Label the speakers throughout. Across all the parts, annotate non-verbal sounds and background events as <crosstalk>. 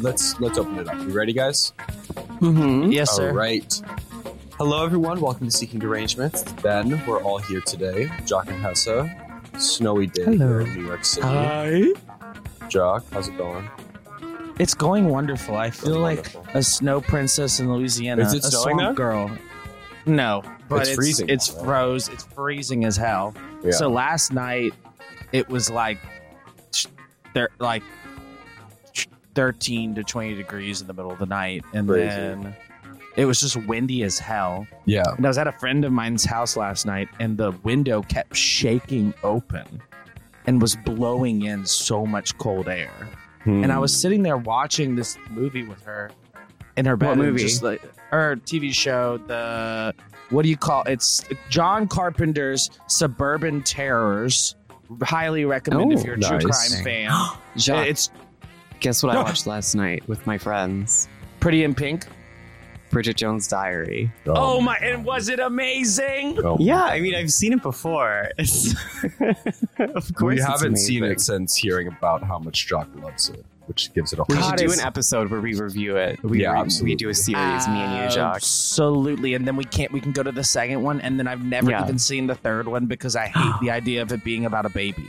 Speaker 1: let's let's open it up. You ready, guys?
Speaker 2: Mm-hmm. Yes,
Speaker 1: All
Speaker 2: sir.
Speaker 1: right. Hello, everyone. Welcome to Seeking Derangements. It's Ben, we're all here today. Jock and Hessa. Snowy day
Speaker 2: Hello.
Speaker 1: here in New York City.
Speaker 3: Uh,
Speaker 2: Hi.
Speaker 1: Jock, how's it going?
Speaker 2: It's going wonderful. I feel like
Speaker 1: Wonderful.
Speaker 2: a snow princess in Louisiana.
Speaker 1: Is it
Speaker 2: a
Speaker 1: snowing
Speaker 2: swamp
Speaker 1: there?
Speaker 2: girl. No, but
Speaker 1: It's
Speaker 2: it's
Speaker 1: freezing
Speaker 2: It's
Speaker 1: now, right?
Speaker 2: froze. It's freezing as hell.
Speaker 1: Yeah.
Speaker 2: So last night, it was like, sh- they're like. sh- 13 to 20 degrees in the middle of the night and
Speaker 1: Crazy.
Speaker 2: then it was just windy as hell
Speaker 1: yeah.
Speaker 2: and i was at a friend of mine's house last night and the window kept shaking open and was blowing in so much cold air and I was sitting there watching this movie with her in her bed. and
Speaker 3: movie?
Speaker 2: Just like, her TV show, the what do you call it's John Carpenter's Suburban Terrors. Highly recommend if
Speaker 3: Oh,
Speaker 2: you're a true
Speaker 1: nice.
Speaker 2: crime fan.
Speaker 3: Jacques,
Speaker 2: it's
Speaker 3: guess what I
Speaker 2: No.
Speaker 3: watched last night with my friends?
Speaker 2: pretty in pink.
Speaker 3: Bridget Jones' Diary.
Speaker 1: Hmm.
Speaker 2: Oh,
Speaker 1: Um,
Speaker 2: my! And was it amazing?
Speaker 1: Oh.
Speaker 3: Yeah, I mean, I've seen it before. <laughs> It's of course
Speaker 1: We
Speaker 3: it's
Speaker 1: haven't seen
Speaker 3: amazing.
Speaker 1: it since hearing about how much Jock loves it, which gives it a
Speaker 3: We
Speaker 1: whole
Speaker 3: should
Speaker 2: God,
Speaker 3: do
Speaker 2: it's-
Speaker 3: an episode where we review it. Um, We,
Speaker 1: Yeah,
Speaker 3: re-
Speaker 1: absolutely.
Speaker 3: we do a series, me and you, Jacques.
Speaker 2: Absolutely. And then we can't. We can go to the second one, and then I've never
Speaker 3: Yeah.
Speaker 2: even seen the third one because I hate <gasps> the idea of it being about a baby.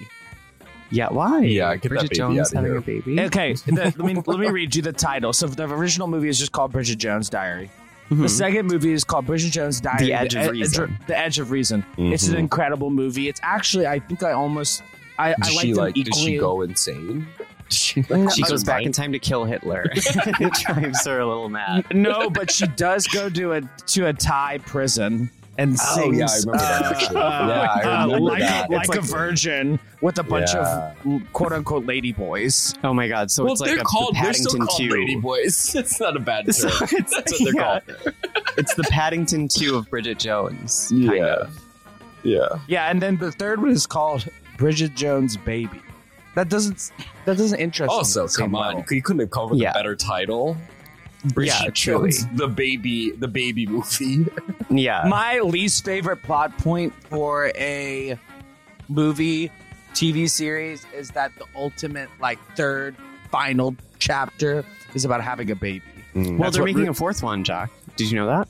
Speaker 3: Yeah, why?
Speaker 1: Yeah, get that
Speaker 3: Bridget
Speaker 1: baby
Speaker 3: Jones
Speaker 1: outta
Speaker 3: having
Speaker 1: here.
Speaker 3: a
Speaker 2: <laughs>
Speaker 3: baby.
Speaker 2: Okay, the, let me let me read you the title. So the original movie is just called Bridget Jones' Diary. The
Speaker 3: Mhm.
Speaker 2: second movie is called Bridget Jones' Diary:
Speaker 3: The Edge of Reason.
Speaker 2: the E-, Edge of Reason. Mm-hmm. It's an
Speaker 1: Mhm.
Speaker 2: incredible movie. It's actually, I think, I almost, I, I
Speaker 1: Does
Speaker 2: like
Speaker 1: she
Speaker 2: them
Speaker 1: like? Did
Speaker 2: equally.
Speaker 1: she go
Speaker 3: <laughs>
Speaker 1: insane?
Speaker 3: She, she goes back in time to kill Hitler. <laughs> it drives her a little mad.
Speaker 1: <laughs>
Speaker 2: no, but she does go to a to a Thai prison and
Speaker 1: Oh,
Speaker 2: sings.
Speaker 1: yeah, I remember that,
Speaker 2: uh,
Speaker 1: actually.
Speaker 2: uh,
Speaker 1: Yeah, I
Speaker 2: uh,
Speaker 1: remember
Speaker 2: like
Speaker 1: that.
Speaker 2: A,
Speaker 1: It's
Speaker 2: like, a
Speaker 1: like-
Speaker 2: virgin with a bunch of quote unquote lady boys.
Speaker 3: Oh my god! So it's like a the Paddington Two.
Speaker 1: boys. <laughs> It's not a bad
Speaker 3: <laughs> So it's,
Speaker 1: That's what they're
Speaker 3: yeah. It's the Paddington Two of Bridget Jones. Kind
Speaker 1: Yeah.
Speaker 3: of.
Speaker 1: Yeah.
Speaker 2: Yeah, and then the third one is called Bridget Jones' Baby. That doesn't that doesn't interest me.
Speaker 1: Also,
Speaker 2: at the same
Speaker 1: come on,
Speaker 2: level.
Speaker 1: you couldn't have come up with
Speaker 3: Yeah.
Speaker 1: a better title.
Speaker 3: Yeah, truly.
Speaker 1: Jones, the baby, the baby movie.
Speaker 3: Yeah.
Speaker 2: My least favorite plot point for a movie TV series is that the ultimate like third final chapter is about having a baby.
Speaker 3: Well,
Speaker 2: That's
Speaker 3: they're
Speaker 2: what
Speaker 3: making
Speaker 2: Ru-
Speaker 3: a fourth one, Jock. Did you know that?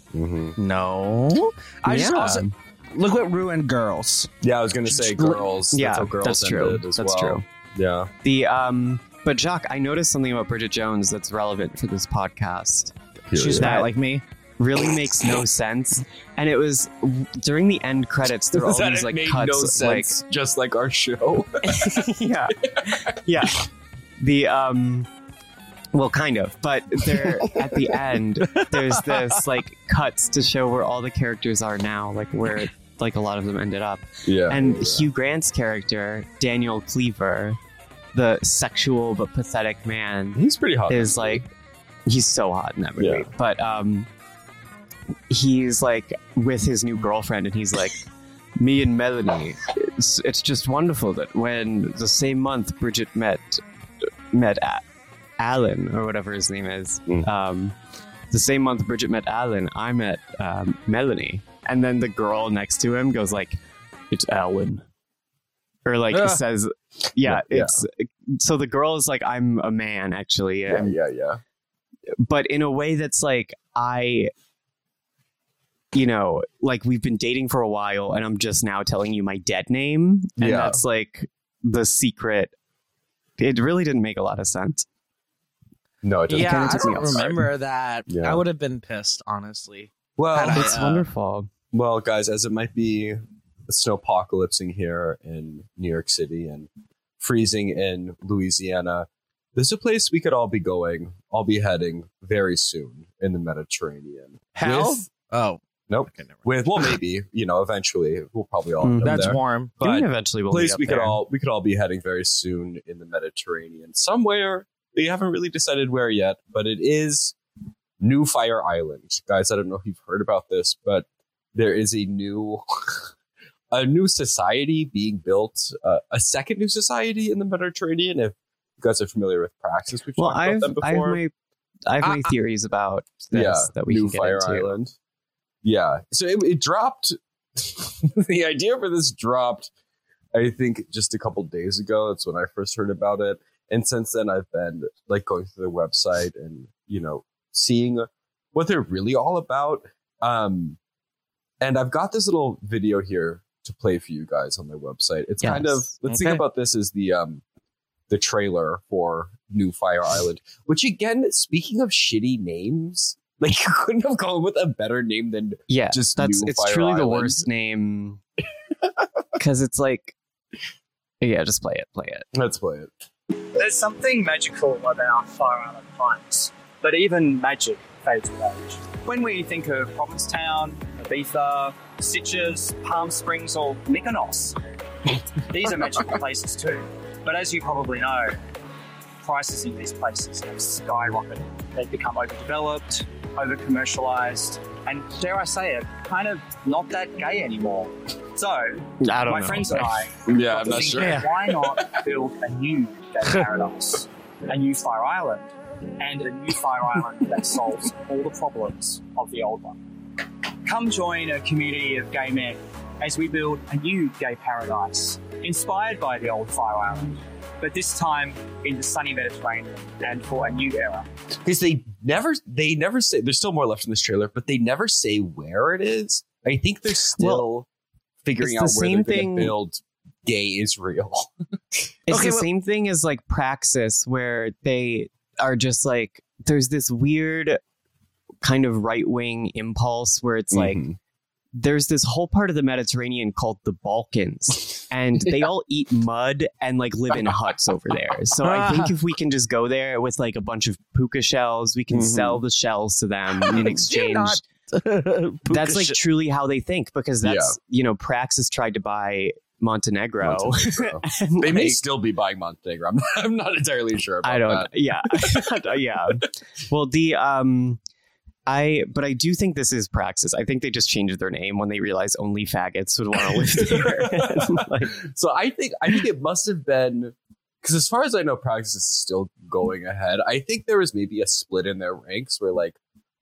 Speaker 2: No. I just
Speaker 3: Yeah.
Speaker 2: also look what ruined girls.
Speaker 1: Yeah, I was gonna say girls.
Speaker 3: yeah,
Speaker 1: that's, how girls
Speaker 3: that's true.
Speaker 1: ended As
Speaker 3: That's
Speaker 1: well.
Speaker 3: true.
Speaker 1: Yeah.
Speaker 3: The um, but Jock, I noticed something about Bridget Jones that's relevant for this podcast.
Speaker 2: She's
Speaker 3: Yeah.
Speaker 1: <laughs>
Speaker 2: not like me.
Speaker 3: Really makes no sense, and it was during the end credits. There were all
Speaker 1: That
Speaker 3: these like
Speaker 1: made
Speaker 3: cuts,
Speaker 1: no sense, just like our
Speaker 3: <laughs>
Speaker 1: show.
Speaker 3: like yeah, yeah. The um, well, kind of, but there at the end, there's this like cuts to show where all the characters are now, like where like a lot of them ended up.
Speaker 1: Yeah.
Speaker 3: and Hugh Grant's character, Daniel Cleaver, the sexual but pathetic man,
Speaker 1: he's pretty hot.
Speaker 3: is like he's so hot in that movie.
Speaker 1: Yeah.
Speaker 3: But um he's like with his new girlfriend and he's like me and Melanie it's, it's just wonderful that when the same month Bridget met met A- Alan or whatever his name is
Speaker 1: Mm.
Speaker 3: um the same month Bridget met Alan I met um, Melanie and then the girl next to him goes like it's Alan or like
Speaker 2: Ah.
Speaker 3: says yeah,
Speaker 1: Yeah.
Speaker 3: it's so the girl is like i'm a man actually
Speaker 1: yeah,
Speaker 3: um,
Speaker 1: yeah, yeah.
Speaker 3: but in a way that's like i you know like we've been dating for a while and i'm just now telling you my dead name and
Speaker 1: Yeah.
Speaker 3: that's like the secret it really didn't make a lot of sense
Speaker 1: No, it doesn't.
Speaker 3: Yeah, kinda
Speaker 2: I
Speaker 3: took me
Speaker 2: don't
Speaker 3: off guard.
Speaker 2: remember that.
Speaker 1: Yeah.
Speaker 2: I would have been pissed, honestly.
Speaker 1: Well,
Speaker 2: I,
Speaker 3: it's
Speaker 2: uh,
Speaker 3: wonderful
Speaker 1: Well, guys, as it might be snowpocalypsing here in New York City and freezing in Louisiana, there's a place we could all be going, all be heading very soon in the Mediterranean.
Speaker 2: Hell?
Speaker 1: With,
Speaker 2: Oh.
Speaker 1: Nope.
Speaker 2: Okay, never mind.
Speaker 1: with well, maybe you know, eventually we'll probably all
Speaker 3: Mm,
Speaker 1: end up
Speaker 2: That's
Speaker 1: there.
Speaker 2: warm.
Speaker 3: I
Speaker 1: But
Speaker 3: mean, eventually we'll meet
Speaker 1: place
Speaker 3: up
Speaker 1: we could
Speaker 3: there.
Speaker 1: all we could all be heading very soon in the Mediterranean, somewhere we haven't really decided where yet, but it is New Fire Island, guys. I don't know if you've heard about this, but there is a new <laughs> a new society being built, uh, a second new society in the Mediterranean. If you guys are familiar with Praxis, we've
Speaker 3: well
Speaker 1: talked
Speaker 3: i've
Speaker 1: about them
Speaker 3: i have
Speaker 1: before. Ah,
Speaker 3: my i have
Speaker 2: I-
Speaker 3: my theories about this that we
Speaker 1: New
Speaker 3: can get
Speaker 1: Fire
Speaker 3: into
Speaker 1: Island. Yeah, so it, it dropped. <laughs> the idea for this dropped, I think, just a couple days ago. That's when I first heard about it, And since then, I've been like going through their website and you know seeing what they're really all about. Um, and I've got this little video here to play for you guys on their website. It's kind of
Speaker 3: Yes.
Speaker 1: let's
Speaker 3: Okay.
Speaker 1: think about this as the um the trailer for New Fire Island, which again, speaking of shitty names, <laughs> like you couldn't have gone with a better name than
Speaker 3: Yeah,
Speaker 1: Just
Speaker 3: that's
Speaker 1: new
Speaker 3: it's
Speaker 1: Fire
Speaker 3: truly the
Speaker 1: Island. <laughs>
Speaker 3: worst name because it's like, yeah, just play it, play it.
Speaker 1: let's play it.
Speaker 4: There's something magical about Fire Island Pines, but even magic fades with age. When we think of Provincetown, Ibiza, Sitges, Palm Springs, or Mykonos, <laughs> these are magical places too. But as you probably know, prices in these places have skyrocketed. They've become overdeveloped, over commercialized, and dare I say it, kind of not that gay anymore. So,
Speaker 3: I
Speaker 4: my friends and I
Speaker 1: Yeah,
Speaker 4: I'm not sure. Why not build a new Dead Paradise, a new Fire Island, and a new Fire Island that solves all the problems of the old one? Come join a community of gay men as we build a new gay paradise inspired by the old Fire Island, but this time in the sunny Mediterranean and for a new era.
Speaker 1: because they never they never say there's still more left in this trailer, but they never say where it is. I think they're still figuring
Speaker 3: it's
Speaker 1: out
Speaker 3: the
Speaker 1: where
Speaker 3: same
Speaker 1: they're going
Speaker 3: thing-
Speaker 1: to build gay Israel.
Speaker 3: It's
Speaker 2: Okay,
Speaker 3: the
Speaker 2: well-
Speaker 3: same thing as like Praxis, where they are just like there's this weird kind of right wing impulse where it's like
Speaker 2: Mm-hmm.
Speaker 3: there's this whole part of the Mediterranean called the Balkans, and
Speaker 2: <laughs>
Speaker 3: they all eat mud and like live in huts over there. So I think if we can just go there with like a bunch of puka shells, we can
Speaker 1: Mhm.
Speaker 3: sell the shells
Speaker 2: <laughs>
Speaker 3: to them in exchange.
Speaker 2: Mm-hmm. not
Speaker 3: That's like truly how they think because
Speaker 1: Yeah.
Speaker 3: that's you know Praxis tried to buy Montenegro. <laughs>
Speaker 1: Montenegro.
Speaker 3: and,
Speaker 1: they may
Speaker 3: like,
Speaker 1: still be buying Montenegro. I'm, I'm not <laughs> entirely sure. About
Speaker 3: I
Speaker 1: That.
Speaker 3: don't. Yeah, <laughs> yeah. Well, the um, I but I do think this is Praxis. I think they just changed their name when they realized only faggots would want
Speaker 1: <laughs>
Speaker 3: to live there. <laughs> Like,
Speaker 1: So I think I think it must have been because as far as I know, practice is still going ahead. I think there was maybe a split in their ranks where like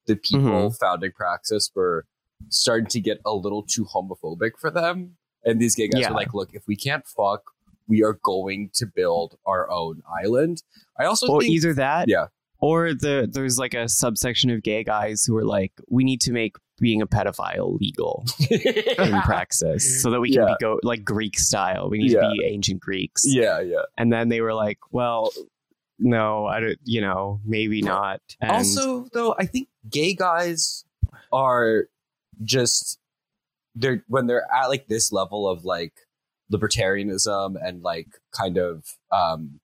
Speaker 1: the people founding Praxis were starting to get a little too homophobic for them, and these gay guys
Speaker 3: Yeah.
Speaker 1: were like, "Look, if we can't fuck, we are going to build our own island." I also
Speaker 3: or
Speaker 1: think
Speaker 3: either that,
Speaker 1: Yeah.
Speaker 3: or the there's like a subsection of gay guys who are like, we need to make being a pedophile legal in Praxis so that we can
Speaker 1: Yeah.
Speaker 3: be go like Greek style. We need
Speaker 1: Yeah.
Speaker 3: to be ancient Greeks.
Speaker 1: <laughs> yeah, yeah.
Speaker 3: And then they were like, well. No, I don't. You know, maybe not. And
Speaker 1: also, though, I think gay guys are just they're when they're at like this level of like libertarianism and like kind of um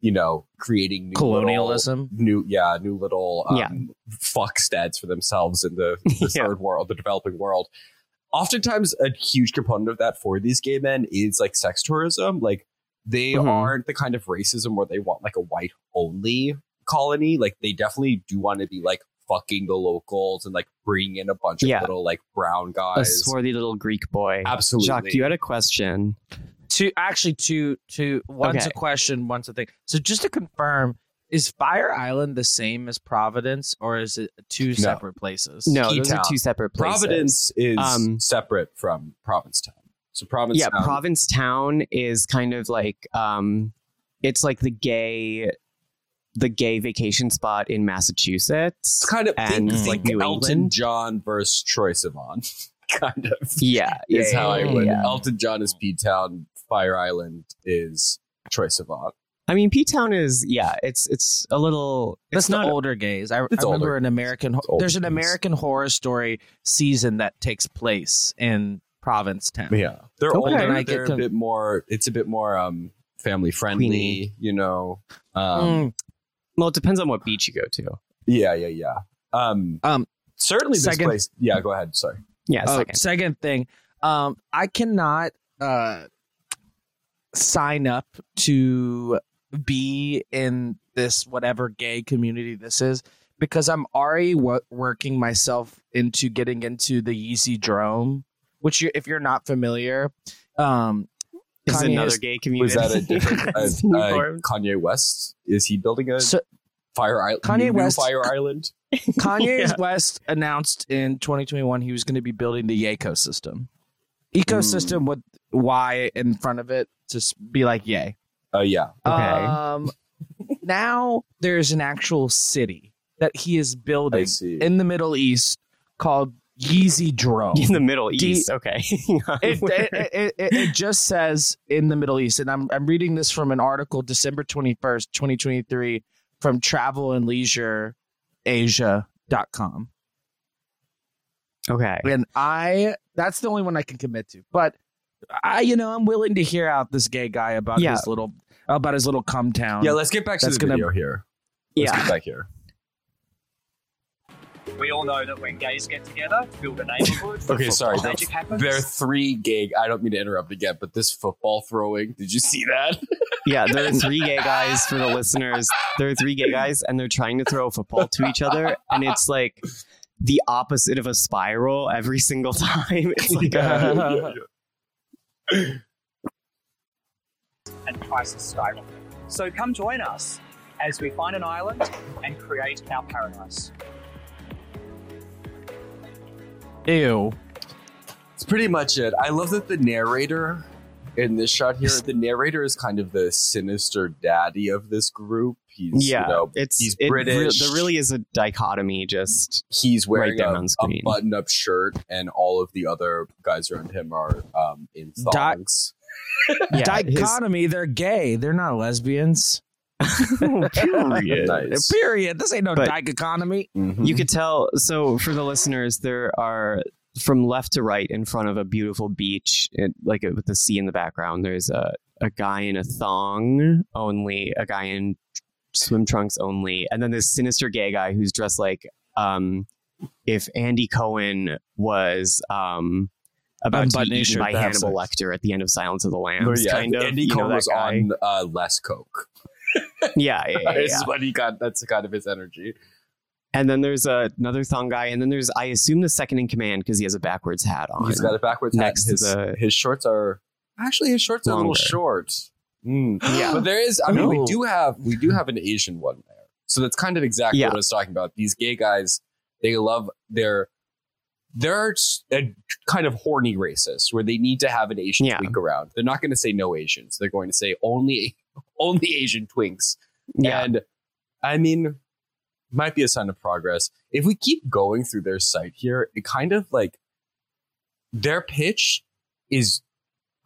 Speaker 1: you know creating new
Speaker 2: colonialism.
Speaker 1: little, new yeah new little um,
Speaker 3: Yeah.
Speaker 1: fuck stads for themselves in
Speaker 3: <laughs>
Speaker 1: the, the
Speaker 3: Yeah.
Speaker 1: third world the developing world oftentimes a huge component of that for these gay men is like sex tourism like they
Speaker 3: Mhm.
Speaker 1: aren't the kind of racism where they want like a white only colony like they definitely do want to be like fucking the locals and like bringing in a bunch of
Speaker 3: Yeah.
Speaker 1: little like brown
Speaker 3: a
Speaker 1: guys
Speaker 3: swarthy little Greek boy.
Speaker 1: absolutely
Speaker 3: Jacques, you had a question.
Speaker 2: Two actually two two one's
Speaker 3: Okay.
Speaker 2: a question, one's a thing. So just to confirm, is Fire Island the same as Providence or is it two separate places?
Speaker 3: No,
Speaker 1: Key
Speaker 3: those
Speaker 1: town.
Speaker 3: are two separate places.
Speaker 1: providence is
Speaker 3: Um,
Speaker 1: separate from provincetown so
Speaker 3: Yeah,
Speaker 1: provincetown
Speaker 3: Provincetown is kind of like um it's like the gay the gay vacation spot in Massachusetts.
Speaker 1: It's kind of think,
Speaker 3: and
Speaker 1: like
Speaker 3: like New
Speaker 1: Elton
Speaker 3: England.
Speaker 1: John versus Troy Sivan, <laughs> kind of is
Speaker 3: Yeah, yeah,
Speaker 1: how I would.
Speaker 3: yeah.
Speaker 1: Elton John is P Town, Fire Island is Troy Sivan.
Speaker 3: I mean, P Town is yeah, it's it's a little
Speaker 2: That's
Speaker 3: it's
Speaker 2: not older gays. I, I
Speaker 1: It's
Speaker 2: remember
Speaker 1: older
Speaker 2: an American.
Speaker 1: It's older
Speaker 2: There's an
Speaker 1: gays.
Speaker 2: American horror story season that takes place in Provincetown.
Speaker 1: Yeah, they're
Speaker 2: Okay.
Speaker 1: older.
Speaker 2: And I get
Speaker 1: they're a
Speaker 2: con-
Speaker 1: bit more. It's a bit more um, family friendly.
Speaker 3: Queenie.
Speaker 1: You know. Um,
Speaker 2: Mm,
Speaker 3: Well, it depends on what beach you go to.
Speaker 1: Yeah, yeah, yeah. Um,
Speaker 2: Um,
Speaker 1: certainly this
Speaker 2: second-
Speaker 1: place. Yeah, go ahead.
Speaker 2: <laughs>
Speaker 1: Sorry.
Speaker 3: Yeah,
Speaker 2: oh,
Speaker 3: second.
Speaker 2: second thing, um, I cannot uh, sign up to be in this whatever gay community this is because I'm already wo- working myself into getting into the Yeezy Drome, which you if you're not familiar, um,
Speaker 3: Is
Speaker 2: Kanye
Speaker 3: another
Speaker 2: is-
Speaker 3: gay community.
Speaker 1: Was that a
Speaker 3: <laughs>
Speaker 1: different uh,
Speaker 3: It's new
Speaker 1: uh, <laughs>
Speaker 3: form.
Speaker 1: Kanye West? Is he building a
Speaker 3: <laughs>
Speaker 2: So-
Speaker 1: Fire Island?
Speaker 2: Kanye
Speaker 1: new
Speaker 2: West-
Speaker 1: Fire Island.
Speaker 2: Kanye
Speaker 3: Yeah.
Speaker 2: West announced in 2021 he was going to be building the Yeko system.
Speaker 3: Mm.
Speaker 2: Ecosystem with Y in front of it, just be like yay.
Speaker 1: Uh, yeah.
Speaker 3: Okay.
Speaker 2: Um, now there's an actual city that he is
Speaker 1: I
Speaker 2: building
Speaker 1: see.
Speaker 2: in the Middle East called Yeezy Drome.
Speaker 3: in the Middle
Speaker 2: Do you- eh,
Speaker 3: East. okay.
Speaker 2: <laughs>
Speaker 3: <laughs>
Speaker 2: it, it, it, it, it just says in the Middle East, and I'm, I'm reading this from an article December 21st, 2023, from travel and leisure asia.com.
Speaker 3: okay.
Speaker 2: And I, that's the only one I can commit to. But I, you know, I'm willing to hear out this gay guy about
Speaker 3: Yeah.
Speaker 2: his little, about his little cum town.
Speaker 1: yeah, let's get back to
Speaker 2: That's
Speaker 1: the
Speaker 2: gonna-
Speaker 1: video here. Let's
Speaker 3: Yeah.
Speaker 1: get back here.
Speaker 4: We all know that when gays get together, to build a neighborhood.
Speaker 1: Okay, sorry,
Speaker 4: Magic happens.
Speaker 1: There are three gig. I don't mean to interrupt again, but this football throwing. Did you see
Speaker 3: <laughs>
Speaker 1: that?
Speaker 3: Yeah, there
Speaker 1: <laughs>
Speaker 3: are three gay guys for the listeners. There are three gay guys, and they're trying to throw a football to each other, and it's like the opposite of a spiral every single <laughs> time. It's like a,
Speaker 4: and prices skyrocket. So come join us as we find an island and create our paradise.
Speaker 2: Ew.
Speaker 1: That's pretty much it. I love that the narrator in this shot here, the narrator is kind of the sinister daddy of this group. He's,
Speaker 3: yeah,
Speaker 1: you know,
Speaker 3: it's
Speaker 1: he's
Speaker 3: it re-
Speaker 1: British.
Speaker 3: there really is a dichotomy. Just
Speaker 1: he's
Speaker 3: Right
Speaker 1: wearing
Speaker 3: there
Speaker 1: a,
Speaker 3: on
Speaker 1: a
Speaker 3: screen.
Speaker 1: button-up shirt, and all of the other guys around him are um, in
Speaker 2: Di-
Speaker 1: thongs.
Speaker 3: yeah, his-
Speaker 2: Dichotomy, they're gay. They're not lesbians.
Speaker 3: <laughs> period.
Speaker 1: <laughs> Nice.
Speaker 2: Period. This ain't no
Speaker 3: But-
Speaker 2: dyke economy.
Speaker 1: Mhm.
Speaker 3: You could tell. So, for the listeners, there are from left to right in front of a beautiful beach, it, like uh, with the sea in the background. There's a a guy in a thong only, a guy in swim trunks only, and then this sinister gay guy who's dressed like um, if Andy Cohen was um, about to
Speaker 2: Unbutton
Speaker 3: be
Speaker 2: his
Speaker 3: eaten
Speaker 2: shirt
Speaker 3: by
Speaker 2: to have
Speaker 3: Hannibal
Speaker 2: sex.
Speaker 3: Lecter at the end of Silence of the
Speaker 1: But
Speaker 3: Lambs,
Speaker 1: yeah,
Speaker 3: kind of.
Speaker 1: Andy
Speaker 3: you know
Speaker 1: Cohen
Speaker 3: that
Speaker 1: was
Speaker 3: guy?
Speaker 1: on uh, less coke.
Speaker 3: Yeah,
Speaker 1: <laughs>
Speaker 3: yeah, yeah, yeah.
Speaker 1: This is what he got. That's kind of his energy.
Speaker 3: And then there's uh, another thong guy, and then there's I assume the second in command because he has a backwards hat on.
Speaker 1: He's got it backwards. Next,
Speaker 3: Next to
Speaker 1: his uh,
Speaker 3: the-
Speaker 1: his shorts are actually his shorts are a little
Speaker 3: Longer.
Speaker 1: short. Mm.
Speaker 2: Yeah.
Speaker 1: but
Speaker 2: <gasps>
Speaker 1: there is. I mean,
Speaker 2: No.
Speaker 1: we do have we do have an Asian one there, so that's kind of exactly
Speaker 3: Yeah.
Speaker 1: what I was talking about. These gay guys, they love their they're s- a kind of horny racist where they need to have an Asian
Speaker 3: Yeah.
Speaker 1: twink around. They're not going to say no Asians. They're going to say only <laughs> only Asian twinks.
Speaker 3: yeah,
Speaker 1: And I mean, might be a sign of progress. If we keep going through their site here, it kind of like their pitch is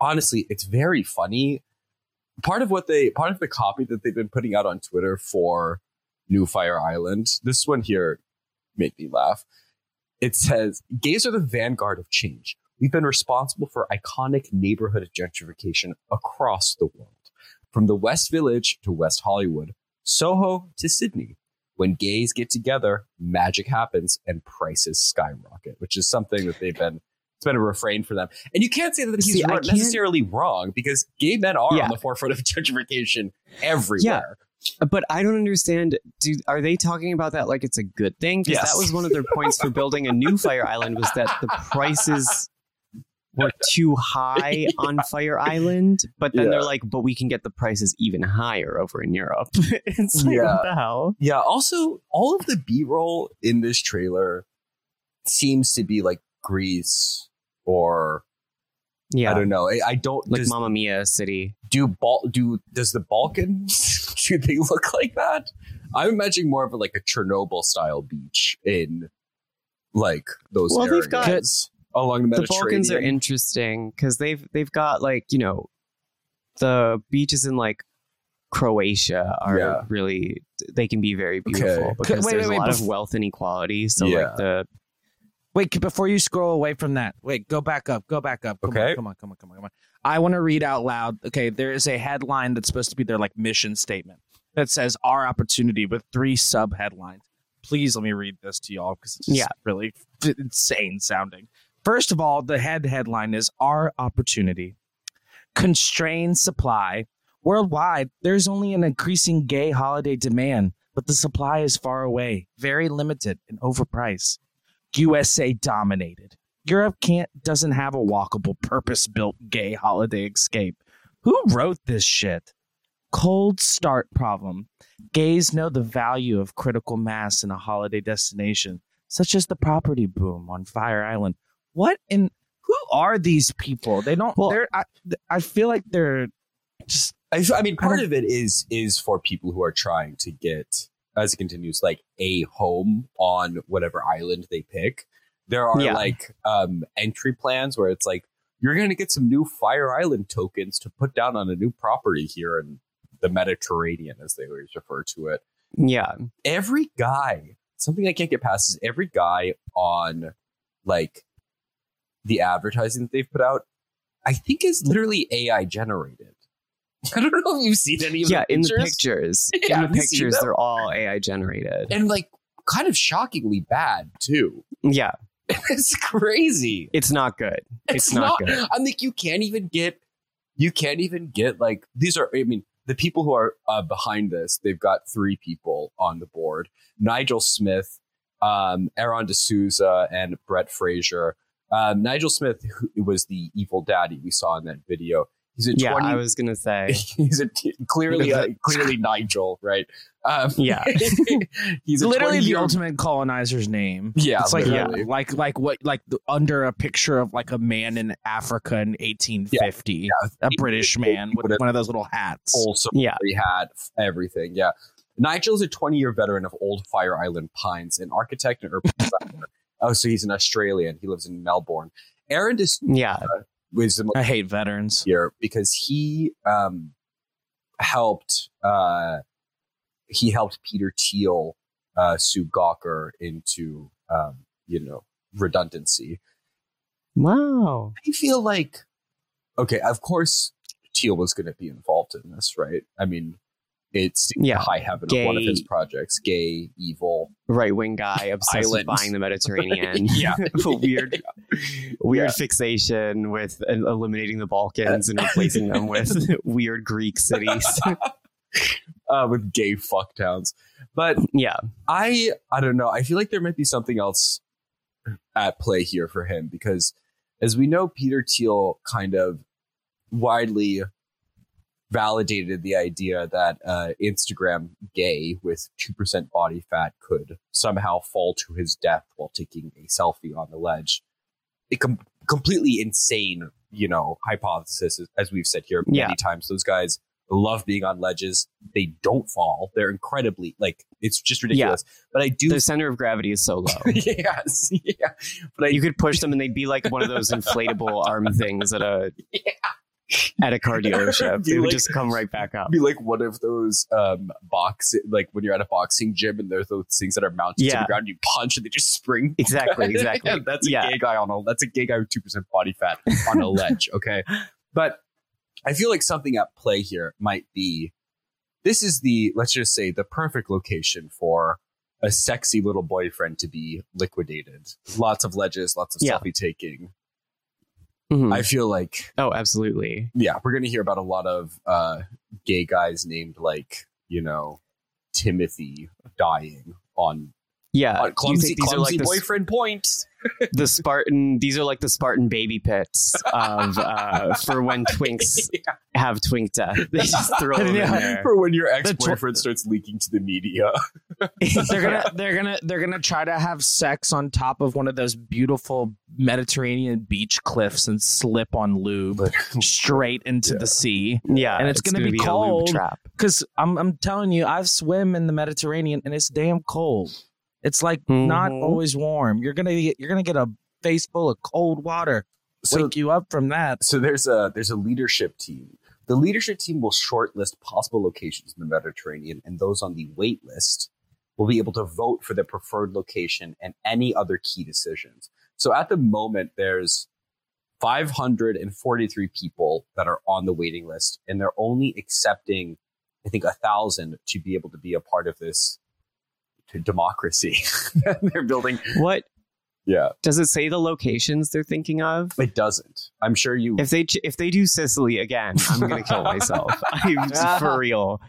Speaker 1: honestly, it's very funny. Part of what they, part of the copy that they've been putting out on Twitter for New Fire Island, this one here made me laugh. It says, Gays are the vanguard of change. We've been responsible for iconic neighborhood gentrification across the world, from the West Village to West Hollywood, Soho to Sydney. When gays get together, magic happens and prices skyrocket, which is something that they've been it's been a refrain for them. And you can't say that he's
Speaker 3: See, I
Speaker 1: ro-
Speaker 3: can't-
Speaker 1: necessarily wrong because gay men are
Speaker 3: Yeah.
Speaker 1: on the forefront of <laughs> gentrification everywhere.
Speaker 3: but I don't understand. Do are they talking about that like it's a good thing? Because
Speaker 1: Yes.
Speaker 3: that was one of their points for building a new Fire Island was that the prices were too high on Fire Island. But then
Speaker 1: Yeah.
Speaker 3: they're like, but we can get the prices even higher over in Europe. <laughs> it's like,
Speaker 1: Yeah.
Speaker 3: what the hell?
Speaker 1: Yeah. Also, all of the B roll in this trailer seems to be like Greece or I
Speaker 3: Yeah,
Speaker 1: don't know. I, I don't
Speaker 3: like
Speaker 1: does-
Speaker 3: Mamma Mia City.
Speaker 1: do Bal- do does the Balkans <laughs> do they look like that? I'm imagining more of like a Chernobyl style beach in like those
Speaker 3: Well,
Speaker 1: areas
Speaker 3: they've got-
Speaker 1: along the
Speaker 3: the
Speaker 1: Mediterranean.
Speaker 3: Balkans are interesting because they've they've got like you know the beaches in like Croatia are
Speaker 1: Yeah.
Speaker 3: really they can be very beautiful
Speaker 1: Okay.
Speaker 3: because
Speaker 2: Wait,
Speaker 3: there's
Speaker 2: wait, wait,
Speaker 3: a lot
Speaker 2: bef-
Speaker 3: of wealth inequality. So
Speaker 1: Yeah.
Speaker 3: like the
Speaker 2: Wait, c- before you scroll away from that, wait, go back up, go back up. Come
Speaker 1: Okay.
Speaker 2: On, come on, come on, come on, come on. I want to read out loud. Okay, there is a headline that's supposed to be their like mission statement that says our opportunity with three sub headlines. Please let me read this to y'all because it's just
Speaker 3: Yeah.
Speaker 2: really <laughs> f- insane sounding. First of all, the head headline is our opportunity. Constrained supply. Worldwide, there's only an increasing gay holiday demand, but the supply is far away, very limited, and overpriced. USA dominated. Europe can't doesn't have a walkable, purpose-built gay holiday escape. Who wrote this shit? Cold start problem. Gays know the value of critical mass in a holiday destination, such as the property boom on Fire Island. What in who are these people? They don't.
Speaker 3: Well-
Speaker 2: they're. I, I feel like they're just
Speaker 1: I, I mean, part of it is is for people who are trying to get, as it continues, like a home on whatever island they pick. There are
Speaker 3: Yeah.
Speaker 1: like um, entry plans where it's like you're going to get some new Fire Island tokens to put down on a new property here in the Mediterranean, as they always refer to it
Speaker 3: Yeah.
Speaker 1: every guy something i can't get past is every guy on like the advertising that they've put out i think is literally ai generated <laughs> i don't know if you've seen any of
Speaker 3: Yeah,
Speaker 1: the
Speaker 3: in the
Speaker 1: pictures
Speaker 3: pictures.
Speaker 1: Yeah,
Speaker 3: in
Speaker 1: have
Speaker 3: the
Speaker 1: you seen
Speaker 3: pictures,
Speaker 1: them?
Speaker 3: they're all AI generated.
Speaker 1: and like kind of shockingly bad too <laughs>
Speaker 3: Yeah,
Speaker 1: it's crazy
Speaker 3: it's not good.
Speaker 1: <laughs>
Speaker 3: It's not good.
Speaker 1: i'm like you can't even get you can't even get like these are i mean the people who are uh, behind this they've got three people on the board nigel smith um, aaron d'souza and brett frazier um, nigel smith who was the evil daddy we saw in that video he's a
Speaker 3: Yeah,
Speaker 1: 20 <laughs>
Speaker 3: I was going to say.
Speaker 1: he's a t- clearly
Speaker 3: <laughs>
Speaker 1: uh, clearly nigel right um,
Speaker 3: Yeah.
Speaker 1: <laughs> he's a
Speaker 2: literally the
Speaker 1: 20-year-old
Speaker 2: ultimate colonizer's name.
Speaker 1: yeah
Speaker 2: it's like yeah,
Speaker 1: literally.
Speaker 2: like like what like the, under a picture of like a man in Africa in 1850, a British man with
Speaker 1: Whatever.
Speaker 2: one of those little hats.
Speaker 1: full support
Speaker 3: Yeah.
Speaker 1: he had, f- everything. Yeah. Nigel's a 20 year veteran of Old Fire Island Pines, an architect and urban designer. oh, so he's an Australian. He lives in Melbourne. Aaron is
Speaker 3: Yeah.
Speaker 1: was the most
Speaker 2: I hate veterans.
Speaker 1: here because he um, helped uh, he helped Peter Thiel uh, sue Gawker into um, you know redundancy.
Speaker 3: Wow.
Speaker 1: I feel like okay, of course Teal was going to be involved in this, right? I mean, it's
Speaker 3: Yeah.
Speaker 1: high heaven of one of
Speaker 3: Gay.
Speaker 1: his projects, gay, evil.
Speaker 3: Right wing guy obsessed
Speaker 1: Island.
Speaker 3: with buying the Mediterranean.
Speaker 1: <laughs> Yeah.
Speaker 3: <laughs> A
Speaker 1: <laughs>
Speaker 3: weird, weird fixation with uh, eliminating the Balkans and replacing
Speaker 1: <laughs>
Speaker 3: them with <laughs> weird Greek cities. <laughs>
Speaker 1: uh, with gay fuck towns. But
Speaker 3: yeah.
Speaker 1: I I don't know. I feel like there might be something else at play here for him because as we know Peter Thiel kind of widely validated the idea that uh, Instagram gay with 2% body fat could somehow fall to his death while taking a selfie on the ledge. A com- completely insane, you know, hypothesis as- as we've said here many
Speaker 3: Yeah.
Speaker 1: times. Those guys love being on ledges. They don't fall. They're incredibly like it's just ridiculous. But I do
Speaker 3: The center of gravity is so low.
Speaker 1: <laughs> yes, yeah. But I
Speaker 3: You could push them and they'd be like one of
Speaker 1: <laughs>
Speaker 3: those inflatable arm things at a at a car dealership.
Speaker 1: Be
Speaker 3: They would
Speaker 1: like-
Speaker 3: just come right back up.
Speaker 1: be like one of those um box like when you're at a boxing gym and there's those things that are mounted to
Speaker 3: Yeah.
Speaker 1: the ground you punch and they just spring <laughs>
Speaker 3: Exactly, exactly.
Speaker 1: Yeah, that's a
Speaker 3: Yeah.
Speaker 1: gay guy on a that's a gay guy with two percent body fat on a ledge <laughs> okay but i feel like something at play here might be this is the let's just say the perfect location for a sexy little boyfriend to be liquidated lots of ledges lots of
Speaker 3: Yeah.
Speaker 1: selfie taking
Speaker 3: Mhm.
Speaker 1: i feel like
Speaker 3: oh, absolutely.
Speaker 1: yeah, we're gonna hear about a lot of uh, gay guys named like you know Timothy dying on,
Speaker 3: Yeah.
Speaker 1: on clumsy,
Speaker 3: Uh, you think these
Speaker 1: clumsy
Speaker 3: are like the, s-
Speaker 1: boyfriend points.
Speaker 3: the Spartan these are like the Spartan baby pits of uh, for when
Speaker 1: <laughs>
Speaker 3: twinks have twink death. They just throw them in there.
Speaker 1: for when your ex
Speaker 2: tw-
Speaker 1: boyfriend starts leaking to the media. <laughs>
Speaker 2: they're gonna they're gonna they're gonna try to have sex on top of one of those beautiful Mediterranean beach cliffs and slip
Speaker 1: <laughs>
Speaker 2: on lube straight into the sea.
Speaker 3: Yeah.
Speaker 2: And it's gonna be
Speaker 3: a lube
Speaker 2: cold.
Speaker 3: trap.
Speaker 2: Cause I'm I'm telling you, I've swim in the Mediterranean and it's damn cold. It's like not
Speaker 1: Mm-hmm.
Speaker 3: Mhm.
Speaker 2: always warm. You're gonna get you're gonna get a face full of cold water.
Speaker 1: So,
Speaker 2: Wake you up from that.
Speaker 1: so there's a there's a leadership team. The leadership team will shortlist possible locations in the Mediterranean, and those on the wait list will be able to vote for their preferred location and any other key decisions. So at the moment, there's 543 people that are on the waiting list, and they're only accepting, I think, a thousand to be able to be a part of this to democracy. <laughs> they're building.
Speaker 3: What
Speaker 1: Yeah,
Speaker 3: does it say the locations they're thinking of?
Speaker 1: it doesn't. I'm sure you.
Speaker 3: If they ch- if they do Sicily again, I'm gonna
Speaker 1: <laughs>
Speaker 3: kill myself. I'm for real.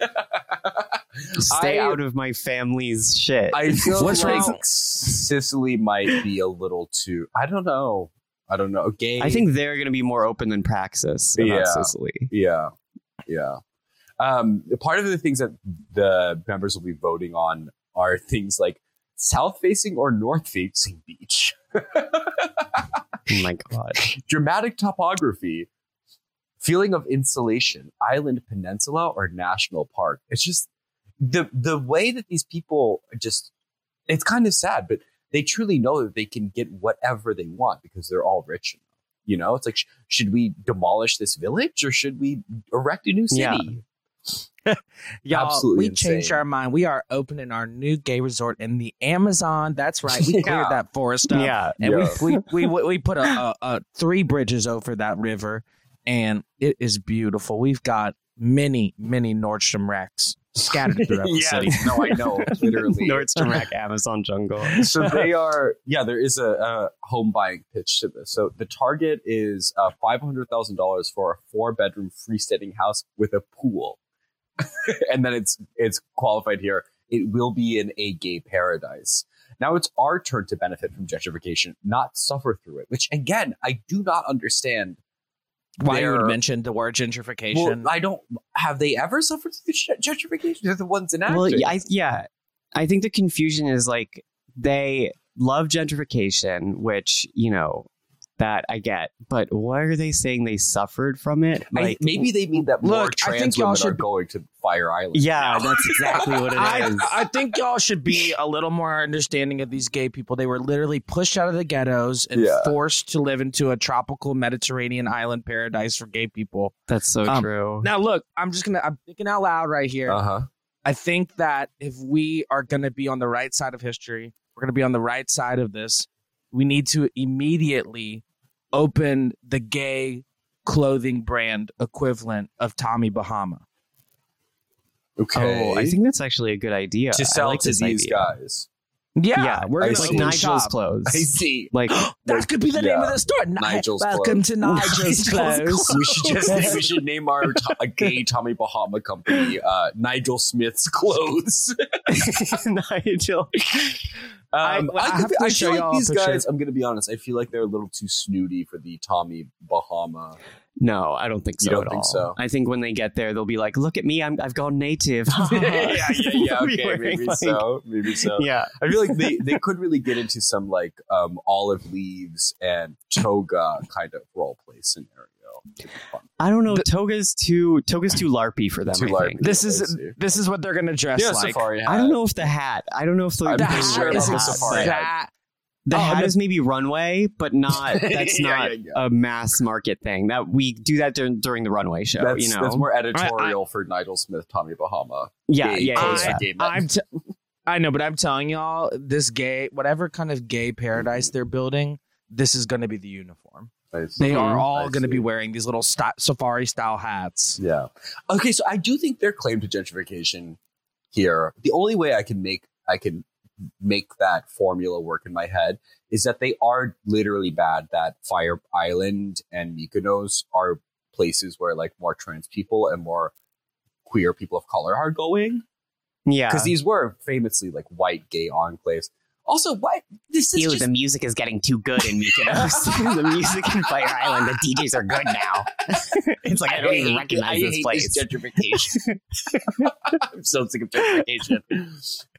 Speaker 3: Stay
Speaker 1: I-
Speaker 3: out of my family's shit.
Speaker 1: I feel
Speaker 2: What's
Speaker 1: like
Speaker 2: wrong?
Speaker 1: Sicily might be a little too. I don't know. I don't know. Gay.
Speaker 3: I think they're gonna be more open than Praxis about
Speaker 1: Yeah.
Speaker 3: Sicily.
Speaker 1: Yeah, yeah. Um, part of the things that the members will be voting on are things like south-facing or north-facing beach,
Speaker 3: Oh my god.
Speaker 1: <laughs> dramatic topography, feeling of insulation, island peninsula or national park. It's just the the way that these people are just it's kind of sad, but they truly know that they can get whatever they want because they're all rich. You know, it's like sh- should we demolish this village or should we erect a new city?
Speaker 3: Yeah.
Speaker 2: Y'all,
Speaker 1: Absolutely
Speaker 2: we changed
Speaker 1: insane.
Speaker 2: our mind. We are opening our new gay resort in the Amazon. That's right. We
Speaker 1: <laughs> Yeah.
Speaker 2: cleared that forest up.
Speaker 3: Yeah.
Speaker 2: And
Speaker 1: Yeah.
Speaker 2: <laughs> we, we, we, we put a, a, a three bridges over that river, and it is beautiful. We've got many, many Nordstrom racks scattered throughout <laughs> the
Speaker 1: Yes.
Speaker 2: city.
Speaker 1: No, I
Speaker 3: <laughs>
Speaker 1: know, <laughs> literally.
Speaker 3: Nordstrom Rack Amazon
Speaker 1: <laughs>
Speaker 3: jungle.
Speaker 1: so they are yeah there is a, a home buying pitch to this so the target is uh, $500000 for a four bedroom freestanding house with a pool <laughs> and then it's it's qualified here it will be in a gay paradise now it's our turn to benefit from gentrification not suffer through it which again i do not understand
Speaker 2: Why you
Speaker 1: They're-
Speaker 2: would mention the word gentrification?
Speaker 1: well, i don't have they ever suffered through gen- gentrification they're the ones in
Speaker 3: well, yeah, I, yeah. I think the confusion is like they love gentrification, which you know that I get, but why are they saying they suffered from it? Like,
Speaker 1: maybe they mean that more
Speaker 2: Look, I think
Speaker 1: trans
Speaker 2: y'all
Speaker 1: women are
Speaker 2: should-
Speaker 1: going to Fire Island.
Speaker 3: yeah, that's exactly
Speaker 1: <laughs>
Speaker 3: what it
Speaker 2: I,
Speaker 3: is.
Speaker 2: I think y'all should <laughs> be a little more understanding of these gay people. They were literally pushed out of the ghettos and
Speaker 1: Yeah.
Speaker 2: forced to live into a tropical Mediterranean island paradise for gay people.
Speaker 3: That's so
Speaker 2: Um,
Speaker 3: true.
Speaker 2: Now, look, I'm just gonna I'm thinking out loud right here.
Speaker 1: Uh huh.
Speaker 2: I think that if we are gonna be on the right side of history, we're gonna be on the right side of this. We need to immediately open the gay clothing brand equivalent of Tommy Bahama.
Speaker 1: Okay.
Speaker 3: Oh, I think that's actually a good idea.
Speaker 1: to
Speaker 3: I
Speaker 1: sell
Speaker 3: like
Speaker 1: to
Speaker 3: this
Speaker 1: these
Speaker 3: idea. <laughs>
Speaker 1: guys.
Speaker 2: Yeah,
Speaker 3: Yeah,
Speaker 2: we're
Speaker 1: I
Speaker 2: gonna
Speaker 1: see.
Speaker 3: like
Speaker 2: open
Speaker 3: Nigel's
Speaker 2: shop.
Speaker 3: clothes.
Speaker 1: see. <laughs>
Speaker 3: Like
Speaker 2: <gasps> That could be the name
Speaker 1: Yeah.
Speaker 2: of the store. Ni-
Speaker 1: Nigel's
Speaker 2: Welcome to Nigel's Clothes.
Speaker 1: We should just we should name our to- a
Speaker 3: <laughs>
Speaker 1: gay Tommy Bahama company uh, Nigel Smith's <laughs> clothes.
Speaker 3: Nigel.
Speaker 1: Um,
Speaker 2: I have to show
Speaker 1: feel
Speaker 2: y'all
Speaker 1: like
Speaker 2: a
Speaker 1: these
Speaker 2: picture.
Speaker 1: guys. I'm gonna be honest. I feel like they're a little too snooty for the Tommy Bahama.
Speaker 3: <laughs> No, I don't think so
Speaker 1: You don't
Speaker 3: at
Speaker 1: think
Speaker 3: all.
Speaker 1: so?
Speaker 3: I think when they get there, they'll be like, "Look at me! I'm, I've
Speaker 1: <laughs>
Speaker 3: gone native." <laughs> They'll be wearing, like-
Speaker 1: Maybe so.
Speaker 3: Yeah,
Speaker 1: I feel like they, they could really get into some like um, olive leaves and toga kind of role play scenario. It'd be fun.
Speaker 3: I don't know. toga's too toga's too larpy for them.
Speaker 1: Too
Speaker 3: I
Speaker 1: larpy.
Speaker 3: think.
Speaker 2: This
Speaker 1: I
Speaker 2: is
Speaker 1: see.
Speaker 2: this is what they're gonna dress
Speaker 1: Yeah,
Speaker 2: like.
Speaker 1: safari hat.
Speaker 3: I don't know if the hat. I don't know if the,
Speaker 1: I'm
Speaker 3: the
Speaker 1: pretty
Speaker 3: hat
Speaker 1: sure
Speaker 3: is
Speaker 1: about the
Speaker 3: hot,
Speaker 1: safari
Speaker 3: but
Speaker 1: hat.
Speaker 3: The
Speaker 2: Oh,
Speaker 3: hat
Speaker 2: no.
Speaker 3: is maybe runway,
Speaker 1: <laughs>
Speaker 3: but not. <laughs> That's
Speaker 1: Yeah,
Speaker 3: not
Speaker 1: yeah, yeah.
Speaker 3: a mass market thing. That we do that during, during the runway show.
Speaker 1: That's,
Speaker 3: you know.
Speaker 1: that's more editorial for Nigel Smith, Tommy Bahama.
Speaker 3: yeah,
Speaker 1: gay
Speaker 3: yeah,
Speaker 1: clothes
Speaker 3: yeah.
Speaker 1: for gay men.
Speaker 2: I'm t- I know, but I'm telling y'all, this gay, whatever kind of gay paradise they're building, this is gonna be the uniform.
Speaker 1: I see.
Speaker 2: They are
Speaker 3: Mhm.
Speaker 2: all
Speaker 1: Mm-hmm. I
Speaker 2: gonna be
Speaker 1: see.
Speaker 2: wearing these little sti- safari style hats. <laughs>
Speaker 1: Yeah. Okay, so I do think their claim to gentrification here, the only way I can make I can make that formula work in my head is that they are literally bad that Fire Island and Mykonos are places where like more trans people and more queer people of color are going.
Speaker 3: yeah.
Speaker 1: Because these were famously like white gay enclaves. Also, why this is
Speaker 3: Ew,
Speaker 1: just
Speaker 3: the music is getting too good in
Speaker 1: <laughs>
Speaker 3: Mykonos. <laughs> the music in Fire Island, the DJs are good now. <laughs> it's like I, don't even
Speaker 1: hate-
Speaker 3: recognize
Speaker 1: I
Speaker 3: this
Speaker 1: hate
Speaker 3: place.
Speaker 1: gentrification. <laughs> I'm so sick of gentrification,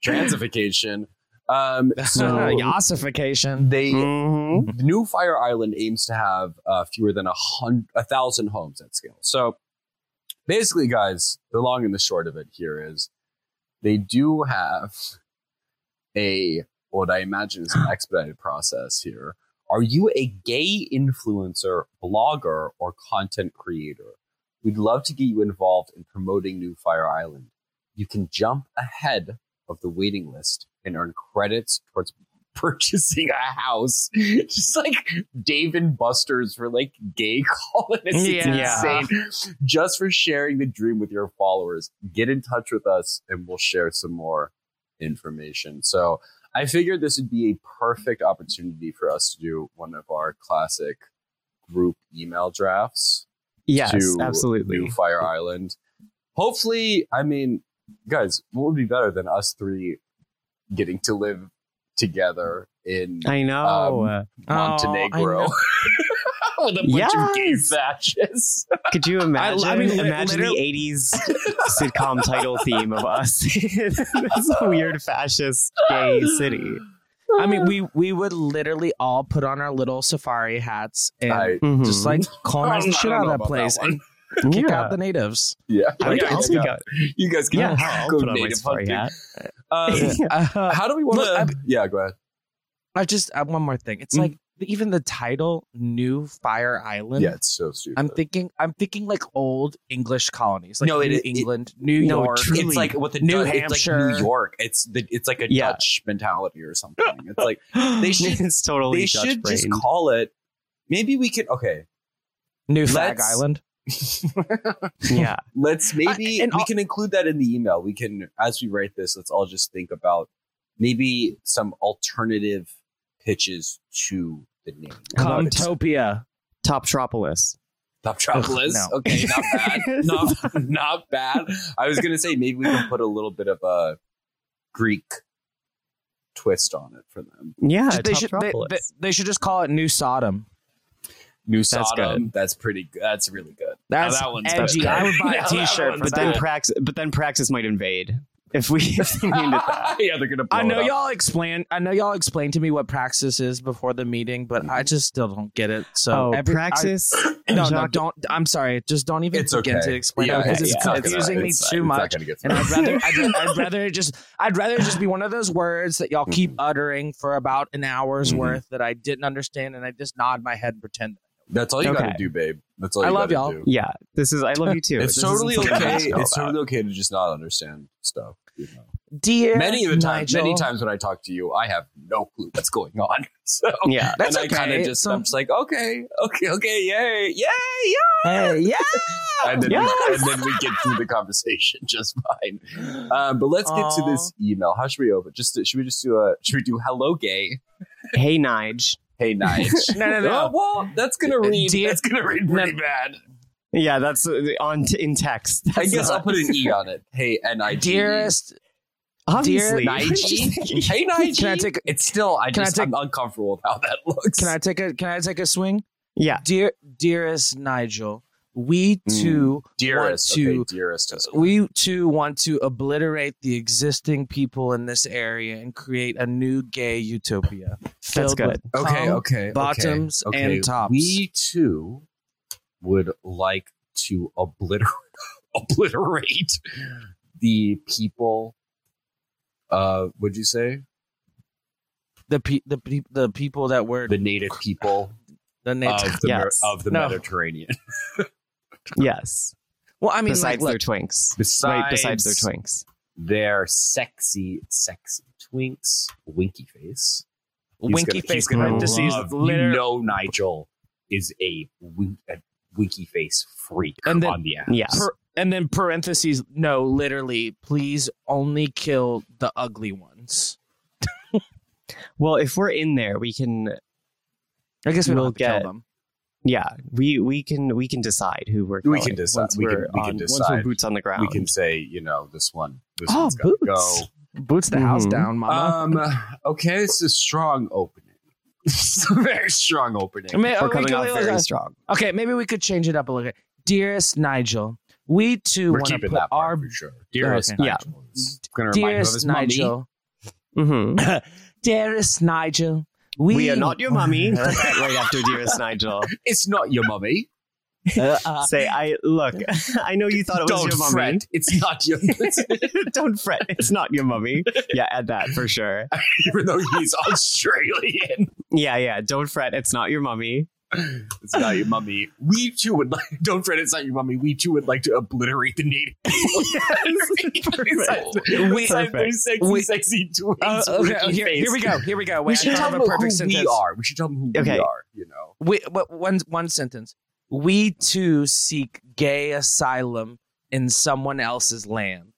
Speaker 1: transification. Um, so
Speaker 2: Yossification.
Speaker 1: they
Speaker 3: Mhm.
Speaker 1: New Fire Island aims to have uh, fewer than a hundred, a thousand homes at scale. So basically, guys, the long and the short of it here is they do have a what I imagine is an expedited process here. Are you a gay influencer, blogger, or content creator? We'd love to get you involved in promoting New Fire Island. You can jump ahead of the waiting list and earn credits towards <laughs> purchasing a house. <laughs> Just like Dave and Buster's for like gay <laughs> colonists. It's
Speaker 2: Yeah.
Speaker 1: insane. Just for sharing the dream with your followers. Get in touch with us and we'll share some more information. So I figured this would be a perfect opportunity for us to do one of our classic group email drafts
Speaker 3: Yes,
Speaker 1: to
Speaker 3: absolutely.
Speaker 1: New Fire Island. Hopefully, I mean, guys, what would be better than us three getting to live together in
Speaker 3: I know.
Speaker 1: Um, Montenegro <laughs> with a bunch of gay
Speaker 3: Yes.
Speaker 1: fascists?
Speaker 3: Could you imagine?
Speaker 2: I mean, li-
Speaker 3: imagine
Speaker 2: literally-
Speaker 3: the '80s sitcom title theme of us. <laughs> this weird fascist gay city.
Speaker 2: Oh, I mean, we we would literally all put on our little safari hats and
Speaker 1: I-
Speaker 2: just like
Speaker 1: I
Speaker 2: colonize
Speaker 1: don't <laughs>
Speaker 2: the shit
Speaker 1: know
Speaker 2: out
Speaker 1: about
Speaker 2: of
Speaker 1: that
Speaker 2: that place
Speaker 1: one.
Speaker 2: and Kick
Speaker 3: Mm-hmm. Yeah.
Speaker 2: out the natives.
Speaker 1: Yeah.
Speaker 3: I
Speaker 1: you,
Speaker 3: like, I'll
Speaker 1: guys
Speaker 3: speak
Speaker 1: can,
Speaker 3: out.
Speaker 1: you guys can
Speaker 3: Yeah, I'll
Speaker 1: go
Speaker 3: put on my
Speaker 1: native
Speaker 3: safari
Speaker 1: hunting.
Speaker 3: hat.
Speaker 1: Um,
Speaker 2: Uh,
Speaker 1: how do we want
Speaker 2: Look,
Speaker 1: to? Yeah, go ahead.
Speaker 2: I just uh, one more thing. It's
Speaker 1: Mm.
Speaker 2: like even the title, New Fire Island.
Speaker 1: Yeah, it's so stupid.
Speaker 2: I'm thinking. I'm thinking like old English colonies, like
Speaker 1: No, it-
Speaker 2: New
Speaker 1: it-
Speaker 2: England, New
Speaker 3: no,
Speaker 2: York.
Speaker 3: truly.
Speaker 1: it's like what the
Speaker 2: New
Speaker 1: Dutch- it's like
Speaker 2: Hampshire.
Speaker 1: New York. It's the, it's like a
Speaker 3: Yeah.
Speaker 1: Dutch mentality or something. It's like they should
Speaker 3: it's totally
Speaker 1: they
Speaker 3: Dutch
Speaker 1: should
Speaker 3: brain.
Speaker 1: just call it. Maybe we could okay.
Speaker 2: New Flag
Speaker 1: Let's-
Speaker 2: Island.
Speaker 3: yeah.
Speaker 1: Let's maybe
Speaker 2: I- and
Speaker 1: we
Speaker 2: I'll-
Speaker 1: can include that in the email. We can as we write this, let's all just think about maybe some alternative pitches to the name.
Speaker 3: How about
Speaker 2: Comtopia.
Speaker 3: Toptropolis.
Speaker 1: Toptropolis.
Speaker 2: Ugh, no.
Speaker 1: Okay, not <laughs> bad. not, not bad. I was gonna say maybe we can put a little bit of a Greek twist on it for them.
Speaker 3: Yeah,
Speaker 2: Just- they, should, they,
Speaker 3: Toptropolis.
Speaker 2: they- they should just call it New Sodom.
Speaker 1: New
Speaker 3: That's
Speaker 1: Sodom. That's, pretty good. That's really good.
Speaker 2: That's
Speaker 1: that one's
Speaker 2: edgy.
Speaker 1: better.
Speaker 2: I would
Speaker 1: <laughs> Now
Speaker 2: buy a
Speaker 1: that
Speaker 2: T-shirt for
Speaker 1: one's
Speaker 3: but
Speaker 2: that.
Speaker 3: then Praxis, but then Praxis might invade if we <laughs> if they named it that.
Speaker 1: <laughs> yeah, they're gonna. Blow
Speaker 2: I know
Speaker 1: it up.
Speaker 2: y'all explain. I know y'all explained to me what praxis is before the meeting, but I just still don't get it. So
Speaker 3: Oh,
Speaker 2: every-
Speaker 3: Praxis.
Speaker 2: I, no, no,
Speaker 3: Jacques-
Speaker 2: don't. I'm sorry. Just don't even
Speaker 1: It's
Speaker 2: begin
Speaker 1: okay.
Speaker 2: to explain
Speaker 1: Yeah,
Speaker 2: it because
Speaker 1: okay,
Speaker 2: it's
Speaker 1: yeah.
Speaker 2: confusing me
Speaker 1: It's not-
Speaker 2: too
Speaker 1: it's not
Speaker 2: much.
Speaker 1: gonna get
Speaker 2: And
Speaker 1: through.
Speaker 2: I'd rather,
Speaker 1: <laughs>
Speaker 2: I'd, I'd rather it just, I'd rather it just be one of those words that y'all keep
Speaker 1: Mm-hmm.
Speaker 2: uttering for about an hour's
Speaker 1: Mhm.
Speaker 2: worth that I didn't understand, and I just nod my head and pretend.
Speaker 1: That's all you
Speaker 3: Okay.
Speaker 1: gotta do, babe. That's all.
Speaker 2: I
Speaker 1: You
Speaker 2: love
Speaker 1: gotta do.
Speaker 2: y'all.
Speaker 3: Yeah, this is. I love you too.
Speaker 1: It's
Speaker 3: This
Speaker 1: totally
Speaker 3: isn't something I
Speaker 1: okay.
Speaker 3: need to know
Speaker 1: It's
Speaker 3: about.
Speaker 1: totally okay to just not understand stuff. you know.
Speaker 2: Dear,
Speaker 1: Many of the times,
Speaker 2: Nigel,
Speaker 1: many times when I talk to you, I have no clue what's going on. <laughs> So
Speaker 3: Yeah,
Speaker 2: That's
Speaker 1: and I kind
Speaker 2: okay.
Speaker 1: of just
Speaker 2: So-
Speaker 1: I'm just like, okay, okay, okay, yay, yay, yay. <laughs>
Speaker 2: Hey, yeah.
Speaker 1: and then, we,
Speaker 2: Yes!
Speaker 1: and then we get through the conversation <laughs> just fine. Um, but let's get to
Speaker 2: Aw.
Speaker 1: this email. How should we open? Just should we just do a should we do hello gay?
Speaker 3: hey Nige.
Speaker 1: <laughs> Hey Nige.
Speaker 2: No, no,
Speaker 1: oh,
Speaker 2: no.
Speaker 1: well, that's gonna read.
Speaker 2: Dear-
Speaker 1: that's gonna read pretty bad.
Speaker 3: Yeah, that's uh, on t- in text. <laughs>
Speaker 1: I
Speaker 3: That's
Speaker 1: guess
Speaker 3: not-
Speaker 1: I'll put an e on it. Hey, and I E.
Speaker 2: Dearest,
Speaker 1: <laughs>
Speaker 3: obviously. <laughs>
Speaker 1: Nige. Hey Nige.
Speaker 2: Can I take-
Speaker 1: It's still. I
Speaker 2: Can I
Speaker 1: just.
Speaker 2: take-
Speaker 1: I'm uncomfortable with how that <laughs> looks.
Speaker 2: can I take a can I take a swing?
Speaker 1: <laughs>
Speaker 3: yeah,
Speaker 2: Dear dearest Nigel, we
Speaker 1: Mm.
Speaker 2: too
Speaker 1: Dearest.
Speaker 2: want
Speaker 1: okay,
Speaker 2: to-
Speaker 1: dearest. is-
Speaker 2: we too want to obliterate the existing people in this area and create a new gay utopia filled
Speaker 3: good.
Speaker 2: with
Speaker 1: Okay.
Speaker 2: cum,
Speaker 1: Okay.
Speaker 2: bottoms
Speaker 1: okay, okay.
Speaker 2: and tops.
Speaker 1: We too would like to obliterate <laughs> obliterate the people. Uh, would you say
Speaker 2: the pe- the pe- the people that were
Speaker 1: the
Speaker 2: the,
Speaker 1: native people
Speaker 2: native. <laughs>
Speaker 1: of the Mer-
Speaker 3: Yes.
Speaker 1: of the
Speaker 2: No.
Speaker 1: Mediterranean?
Speaker 3: yes.
Speaker 2: well, I mean, like,
Speaker 3: besides
Speaker 2: look,
Speaker 3: their twinks.
Speaker 1: Besides,
Speaker 3: Wait, besides their twinks.
Speaker 1: their sexy, sexy twinks, winky face. He's
Speaker 2: winky
Speaker 1: gonna-
Speaker 2: face
Speaker 1: he's gonna
Speaker 2: parentheses,
Speaker 1: love-
Speaker 2: liter-
Speaker 1: You know, Nigel is a, wink, a winky face freak
Speaker 2: And then-
Speaker 1: on the app.
Speaker 3: Yeah.
Speaker 2: per- and then parentheses. No, literally, please only kill the ugly ones.
Speaker 3: Well, if we're in there, we can.
Speaker 2: I guess we
Speaker 3: We'll
Speaker 2: will do
Speaker 3: get-
Speaker 2: kill them.
Speaker 3: Yeah, we we can we can decide who we're.
Speaker 1: We
Speaker 3: killing
Speaker 1: can decide-
Speaker 3: Once
Speaker 1: we can-
Speaker 3: we're
Speaker 1: we can
Speaker 3: on- Once we're
Speaker 1: decide.
Speaker 3: boots on the ground.
Speaker 1: We can say, you know, this one. This
Speaker 2: Oh,
Speaker 1: one's gotta
Speaker 2: boots. Boots the house
Speaker 3: Mhm.
Speaker 2: down,
Speaker 1: go.
Speaker 2: mama.
Speaker 1: Um, okay, it's a strong opening. <laughs> it's a very strong opening.
Speaker 2: I mean,
Speaker 3: We're
Speaker 2: we
Speaker 3: coming
Speaker 2: can-
Speaker 3: off
Speaker 2: we-
Speaker 3: very
Speaker 2: okay.
Speaker 3: strong.
Speaker 2: Okay, maybe we could change it up a little bit. Dearest Nigel, we too
Speaker 1: We're
Speaker 2: want to
Speaker 1: keeping
Speaker 2: put
Speaker 1: that part
Speaker 2: our
Speaker 1: for sure. Dearest
Speaker 2: Okay.
Speaker 3: Yeah.
Speaker 1: Nigel. is gonna remind him of
Speaker 2: dearest
Speaker 1: his mummy.
Speaker 2: Nigel,
Speaker 3: Mm-hmm.
Speaker 2: dearest Nigel, we,
Speaker 3: <laughs> We, are not your
Speaker 1: <laughs>
Speaker 3: mummy. Put that <laughs> right after dearest Nigel.
Speaker 1: It's not your mummy.
Speaker 2: Uh, uh,
Speaker 3: Say, I look. <laughs> I know you thought it was
Speaker 1: Don't
Speaker 3: your mummy.
Speaker 1: fret. It's not your. <laughs>
Speaker 3: <laughs> Don't fret. It's not your mummy. Yeah, add that for sure.
Speaker 1: <laughs> even though
Speaker 2: <laughs>
Speaker 1: he's Australian.
Speaker 3: Yeah, yeah. Don't fret. It's not your mummy.
Speaker 1: It's not your mummy. We too would like. <laughs> Don't fret. It's not your mummy. We too would like to obliterate the native. <laughs>
Speaker 3: Perfect.
Speaker 1: we have
Speaker 3: Perfect.
Speaker 1: sexy,
Speaker 2: We-
Speaker 1: sexy twins.
Speaker 2: uh, okay,
Speaker 1: winky
Speaker 2: here,
Speaker 1: face.
Speaker 2: here we go. Here we go. Wait,
Speaker 1: we
Speaker 2: I
Speaker 1: should
Speaker 2: don't
Speaker 1: tell
Speaker 2: have
Speaker 1: them
Speaker 2: a perfect
Speaker 1: who
Speaker 2: sentence.
Speaker 1: we are. We should tell them who
Speaker 3: Okay.
Speaker 1: we are. You know.
Speaker 2: We, but one one sentence. We too seek gay asylum in someone else's land.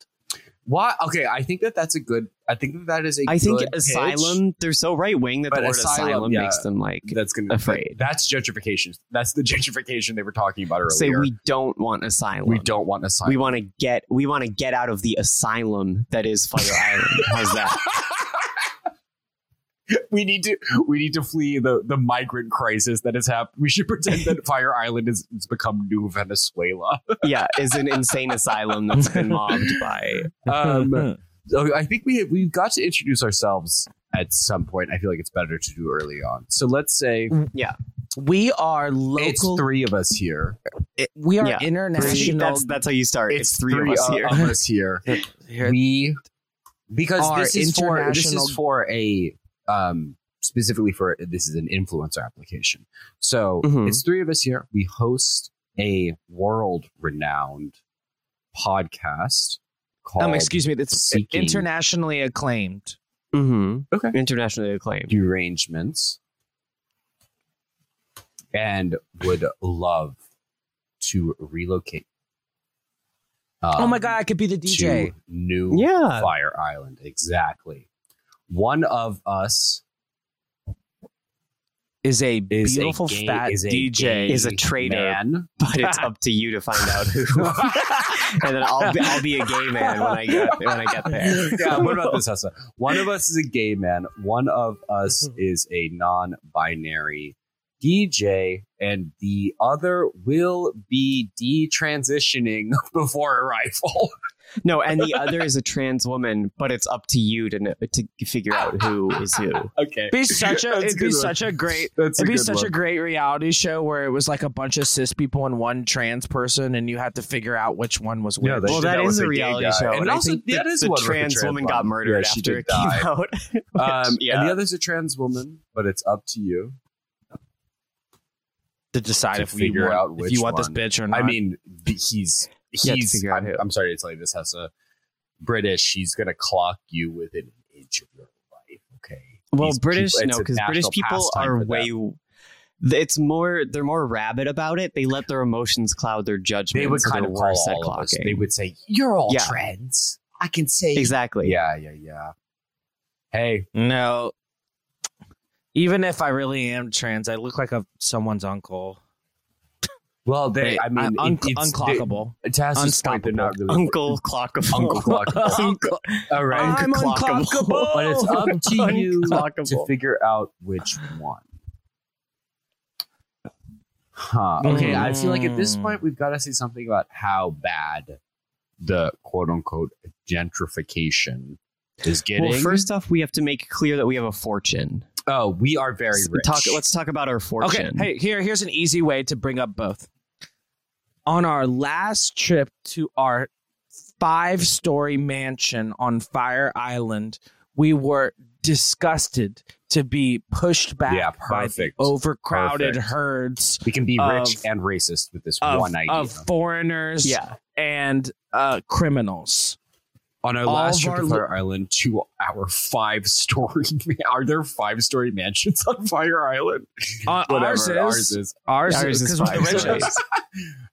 Speaker 1: Why? Okay. I think that that's a good. I think that that is a.
Speaker 3: I think
Speaker 1: good pitch.
Speaker 3: asylum. They're so right wing that
Speaker 1: But
Speaker 3: the word
Speaker 1: asylum,
Speaker 3: asylum,
Speaker 1: yeah.
Speaker 3: makes them like
Speaker 1: That's gonna.
Speaker 3: Afraid.
Speaker 1: That's gentrification. That's the <laughs> gentrification they were talking about earlier.
Speaker 3: say we don't want asylum.
Speaker 1: We don't want asylum.
Speaker 3: We want to get. We want to get out of the asylum that
Speaker 1: <laughs>
Speaker 3: is Fire Island. How's that?
Speaker 1: we need to we need to flee the the migrant crisis that has happened. We should <laughs> pretend that Fire Island has, has become new
Speaker 2: <laughs>
Speaker 1: Venezuela.
Speaker 3: Yeah, is an insane asylum that's been mobbed by.
Speaker 1: Um, so I think we we've got to introduce ourselves at some point. I feel like it's better to do early on. So let's say
Speaker 3: Yeah.
Speaker 2: We are
Speaker 1: It's
Speaker 2: local.
Speaker 1: three of us here.
Speaker 2: we are
Speaker 3: Yeah.
Speaker 2: international.
Speaker 3: That's that's how you start. It's, three, of us
Speaker 1: o- uh,
Speaker 3: here. <laughs>
Speaker 1: of us
Speaker 2: <laughs>
Speaker 1: here.
Speaker 2: Here-
Speaker 1: We because
Speaker 2: Our
Speaker 1: this is for this
Speaker 2: international-
Speaker 1: is for a um specifically for this is an influencer application. So
Speaker 2: Mm-hmm.
Speaker 3: Mhm.
Speaker 1: it's three of us here. We host a world renowned podcast called
Speaker 2: um, excuse me. It's
Speaker 1: Seeking-
Speaker 2: internationally acclaimed.
Speaker 3: Mm-hmm.
Speaker 1: Okay.
Speaker 3: Internationally acclaimed.
Speaker 1: Derangements, and would love to relocate.
Speaker 2: oh my
Speaker 1: um,
Speaker 2: god, I could be the DJ.
Speaker 1: to New <laughs>
Speaker 3: Yeah.
Speaker 1: Fire Island. Exactly. One of us
Speaker 2: Is a
Speaker 1: is
Speaker 2: beautiful
Speaker 1: a gay,
Speaker 2: fat
Speaker 1: is a
Speaker 2: DJ.
Speaker 1: gay
Speaker 3: is a traitor.
Speaker 1: man.
Speaker 3: But it's up to you to find out who. <laughs>
Speaker 1: <laughs>
Speaker 2: <laughs>
Speaker 3: and then I'll be, I'll be a gay man when I get when I get there.
Speaker 1: <laughs> yeah, what about this, Hessa? One of us is a gay man. One of us
Speaker 2: Mm-hmm.
Speaker 1: is a non-binary DJ, and the other will be detransitioning <laughs> before arrival. <laughs>
Speaker 3: No, and the other is a trans woman, but it's up to you to kn- to figure out who is
Speaker 1: <laughs>
Speaker 3: who.
Speaker 1: okay,
Speaker 2: be such
Speaker 1: <laughs>
Speaker 2: a
Speaker 1: That's a
Speaker 2: it'd be
Speaker 1: good one.
Speaker 2: such a great
Speaker 1: that's
Speaker 2: it'd
Speaker 1: a
Speaker 2: be
Speaker 1: good
Speaker 2: such a
Speaker 1: one.
Speaker 2: great reality show where it was like a bunch of cis people and one trans person and you had to figure out which one was
Speaker 1: Yeah,
Speaker 2: which.
Speaker 1: they
Speaker 3: well,
Speaker 1: did
Speaker 3: that
Speaker 1: that
Speaker 3: is
Speaker 1: with
Speaker 3: a
Speaker 1: the gay
Speaker 3: reality
Speaker 1: guy.
Speaker 3: show,
Speaker 1: And
Speaker 3: I
Speaker 1: also,
Speaker 3: think
Speaker 1: that
Speaker 3: the,
Speaker 1: is
Speaker 3: the
Speaker 1: one with the
Speaker 3: trans,
Speaker 1: trans
Speaker 3: woman
Speaker 1: mom.
Speaker 3: got murdered
Speaker 1: Yeah, she
Speaker 3: after
Speaker 1: did
Speaker 3: it came
Speaker 1: die.
Speaker 3: out. <laughs>
Speaker 1: Um,
Speaker 3: Yeah.
Speaker 1: And the other's a trans woman, but it's up to you.
Speaker 2: to decide
Speaker 1: To
Speaker 2: if you
Speaker 1: figure
Speaker 2: want,
Speaker 1: out
Speaker 2: if
Speaker 1: which
Speaker 2: you want
Speaker 1: one.
Speaker 2: this bitch or
Speaker 1: I
Speaker 2: not.
Speaker 1: mean, th- he's
Speaker 3: Yeah, to
Speaker 1: he's.
Speaker 3: figure out
Speaker 1: I'm,
Speaker 3: who.
Speaker 1: I'm sorry to tell you this, Hessa. British. He's gonna clock you within an inch of your life. Okay.
Speaker 3: Well,
Speaker 1: These
Speaker 3: British
Speaker 1: people- it's a
Speaker 3: no, because British
Speaker 1: national
Speaker 3: people
Speaker 1: pastime
Speaker 3: are
Speaker 1: for them.
Speaker 3: way. It's more they're more rabid about it. They let their emotions cloud their judgment.
Speaker 1: They would
Speaker 3: so
Speaker 1: kind
Speaker 3: they're
Speaker 1: of
Speaker 3: worse
Speaker 1: call
Speaker 3: at
Speaker 1: all of us.
Speaker 3: clocking.
Speaker 1: They would say, "You're all
Speaker 3: Yeah.
Speaker 1: trans." I can say
Speaker 3: exactly.
Speaker 1: Yeah, yeah, yeah. Hey,
Speaker 2: no. Even if I really am trans, I look like a someone's uncle.
Speaker 1: well, they. I mean,
Speaker 2: un-
Speaker 1: it, it's,
Speaker 2: unclockable.
Speaker 1: They, to Hessa's point, they're not really
Speaker 3: Uncle clock of
Speaker 1: Uncle clockable. All right.
Speaker 2: I'm
Speaker 3: Unclockable.
Speaker 2: unclockable.
Speaker 1: <laughs> but it's up to you to
Speaker 3: Unclockable.
Speaker 1: figure out which one. Huh.
Speaker 2: Mm.
Speaker 1: Okay, I feel like at this point we've got to say something about how bad the quote unquote gentrification is getting.
Speaker 3: Well, first off, we have to make clear that we have a fortune.
Speaker 1: oh, we are very
Speaker 3: S-
Speaker 1: rich.
Speaker 3: Talk, let's talk about our fortune.
Speaker 2: Okay, hey, here here's an easy way to bring up both. On our last trip to our five-story mansion on Fire Island, we were disgusted to be pushed back
Speaker 1: Yeah,
Speaker 2: by the
Speaker 1: perfect.
Speaker 2: overcrowded
Speaker 1: Perfect.
Speaker 2: herds
Speaker 1: we can be rich
Speaker 2: of-
Speaker 1: and racist with this
Speaker 2: of,
Speaker 1: one idea.
Speaker 2: of foreigners
Speaker 3: Yeah.
Speaker 2: and uh, criminals.
Speaker 1: On our
Speaker 2: all
Speaker 1: last
Speaker 2: of
Speaker 1: trip
Speaker 2: our
Speaker 1: to Fire Island, to our five story, <laughs> are there five story mansions on Fire Island? <laughs>
Speaker 2: Uh, ours is
Speaker 1: ours is.
Speaker 2: ours,
Speaker 3: Ours is
Speaker 2: 'cause we're
Speaker 3: five
Speaker 2: the rich
Speaker 3: <laughs>
Speaker 1: <laughs>
Speaker 3: stories.
Speaker 2: ones.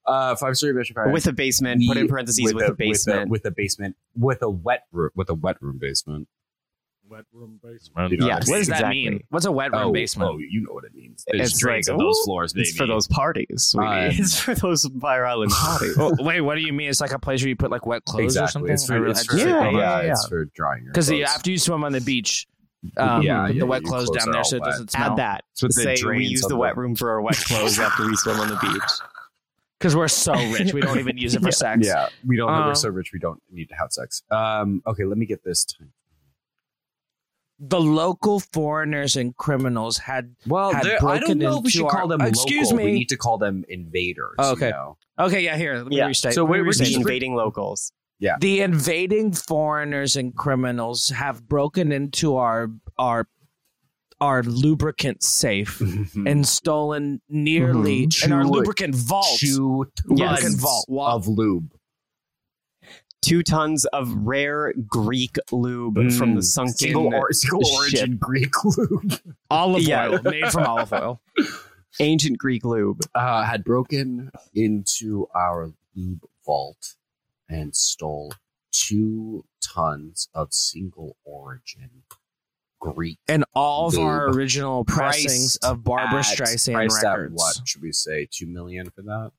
Speaker 1: Uh, five story mansion. Fire Island.
Speaker 3: With a basement, put in parentheses with, a, basement.
Speaker 1: with a, basement, with a wet room, with a wet room basement. Wet room basement. You know what I
Speaker 2: What
Speaker 3: Yes.
Speaker 1: mean?
Speaker 2: does that
Speaker 3: Exactly.
Speaker 2: mean? What's a wet room
Speaker 1: oh,
Speaker 2: basement?
Speaker 1: Oh, you know what it means. There's
Speaker 3: It's
Speaker 1: drinks
Speaker 3: like,
Speaker 1: on those
Speaker 3: ooh,
Speaker 1: floors, baby.
Speaker 3: it's for those parties, sweetie.
Speaker 1: Um,
Speaker 3: <laughs> it's for those Fire
Speaker 1: <sighs>
Speaker 3: Island parties.
Speaker 2: Oh, wait, what do you mean? It's like a place where you put like wet clothes or
Speaker 1: exactly.
Speaker 2: something.
Speaker 1: It's
Speaker 2: I
Speaker 1: for,
Speaker 2: really-
Speaker 1: it's
Speaker 2: I
Speaker 1: for
Speaker 2: just-
Speaker 3: yeah,
Speaker 1: yeah,
Speaker 3: yeah, yeah.
Speaker 1: it's for drying your
Speaker 2: Because
Speaker 1: clothes.
Speaker 2: after you swim on the beach, um,
Speaker 1: Yeah,
Speaker 2: put
Speaker 1: yeah,
Speaker 2: the wet
Speaker 1: your
Speaker 2: clothes
Speaker 1: clothes
Speaker 2: down
Speaker 1: are
Speaker 2: there
Speaker 1: all
Speaker 2: so it
Speaker 1: wet.
Speaker 2: doesn't
Speaker 3: Add
Speaker 2: smell.
Speaker 3: that.
Speaker 1: It's what the
Speaker 3: Say we
Speaker 1: drains
Speaker 3: use
Speaker 1: of
Speaker 3: the
Speaker 1: the-
Speaker 3: wet room for
Speaker 1: <laughs>
Speaker 3: our wet clothes after we swim on the beach.
Speaker 2: Because we're so rich,
Speaker 1: <laughs>
Speaker 2: we don't even use it for
Speaker 3: Yeah.
Speaker 2: sex.
Speaker 1: yeah, we don't.
Speaker 2: Uh,
Speaker 1: we're so rich, we don't need to have sex. Um, okay, let me get this. Time.
Speaker 2: The local foreigners and criminals had.
Speaker 1: Well,
Speaker 2: Had
Speaker 1: they're- I don't
Speaker 2: broken
Speaker 1: know if we should
Speaker 2: into
Speaker 1: call
Speaker 2: our-
Speaker 1: them.
Speaker 2: Excuse
Speaker 1: local.
Speaker 2: me.
Speaker 1: We need to call them invaders.
Speaker 2: Oh,
Speaker 1: You <laughs>
Speaker 2: okay.
Speaker 1: know?
Speaker 2: Okay, yeah, here. Let me
Speaker 3: Yeah.
Speaker 2: restate.
Speaker 1: So
Speaker 2: let me
Speaker 1: we're- we're
Speaker 2: restate.
Speaker 3: The
Speaker 1: just-
Speaker 3: invading locals.
Speaker 2: the invading foreigners and criminals have broken into our our our lubricant safe and stolen nearly
Speaker 1: Mhm.
Speaker 2: and our
Speaker 1: Two-
Speaker 2: lubricant vault.
Speaker 1: two
Speaker 3: Yes.
Speaker 1: tons
Speaker 2: Vault. Wa-
Speaker 1: of lube.
Speaker 3: Two tons of rare Greek lube from the
Speaker 1: Mm.
Speaker 3: sunken
Speaker 1: Single, or, <laughs> single
Speaker 3: ship.
Speaker 1: origin Greek lube <laughs>
Speaker 2: olive
Speaker 3: Yeah.
Speaker 2: oil made from olive oil.
Speaker 3: ancient Greek lube.
Speaker 1: uh, had broken into our lube vault and stole two tons of single origin Greek.
Speaker 2: And all of our
Speaker 1: Lube.
Speaker 2: original pressings
Speaker 1: Priced
Speaker 2: of Barbara
Speaker 1: at-
Speaker 2: Streisand
Speaker 1: priced at
Speaker 2: records.
Speaker 1: what should we say? Two million for that.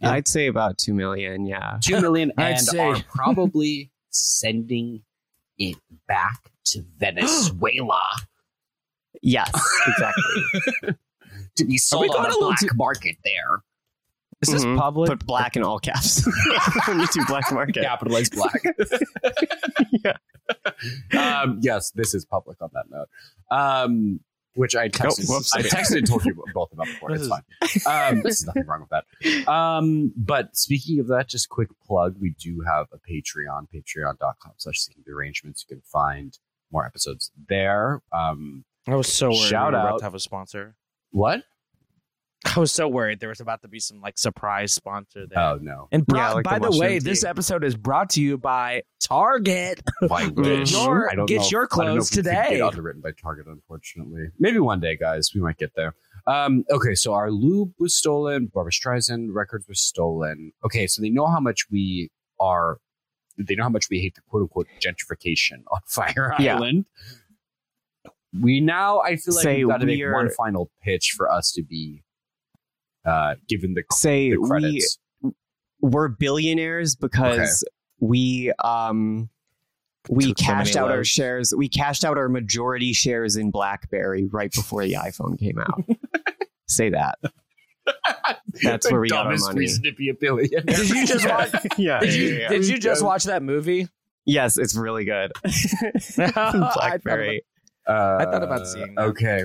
Speaker 2: Yeah.
Speaker 3: I'd say about two million. Yeah.
Speaker 1: Two
Speaker 2: <laughs>
Speaker 1: million,
Speaker 2: I'd
Speaker 1: and
Speaker 2: say-
Speaker 1: are probably sending it back to
Speaker 2: <gasps>
Speaker 1: Venezuela <laughs>
Speaker 3: Yes. Exactly.
Speaker 1: to be sold
Speaker 2: going
Speaker 1: on
Speaker 2: a
Speaker 1: the
Speaker 2: little
Speaker 1: black
Speaker 2: too-
Speaker 1: market there.
Speaker 2: Is this
Speaker 3: Mhm.
Speaker 2: public?
Speaker 3: Put black in all caps. <laughs> Only two black market.
Speaker 1: capitalized
Speaker 2: <laughs>
Speaker 1: black.
Speaker 3: Yeah.
Speaker 1: Um, yes, this is public on that note. Um, which I texted.
Speaker 3: whoops.
Speaker 1: I texted and told you both about before.
Speaker 2: Oh, This
Speaker 1: It's fine.
Speaker 2: <laughs>
Speaker 1: Um, there's nothing wrong with that. Um, but speaking of that, just quick plug: we do have a Patreon, Patreon.com/slash Seeking the Arrangements. You can find more episodes there. Um,
Speaker 2: I was so worried
Speaker 1: Shout
Speaker 2: we were about
Speaker 1: out.
Speaker 2: to have a sponsor.
Speaker 1: what?
Speaker 2: <laughs> I was so worried there was about to be some like surprise sponsor there.
Speaker 1: Oh
Speaker 3: <laughs>
Speaker 1: no!
Speaker 2: and brought,
Speaker 3: Yeah, like
Speaker 2: by
Speaker 3: the
Speaker 2: the, way,
Speaker 3: mushroom
Speaker 2: this
Speaker 3: tea.
Speaker 2: episode is brought to you by <laughs> Target.
Speaker 1: Why would-
Speaker 2: your-
Speaker 1: I don't
Speaker 2: get
Speaker 1: know if-
Speaker 2: your
Speaker 1: I don't know
Speaker 2: clothes
Speaker 1: if we can
Speaker 2: today.
Speaker 1: Get underwritten by Target, unfortunately. Maybe one day, guys, we might get there. Um, okay, so our lube was stolen. Barbara Streisand records were stolen. Okay, so they know how much we are. They know how much we hate the quote unquote gentrification on <laughs> Fire
Speaker 3: Yeah.
Speaker 1: Island. We now, I feel like
Speaker 3: Say
Speaker 1: we've got to make
Speaker 3: we're-
Speaker 1: one final pitch for us to be uh, given the,
Speaker 3: Say
Speaker 1: the
Speaker 3: we
Speaker 1: credits.
Speaker 3: we're billionaires because we um we
Speaker 2: Took so
Speaker 3: cashed
Speaker 2: many
Speaker 3: out our
Speaker 2: loads.
Speaker 3: shares. We cashed out our majority shares in BlackBerry right before the iPhone came <laughs> out. Say that.
Speaker 1: <laughs>
Speaker 3: That's
Speaker 1: The
Speaker 3: where we got our
Speaker 1: dumbest
Speaker 3: money.
Speaker 1: reason to be a billionaire.
Speaker 2: Did
Speaker 3: <laughs>
Speaker 1: <laughs>
Speaker 2: you just watch?
Speaker 3: yeah.
Speaker 2: Did you, did you just watch that <laughs> movie?
Speaker 3: Yes, it's really good.
Speaker 2: <laughs> I thought about- <laughs>
Speaker 3: BlackBerry.
Speaker 1: Uh,
Speaker 2: I thought about seeing that.
Speaker 1: Okay,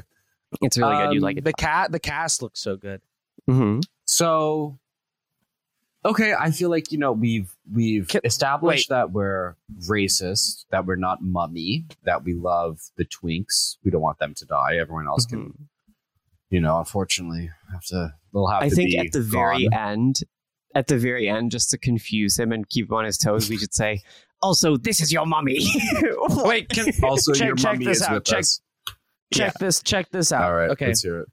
Speaker 3: It's really good. You'd like it.
Speaker 2: um, The cat. The cast looks so good.
Speaker 3: Mhm.
Speaker 1: So okay, I feel like you know we've we've
Speaker 2: Can-
Speaker 1: established that we're racist, that we're not mummy, that we love the twinks. We don't want them to die. Everyone else can,
Speaker 2: Mm-hmm.
Speaker 1: you know, unfortunately have to they'll have
Speaker 3: I
Speaker 1: to
Speaker 3: think
Speaker 1: be
Speaker 3: at the very
Speaker 1: gone.
Speaker 3: end, at the very end, just to confuse him and keep him on his toes, we should say, "Also, this is your mummy."
Speaker 2: <laughs>
Speaker 3: <laughs>
Speaker 2: Wait, can,
Speaker 1: <laughs> also
Speaker 2: check-
Speaker 1: your
Speaker 2: check
Speaker 1: mummy
Speaker 2: this
Speaker 1: is
Speaker 2: out,
Speaker 1: with
Speaker 2: check-
Speaker 1: us.
Speaker 2: check this. Check this out.
Speaker 1: All right,
Speaker 2: Okay.
Speaker 1: let's hear it.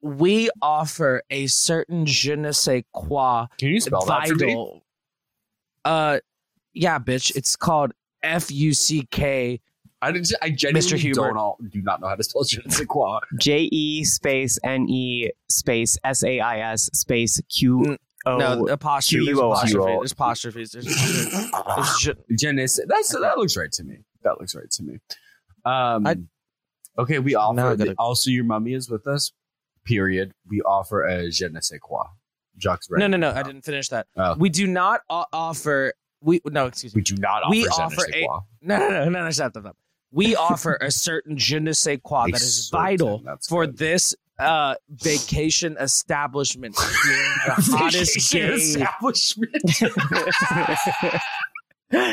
Speaker 2: We offer a certain je ne sais quoi
Speaker 1: Can you spell that for me?
Speaker 2: vital. Uh, yeah, bitch. It's called F U C K.
Speaker 1: I, did, I genuinely
Speaker 2: Mr. Hubert.
Speaker 1: don't all, do not know how to spell <laughs> je ne sais quoi.
Speaker 3: J E space N E space S A I S space
Speaker 2: Mm,
Speaker 3: Q O.
Speaker 1: Oh,
Speaker 2: no,
Speaker 3: <laughs>
Speaker 2: apostrophe. There's
Speaker 3: Q-U-O-O.
Speaker 2: apostrophe. There's apostrophes. There's, there's,
Speaker 1: Ah,
Speaker 2: je-
Speaker 1: Je ne sais. That's, that looks right to me. That looks right to me. Um,
Speaker 2: I-
Speaker 1: okay, we offer
Speaker 2: Now I gotta-
Speaker 1: the- also your mummy is with us. Period. We offer a je ne sais quoi. Jacques
Speaker 2: no, no, no. I didn't finish that.
Speaker 1: Oh.
Speaker 2: We do not o- offer. We no, excuse me.
Speaker 1: We do not offer
Speaker 2: We
Speaker 1: je ne
Speaker 2: offer
Speaker 1: sais
Speaker 2: a-
Speaker 1: quoi.
Speaker 2: No, no, no, no, no, stop, stop, stop. We offer a certain je ne sais quoi
Speaker 1: A
Speaker 2: that is
Speaker 1: certain,
Speaker 2: vital
Speaker 1: that's
Speaker 2: for
Speaker 1: good.
Speaker 2: this uh, vacation establishment being the hottest
Speaker 1: <laughs> Vacation
Speaker 2: gay.
Speaker 1: establishment.
Speaker 3: That's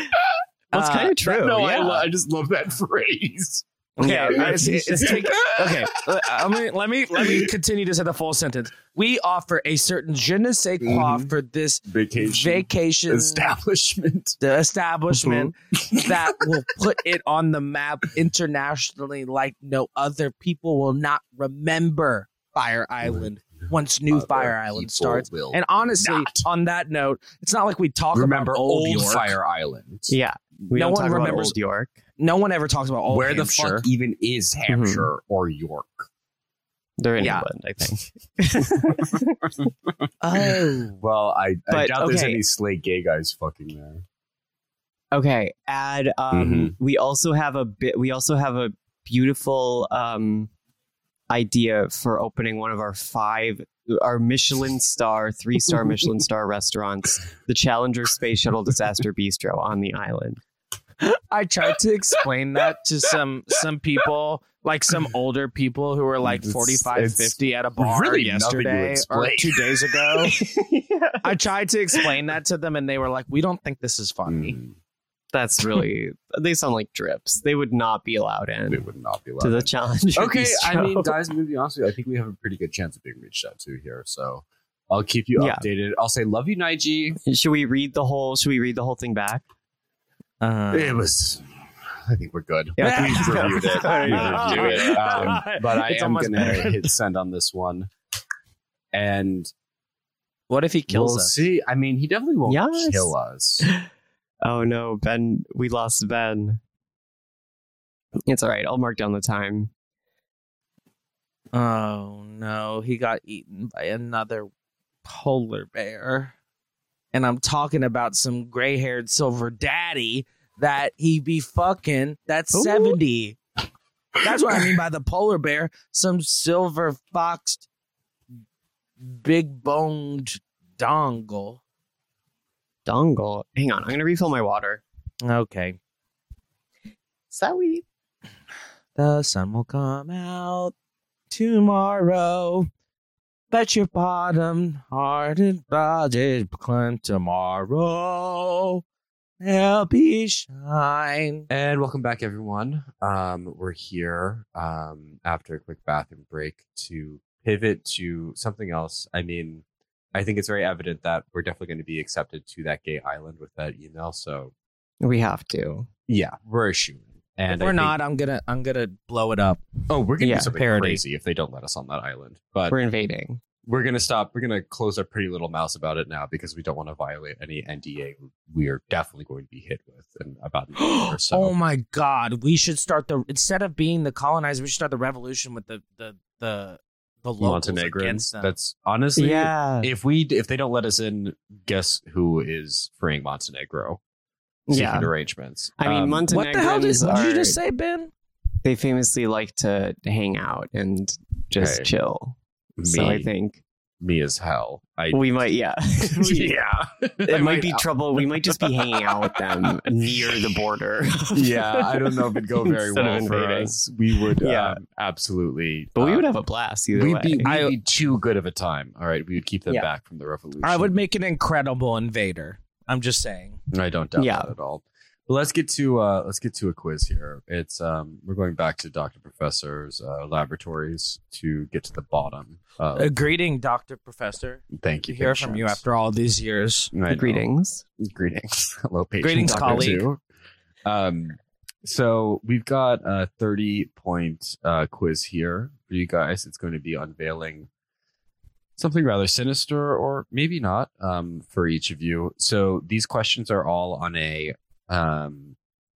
Speaker 2: uh,
Speaker 3: kind of true.
Speaker 1: no, I,
Speaker 3: yeah.
Speaker 1: lo- I just love that <laughs> phrase.
Speaker 2: Yeah, it's,
Speaker 1: that's-
Speaker 2: it's take- okay. uh, I'm gonna- let me let
Speaker 1: <laughs>
Speaker 2: me continue to say the full sentence. We offer a certain je ne sais quoi
Speaker 1: Mhm.
Speaker 2: for this
Speaker 1: Vacation
Speaker 2: vacation
Speaker 1: establishment.
Speaker 2: the establishment
Speaker 1: Mm-hmm. <laughs>
Speaker 2: that will put it on the map internationally like no other people will not remember Fire Island once new
Speaker 1: Mm-hmm. Other
Speaker 2: Fire Island
Speaker 1: people
Speaker 2: starts.
Speaker 1: will
Speaker 2: And honestly,
Speaker 1: not.
Speaker 2: on that note, it's not like we talk
Speaker 1: Remember
Speaker 2: about
Speaker 1: old,
Speaker 2: York.
Speaker 1: Fire Island.
Speaker 3: Yeah. We
Speaker 2: No
Speaker 3: don't
Speaker 2: one
Speaker 3: talk about
Speaker 2: remembers-
Speaker 3: Old York.
Speaker 2: No one ever talks about old
Speaker 1: Where the
Speaker 2: Hampshire. Mm-hmm.
Speaker 1: fuck even is Hampshire or York?
Speaker 3: They're in
Speaker 2: Yeah.
Speaker 3: England, I think.
Speaker 2: Oh.
Speaker 1: Well, I, I
Speaker 3: But,
Speaker 1: doubt there's
Speaker 3: okay.
Speaker 1: any slay gay guys fucking there.
Speaker 3: Okay. Add. Um, We also have a bit. We also have a beautiful um, idea for opening one of our five, our Michelin star, three star Michelin star restaurants, the Challenger Space Shuttle Disaster Bistro on the island.
Speaker 2: I tried to explain that to some some people, like
Speaker 1: <laughs>
Speaker 2: some older people who were like
Speaker 1: It's-
Speaker 2: 45,
Speaker 1: it's
Speaker 2: 50 at a bar
Speaker 1: really nothing to
Speaker 2: yesterday or
Speaker 1: explain.
Speaker 2: two
Speaker 1: <laughs>
Speaker 2: days ago. I tried to explain that to them and they were like, We don't think this is funny.
Speaker 3: That's really. they sound like drips. They would not be allowed in.
Speaker 1: It Mm, would not be allowed.
Speaker 3: to the challenge.
Speaker 1: okay, I
Speaker 3: <laughs>
Speaker 1: mean, guys, I'm gonna be honest with you. I think we have a pretty good chance of being reached out to here. So I'll keep you
Speaker 3: Yeah.
Speaker 1: updated. I'll say love you, Nige.
Speaker 3: should we read the whole? Should we read the whole thing back?
Speaker 2: Uh,
Speaker 1: It was. I think we're good.
Speaker 2: <laughs>
Speaker 3: Yeah.
Speaker 1: We've reviewed it. We've reviewed it. Um, but I
Speaker 2: It's
Speaker 1: am
Speaker 2: almost
Speaker 1: gonna
Speaker 2: better.
Speaker 1: hit send on this one. And
Speaker 2: what if he kills
Speaker 1: we'll
Speaker 2: us?
Speaker 1: see. I mean, he definitely won't
Speaker 3: Yes.
Speaker 1: kill us.
Speaker 3: Oh no, Ben, we lost Ben. It's all right. I'll mark down the time.
Speaker 2: Oh no, he got eaten by another polar bear. And I'm talking about some gray haired silver daddy that he be fucking that's
Speaker 3: Ooh.
Speaker 2: 70. That's what I mean by the polar bear. Some silver foxed, big boned dongle.
Speaker 3: Dongle. Hang on, I'm gonna refill my water.
Speaker 2: Okay.
Speaker 3: Sorry.
Speaker 2: The sun will come out tomorrow. Bet your bottom hearted body climb tomorrow. There'll be shine.
Speaker 1: And welcome back, everyone. Um, we're here um, after a quick bathroom break to pivot to something else. I mean, I think it's very evident that we're definitely going to be accepted to that gay island with that email. So,
Speaker 3: We have to.
Speaker 1: yeah, we're shooting. And
Speaker 2: if
Speaker 1: I
Speaker 2: we're
Speaker 1: think-
Speaker 2: not, I'm gonna I'm gonna blow it <gasps> up.
Speaker 1: Oh, we're going to
Speaker 3: Yeah.
Speaker 1: do something
Speaker 2: Parody.
Speaker 1: crazy if they don't let us on that island. But
Speaker 3: We're invading.
Speaker 1: we're gonna stop. We're gonna close our pretty little mouse about it now because we don't want to violate any NDA. We are definitely going to be hit with in about an
Speaker 2: <gasps>
Speaker 1: hour or so.
Speaker 2: Oh my god, we should start the instead of being the colonizer, we should start the revolution with the the the the locals
Speaker 1: Montenegrins.
Speaker 2: against them.
Speaker 1: That's honestly,
Speaker 3: Yeah.
Speaker 1: If we if they don't let us in, guess who is freeing Montenegro? Secret
Speaker 3: Yeah.
Speaker 1: arrangements.
Speaker 3: I mean,
Speaker 1: Um,
Speaker 2: what
Speaker 3: Montenegrins
Speaker 2: the hell did, what did
Speaker 3: are,
Speaker 2: you just say, Ben?
Speaker 3: They famously like to hang out and just
Speaker 1: Okay.
Speaker 3: chill.
Speaker 1: me,
Speaker 3: So I think
Speaker 1: me as hell. I <laughs>
Speaker 3: we <laughs> might, yeah.
Speaker 1: yeah. I
Speaker 3: <laughs> It might be
Speaker 1: not-
Speaker 3: trouble. We might just be hanging out with <laughs> them near the border.
Speaker 1: yeah, I don't know if it'd
Speaker 3: <laughs>
Speaker 1: go very
Speaker 3: Instead of
Speaker 1: well for
Speaker 3: invading.
Speaker 1: us. We would,
Speaker 3: Yeah.
Speaker 1: um, absolutely.
Speaker 3: But we
Speaker 1: um,
Speaker 3: would have a blast either
Speaker 1: We'd
Speaker 3: way.
Speaker 1: be, we'd
Speaker 2: I-
Speaker 1: be too good of a time. All right, we would keep them
Speaker 3: Yeah.
Speaker 1: back from the revolution.
Speaker 2: I would make an incredible invader. I'm just saying.
Speaker 1: I don't doubt
Speaker 3: Yeah.
Speaker 1: that at all. But let's get to uh, let's get to a quiz here. It's um, we're going back to Doctor Professor's uh, laboratories to get to the bottom. Of,
Speaker 2: A greeting, Doctor Professor.
Speaker 1: thank
Speaker 2: To
Speaker 1: you.
Speaker 2: hear from you
Speaker 1: patients.
Speaker 2: after all these years.
Speaker 1: I know.
Speaker 3: Greetings.
Speaker 1: Greetings. <laughs> Hello, patient
Speaker 2: Greetings,
Speaker 1: Doctor
Speaker 2: colleague.
Speaker 1: Zhu. Um, so we've got a 30 point uh, quiz here for you guys. It's going to be unveiling something rather sinister or maybe not um, for each of you. So these questions are all on a, um,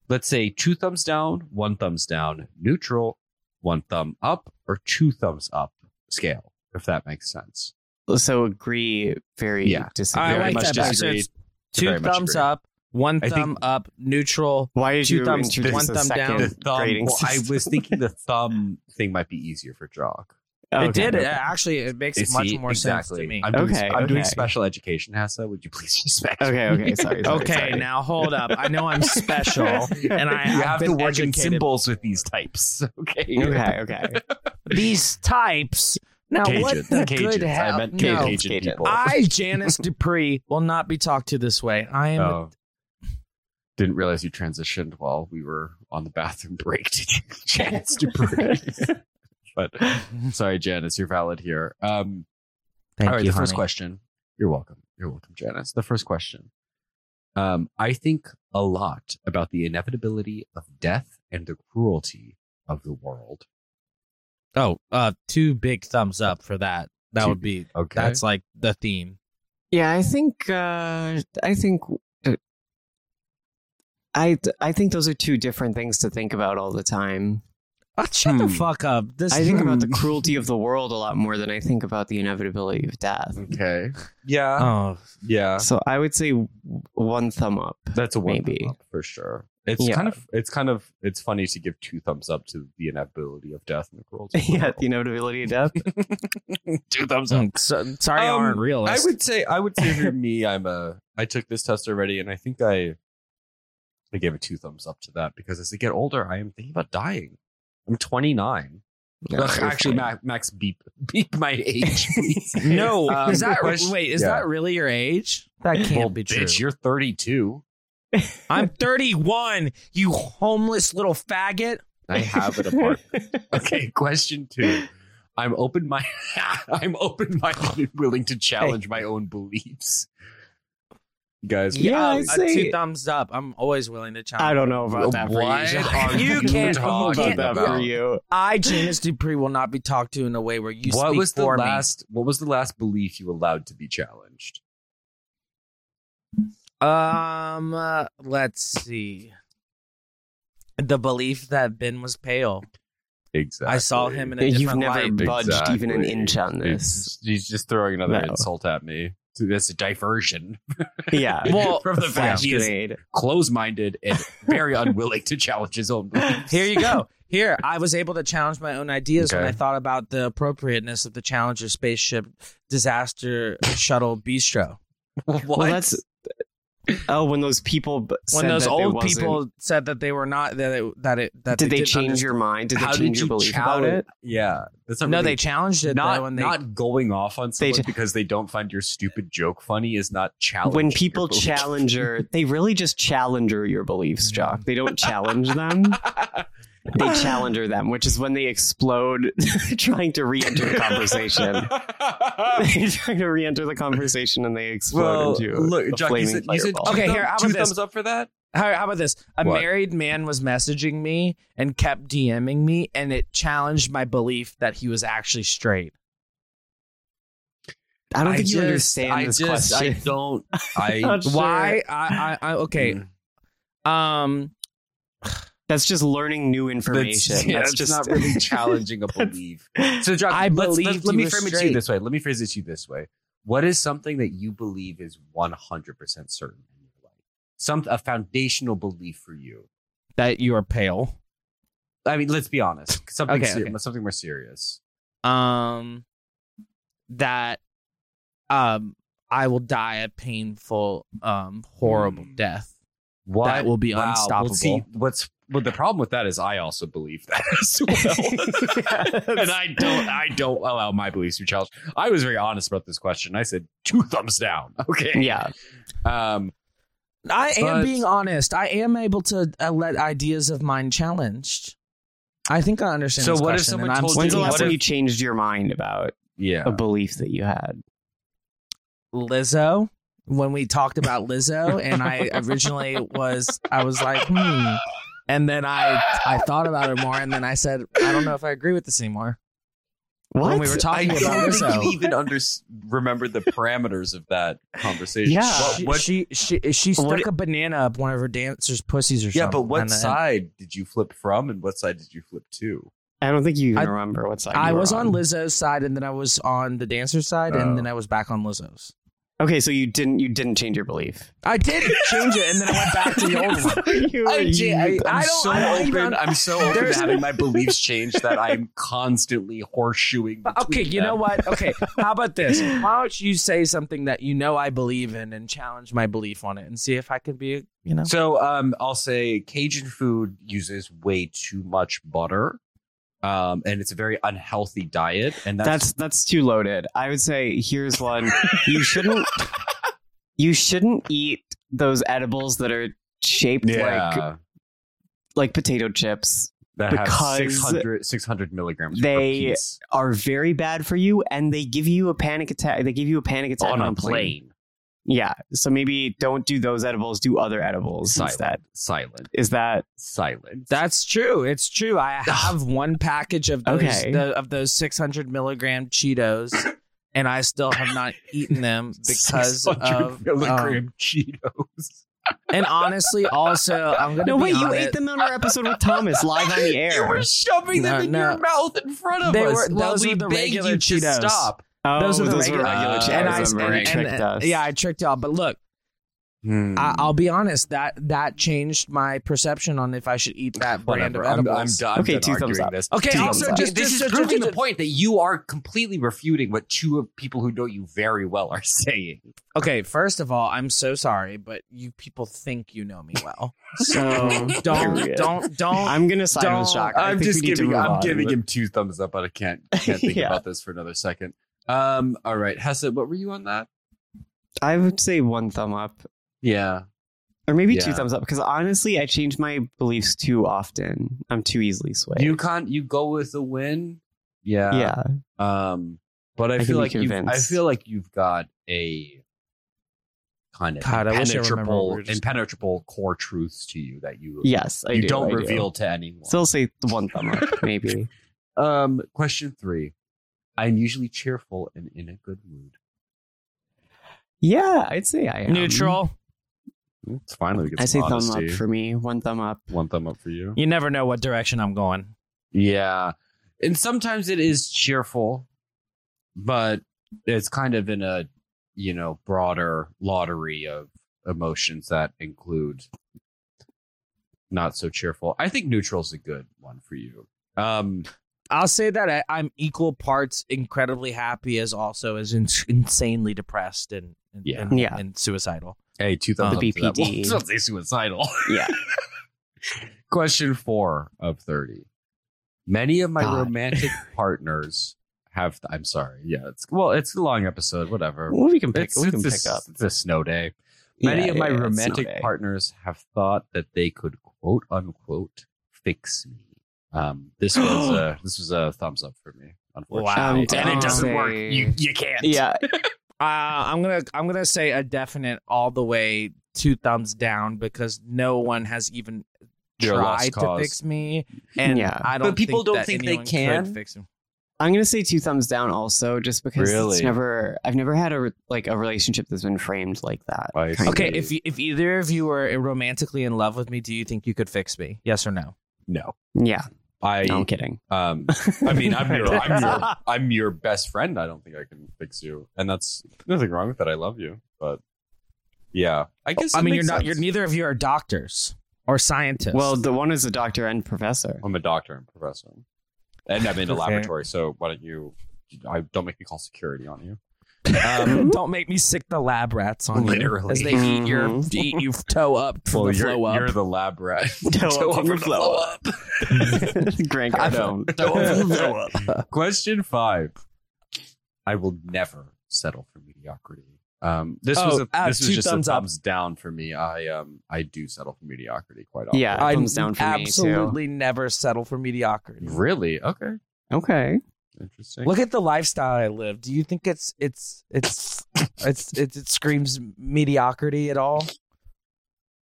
Speaker 1: let's say, two thumbs down, one thumbs down, neutral, one thumb up, or two thumbs up scale, if that makes sense.
Speaker 3: So agree, very
Speaker 1: Yeah.
Speaker 3: disagree.
Speaker 2: I
Speaker 1: Very
Speaker 2: like
Speaker 1: much
Speaker 2: that better. So
Speaker 1: disagreed.
Speaker 2: it's
Speaker 1: To
Speaker 2: two
Speaker 1: very much
Speaker 2: thumbs
Speaker 1: agree.
Speaker 2: up, one
Speaker 1: I
Speaker 2: thumb
Speaker 1: think-
Speaker 2: up, neutral.
Speaker 3: Why did
Speaker 2: Two
Speaker 3: you
Speaker 2: thumbs-
Speaker 3: introduce
Speaker 2: one
Speaker 3: a
Speaker 2: thumb
Speaker 3: second
Speaker 2: down.
Speaker 1: the Um, thumb.
Speaker 3: grading
Speaker 1: Well, I
Speaker 3: system?
Speaker 1: was thinking the thumb <laughs> thing might be easier for Jock.
Speaker 3: Okay,
Speaker 1: Oh,
Speaker 2: it did
Speaker 3: okay.
Speaker 2: it actually. It makes
Speaker 1: See,
Speaker 2: much more sense
Speaker 1: exactly.
Speaker 2: to me.
Speaker 1: I'm doing,
Speaker 3: Okay,
Speaker 1: I'm doing
Speaker 3: okay.
Speaker 1: special education, Hassa. Would you please <laughs> respect? me?
Speaker 3: Okay, okay, sorry. sorry,
Speaker 2: okay,
Speaker 3: sorry.
Speaker 2: now hold up. I
Speaker 1: <laughs>
Speaker 2: know I'm special, and I
Speaker 1: you
Speaker 2: have,
Speaker 1: have
Speaker 2: been
Speaker 1: to work
Speaker 2: educated.
Speaker 1: in symbols with these types. <laughs> Okay.
Speaker 3: <laughs> Okay, okay.
Speaker 2: These types. Now what
Speaker 1: Cajuns.
Speaker 2: the
Speaker 1: Cajuns.
Speaker 2: good hell?
Speaker 1: I meant
Speaker 2: no.
Speaker 1: Cajun
Speaker 3: Cajun.
Speaker 1: people.
Speaker 2: I, Janice Dupree, will not be talked to this way. I am.
Speaker 1: Oh. Didn't realize you transitioned while we were on the bathroom break. Did you,
Speaker 2: <laughs>
Speaker 1: Janice Dupree? <laughs> but sorry, Janice, you're valid here. Um,
Speaker 2: Thank
Speaker 1: All right,
Speaker 2: you,
Speaker 1: the first
Speaker 2: honey.
Speaker 1: question. You're welcome. You're welcome, Janice. The first question. Um, I think a lot about the inevitability of death and the cruelty of the world.
Speaker 2: Oh, uh, two big thumbs up for that. That
Speaker 1: Two
Speaker 2: would be.
Speaker 1: Okay.
Speaker 2: That's like the theme.
Speaker 3: Yeah, I think uh, I think uh, I I think those are two different things to think about all the time.
Speaker 2: Oh, shut the
Speaker 1: Hmm.
Speaker 2: fuck up. This
Speaker 3: I think about the cruelty of the world a lot more than I think about the inevitability of death.
Speaker 1: okay. Um, Yeah.
Speaker 2: Oh,
Speaker 1: yeah.
Speaker 3: So I would say w- one thumb up.
Speaker 1: That's a one
Speaker 3: Maybe.
Speaker 1: thumb up for sure. It's
Speaker 3: Yeah.
Speaker 1: kind of it's kind of it's funny to give two thumbs up to the inevitability of death and the cruelty. of the
Speaker 3: <laughs> <laughs> yeah,
Speaker 1: world.
Speaker 3: the inevitability of <laughs> death.
Speaker 1: two thumbs
Speaker 2: Mm, so- sorry, I
Speaker 1: Um,
Speaker 2: aren't
Speaker 1: I
Speaker 2: realist.
Speaker 1: would say I would say <laughs> for me, I'm a I took this test already, and I think I I gave it two thumbs up to that because as I get older, I am thinking about dying. I'm 29.
Speaker 3: No,
Speaker 1: Ugh,
Speaker 3: you're
Speaker 1: actually,
Speaker 3: fine.
Speaker 1: Ma- Max beep beep my <laughs> age. please. <laughs>
Speaker 2: no,
Speaker 1: Um,
Speaker 2: is that
Speaker 1: question-
Speaker 2: wait? Is
Speaker 1: yeah.
Speaker 2: that really your age? That can't
Speaker 1: well,
Speaker 2: be true.
Speaker 1: bitch, you're 32. <laughs>
Speaker 2: I'm 31. You homeless little faggot.
Speaker 1: I have an
Speaker 3: <laughs>
Speaker 1: apartment. <laughs> okay, question two. I'm open my <laughs> I'm open minded and willing to challenge my own beliefs. You guys,
Speaker 3: Yeah, I
Speaker 2: Uh,
Speaker 3: say-
Speaker 2: two thumbs up. I'm always willing to challenge.
Speaker 3: I don't know about that for
Speaker 1: What
Speaker 2: <laughs>
Speaker 3: you.
Speaker 1: Uh, are
Speaker 3: Jack.
Speaker 2: You you can't-
Speaker 3: I don't know
Speaker 2: talking
Speaker 3: about that for
Speaker 1: about?
Speaker 3: you.
Speaker 2: I, Janice Dupree, will not be talked to in a way where you
Speaker 1: what
Speaker 2: speak
Speaker 1: was the
Speaker 2: for me.
Speaker 1: last what was the last belief you allowed to be challenged
Speaker 2: Um, uh, let's see. The belief that Ben was pale.
Speaker 1: exactly
Speaker 2: I saw him in a
Speaker 3: You've
Speaker 2: different
Speaker 3: never
Speaker 2: light.
Speaker 3: budged
Speaker 1: Exactly.
Speaker 3: even an inch on this.
Speaker 1: It's- he's just throwing another
Speaker 3: No.
Speaker 1: insult at me So that's a diversion <laughs>
Speaker 3: Yeah.
Speaker 2: Well,
Speaker 1: from the fact
Speaker 3: Flash
Speaker 1: he is
Speaker 3: grenade.
Speaker 1: close-minded
Speaker 3: <laughs>
Speaker 1: and very unwilling to challenge his own beliefs
Speaker 2: Here you <laughs> go. Here, I was able to challenge my own ideas when
Speaker 1: Okay.
Speaker 2: I thought about the appropriateness of the Challenger spaceship disaster shuttle bistro.
Speaker 1: <laughs> what
Speaker 3: Well, that's Oh, when those people b-
Speaker 2: when
Speaker 3: said
Speaker 2: those
Speaker 3: that they
Speaker 2: old
Speaker 3: wasn't-
Speaker 2: people said that they were not that it, that it that
Speaker 3: did they
Speaker 2: didn't
Speaker 3: change
Speaker 2: understand-
Speaker 3: your mind? Did they
Speaker 1: How did
Speaker 3: change your
Speaker 1: you
Speaker 3: belief about
Speaker 1: challenge-
Speaker 3: it?
Speaker 1: Yeah, that's not
Speaker 2: No,
Speaker 1: really-
Speaker 2: they challenged it
Speaker 1: not
Speaker 2: though, and they
Speaker 1: not going off on
Speaker 3: They
Speaker 1: someone
Speaker 3: ju-
Speaker 1: because they don't find your stupid joke funny is not challenging.
Speaker 3: When
Speaker 1: your
Speaker 3: people
Speaker 1: belief.
Speaker 3: challenger, they really just challenger your beliefs, Jock. They don't challenge them. They challenger them, which is when they explode <laughs> trying to re-enter the <laughs> conversation.
Speaker 1: <laughs>
Speaker 3: They're trying to re-enter the conversation and they
Speaker 1: well,
Speaker 3: explode into
Speaker 1: look,
Speaker 3: a
Speaker 1: Jack, you
Speaker 3: flaming
Speaker 1: said, you said
Speaker 3: fireball.
Speaker 1: two
Speaker 2: Okay,
Speaker 1: thumb-
Speaker 2: here, how
Speaker 1: two
Speaker 2: about this?
Speaker 1: thumbs up for that.
Speaker 2: How, how about this? A
Speaker 1: What?
Speaker 2: married man was messaging me and kept DMing me, and it challenged my belief that he was actually straight.
Speaker 3: I don't think you
Speaker 1: just-
Speaker 3: understand
Speaker 1: I
Speaker 3: this
Speaker 1: just,
Speaker 3: question.
Speaker 1: I don't. I
Speaker 3: <laughs>
Speaker 1: Mm,
Speaker 3: Not sure.
Speaker 2: Why? I, I, I okay. Um,
Speaker 3: That's just learning new
Speaker 1: that's, <laughs>
Speaker 3: information.
Speaker 1: yeah,
Speaker 3: That's,
Speaker 1: that's
Speaker 3: just
Speaker 1: not really
Speaker 3: <laughs>
Speaker 1: challenging a belief. So, Jock,
Speaker 2: I
Speaker 1: let's-
Speaker 2: believed
Speaker 1: let's- Let,
Speaker 2: he
Speaker 1: me
Speaker 2: was
Speaker 1: frame it to you
Speaker 2: straight.
Speaker 1: this way. Let me phrase it to you this way. What is something that you believe is one hundred percent certain in your life? Some a foundational belief for you.
Speaker 2: that you are pale.
Speaker 1: I mean, let's be honest. Something,
Speaker 2: Okay,
Speaker 1: ser-
Speaker 2: okay.
Speaker 1: something more serious.
Speaker 2: Um, that um, I will die a painful, um, horrible
Speaker 1: Hmm.
Speaker 2: death.
Speaker 1: What
Speaker 2: That will be
Speaker 1: Wow.
Speaker 2: unstoppable.
Speaker 1: Well, see, what's well, the problem with that is I also believe that <laughs> as
Speaker 2: <laughs>
Speaker 1: well, and I don't. I don't allow my beliefs to be challenged. I was very honest about this question. I said two thumbs down. <laughs> Okay.
Speaker 3: yeah.
Speaker 1: Um.
Speaker 2: I
Speaker 1: But-
Speaker 2: am being honest. I am able to uh, let ideas of mine challenged. I think I understand.
Speaker 1: So
Speaker 2: this
Speaker 1: what if
Speaker 2: question,
Speaker 1: someone
Speaker 2: and I'm
Speaker 1: told you-
Speaker 3: When's the
Speaker 2: sticking
Speaker 3: last
Speaker 1: what
Speaker 2: with
Speaker 3: time
Speaker 1: if-
Speaker 3: you changed your mind about
Speaker 1: Yeah.
Speaker 3: a belief that you had?
Speaker 2: Lizzo when we talked about Lizzo, and I originally was I was like, hmm, and then I I thought about it more, and then I said, I don't know if I agree with this anymore. When we were talking
Speaker 1: I
Speaker 2: about
Speaker 1: don't think you
Speaker 2: Lizzo,
Speaker 1: even under- remember the parameters of that conversation.
Speaker 3: Yeah.
Speaker 1: What,
Speaker 2: she,
Speaker 1: what-
Speaker 2: she she she stuck
Speaker 3: What-
Speaker 2: a banana up one of her dancers' pussies or
Speaker 1: yeah,
Speaker 2: something.
Speaker 1: but what
Speaker 2: and then-
Speaker 1: side did you flip from, and what side did you flip to?
Speaker 3: I don't think you even
Speaker 2: I-
Speaker 3: remember what's side
Speaker 2: I
Speaker 3: you were
Speaker 2: was on
Speaker 3: on
Speaker 2: Lizzo's side, and then I was on the dancer's side,
Speaker 1: Oh.
Speaker 2: and then I was back on Lizzo's.
Speaker 3: Okay, so you didn't you didn't change your belief.
Speaker 2: I did change it, and then I went back to the
Speaker 1: <laughs>
Speaker 2: <laughs> old one.
Speaker 3: <laughs>
Speaker 2: <laughs>
Speaker 3: You-
Speaker 2: I-
Speaker 3: you-
Speaker 2: I-
Speaker 1: I'm
Speaker 2: I don't-
Speaker 1: so
Speaker 2: I don't
Speaker 1: open.
Speaker 2: even-
Speaker 1: I'm so open to
Speaker 2: There's-
Speaker 1: having my beliefs changed that I'm constantly horseshoeing.
Speaker 2: Okay,
Speaker 1: between
Speaker 2: you know
Speaker 1: them.
Speaker 2: what? Okay, how
Speaker 1: <laughs>
Speaker 2: about this? Why don't you say something that you know I believe in and challenge my belief on it and see if I can be, you know?
Speaker 1: So um, I'll say Cajun food uses way too much butter, um, and it's a very unhealthy diet. And that's,
Speaker 3: that's that's too loaded. I would say here's one. You shouldn't you shouldn't eat those edibles that are shaped like like potato chips
Speaker 1: that
Speaker 3: because-
Speaker 1: has 600, 600 milligrams.
Speaker 3: They-
Speaker 1: per piece
Speaker 3: are very bad for you and they give you a panic attack they give you a panic attack
Speaker 1: on a
Speaker 3: plane.
Speaker 1: plane.
Speaker 3: yeah so maybe don't do those edibles do other edibles instead
Speaker 1: Silent, silent,
Speaker 3: is that
Speaker 1: silent.
Speaker 2: That's true. It's
Speaker 1: <laughs>
Speaker 2: true. I have one package of those
Speaker 3: Okay.
Speaker 2: the, of those 600 milligram Cheetos, and I still have not
Speaker 1: <laughs>
Speaker 2: eaten them because
Speaker 1: 600
Speaker 2: of.
Speaker 1: milligram
Speaker 2: um,
Speaker 1: Cheetos.
Speaker 2: and honestly, also, I'm gonna
Speaker 3: no
Speaker 2: be
Speaker 3: wait you
Speaker 2: honest-
Speaker 3: ate them on our episode with thomas live on the air
Speaker 1: shoving
Speaker 2: No, no.
Speaker 1: mouth in front
Speaker 2: They were- those were the regular Cheetos.
Speaker 3: oh,
Speaker 2: Those are the regular,
Speaker 1: regular
Speaker 3: Cheetos.
Speaker 2: and
Speaker 1: Cheetos.
Speaker 2: I, and,
Speaker 3: remember. You
Speaker 2: and-
Speaker 3: tricked us.
Speaker 2: yeah, I tricked y'all. But look,
Speaker 1: Hmm. Mm.
Speaker 2: I, I'll be honest that that changed my perception on if I should eat that brand
Speaker 1: Whatever.
Speaker 2: of
Speaker 1: I'm,
Speaker 2: edibles.
Speaker 1: I'm done.
Speaker 3: Okay,
Speaker 1: done
Speaker 3: two thumbs
Speaker 1: arguing
Speaker 3: up.
Speaker 1: This.
Speaker 2: Okay,
Speaker 3: Two
Speaker 2: also
Speaker 3: thumbs up.
Speaker 2: just,
Speaker 1: this
Speaker 2: just,
Speaker 1: is
Speaker 2: just-
Speaker 1: proving
Speaker 2: just-
Speaker 1: the point that you are completely refuting what two of people who know you very well are <laughs> saying.
Speaker 2: Okay, first of all, I'm so sorry, but you people think you know me
Speaker 1: <laughs>
Speaker 2: well,
Speaker 3: <laughs>
Speaker 2: so don't
Speaker 3: Period.
Speaker 2: don't don't.
Speaker 3: i'm gonna side
Speaker 2: Don't-
Speaker 3: with shock I think we need to move on.
Speaker 1: him two thumbs up, but I
Speaker 2: <laughs>
Speaker 1: can't can't
Speaker 3: Yeah.
Speaker 1: this for another second. Um, all right, Hesse, what were you on that?
Speaker 3: i would say one thumb up
Speaker 1: Yeah,
Speaker 3: or maybe two
Speaker 1: Yeah.
Speaker 3: thumbs up because honestly i change my beliefs too often i'm too easily swayed
Speaker 1: you can't. You go with the win. Yeah,
Speaker 3: yeah
Speaker 1: Um, but I,
Speaker 3: can
Speaker 1: feel
Speaker 3: be
Speaker 1: like you. have I
Speaker 3: convinced.
Speaker 1: feel like you've got a kind of
Speaker 2: God, I wish I remember what we
Speaker 1: impenetrable,
Speaker 2: were just-
Speaker 1: impenetrable core truths to you that you
Speaker 3: yes I
Speaker 1: you
Speaker 3: do,
Speaker 1: not
Speaker 3: I do.
Speaker 1: reveal to anyone.
Speaker 3: Still say one
Speaker 2: <laughs>
Speaker 3: thumb up, maybe.
Speaker 1: um, question three. I'm usually cheerful and in a good mood.
Speaker 3: Yeah, I'd say I am.
Speaker 2: neutral.
Speaker 1: It's finally we get
Speaker 3: I say
Speaker 1: some
Speaker 3: thumb up
Speaker 1: honesty.
Speaker 3: for me. One thumb up.
Speaker 1: one thumb up for you.
Speaker 2: You never know what direction I'm going.
Speaker 1: Yeah, and sometimes it is cheerful, but it's kind of in a you know broader lottery of emotions that include not so cheerful. I think neutral's a good one for you. Um,
Speaker 2: I'll say that I, I'm equal parts incredibly happy as also as in, insanely depressed and and,
Speaker 1: Yeah.
Speaker 2: and,
Speaker 3: Yeah.
Speaker 2: and suicidal.
Speaker 1: Hey, two thumbs
Speaker 3: The
Speaker 1: up to that. <laughs>
Speaker 3: BPD.
Speaker 1: Well, don't say suicidal.
Speaker 3: Yeah.
Speaker 1: <laughs> Question four of thirty. Many of my
Speaker 3: God. <laughs>
Speaker 1: romantic partners have. I'm sorry. Yeah, it's well, it's a long episode. Whatever.
Speaker 3: Well, we can pick.
Speaker 1: It's,
Speaker 3: we can
Speaker 1: it's a
Speaker 3: pick
Speaker 1: s-
Speaker 3: up.
Speaker 1: It's a snow day. Many
Speaker 3: Yeah,
Speaker 1: of my
Speaker 3: yeah, it's
Speaker 1: romantic
Speaker 3: snow day.
Speaker 1: partners have thought that they could quote unquote fix me. Um, this
Speaker 3: <gasps>
Speaker 1: was a this was a thumbs up for me. Unfortunately, Um,
Speaker 2: Wow.
Speaker 1: and it doesn't.
Speaker 3: say-
Speaker 1: work. You you can't. <laughs>
Speaker 3: Yeah,
Speaker 2: Uh, I'm gonna I'm gonna say a definite all the way two thumbs down because no one has even
Speaker 1: You're a lost
Speaker 2: tried to
Speaker 1: cause.
Speaker 2: fix me, <laughs> and
Speaker 3: Yeah.
Speaker 2: I don't.
Speaker 1: But people
Speaker 2: think
Speaker 1: don't
Speaker 2: that
Speaker 1: think they
Speaker 2: anyone could
Speaker 1: can?
Speaker 2: fix me.
Speaker 3: I'm gonna say two thumbs down. Also, just because
Speaker 1: Really?
Speaker 3: it's never. I've never had a re- like a relationship that's been framed like that.
Speaker 1: I
Speaker 3: kind of.
Speaker 2: Okay, if you, if either of you were romantically in love with me, do you think you could fix me? Yes or no?
Speaker 1: No,
Speaker 3: Yeah.
Speaker 1: I
Speaker 3: No, I'm kidding.
Speaker 1: um, I mean, I'm your, I'm your, I'm your best friend. I don't think I can fix you, and that's nothing wrong with that. I love you, but yeah, I guess.
Speaker 2: I
Speaker 1: it
Speaker 2: mean, you're
Speaker 1: makes
Speaker 2: not. You're
Speaker 1: sense.
Speaker 2: neither of you are doctors or scientists.
Speaker 3: Well, the one is a doctor
Speaker 1: <laughs>
Speaker 3: and professor.
Speaker 1: I'm a doctor and professor, and I'm <laughs> in a
Speaker 2: Okay.
Speaker 1: laboratory. So why don't you? I don't make me call security on you.
Speaker 2: um, don't make me sick the lab rats on you
Speaker 1: Literally.
Speaker 2: as they eat your
Speaker 3: Mhm.
Speaker 2: eat you toe up from the
Speaker 1: you're,
Speaker 2: flow up.
Speaker 1: you're the lab
Speaker 2: <laughs>
Speaker 1: rat. <laughs>
Speaker 3: Toe
Speaker 1: Toe
Speaker 3: up
Speaker 1: up
Speaker 3: from
Speaker 1: from
Speaker 3: the
Speaker 1: the flow
Speaker 3: flow up. <laughs> Grant
Speaker 1: I
Speaker 2: <laughs>
Speaker 3: Cardone.
Speaker 1: Question five. I will never settle for mediocrity. Um, this
Speaker 2: Oh,
Speaker 1: was a,
Speaker 2: uh,
Speaker 1: this was
Speaker 2: two
Speaker 1: just
Speaker 2: thumbs
Speaker 1: a
Speaker 2: up.
Speaker 1: thumbs down for me. I um I do settle for mediocrity quite often.
Speaker 2: <laughs>
Speaker 3: Yeah,
Speaker 2: I
Speaker 3: thumbs down for me
Speaker 2: absolutely never settle for mediocrity.
Speaker 1: Really? Okay.
Speaker 3: too. Okay.
Speaker 1: Interesting.
Speaker 2: Look at the lifestyle I live. Do you think it's it's
Speaker 1: <laughs>
Speaker 2: it's it's it, it screams mediocrity at all?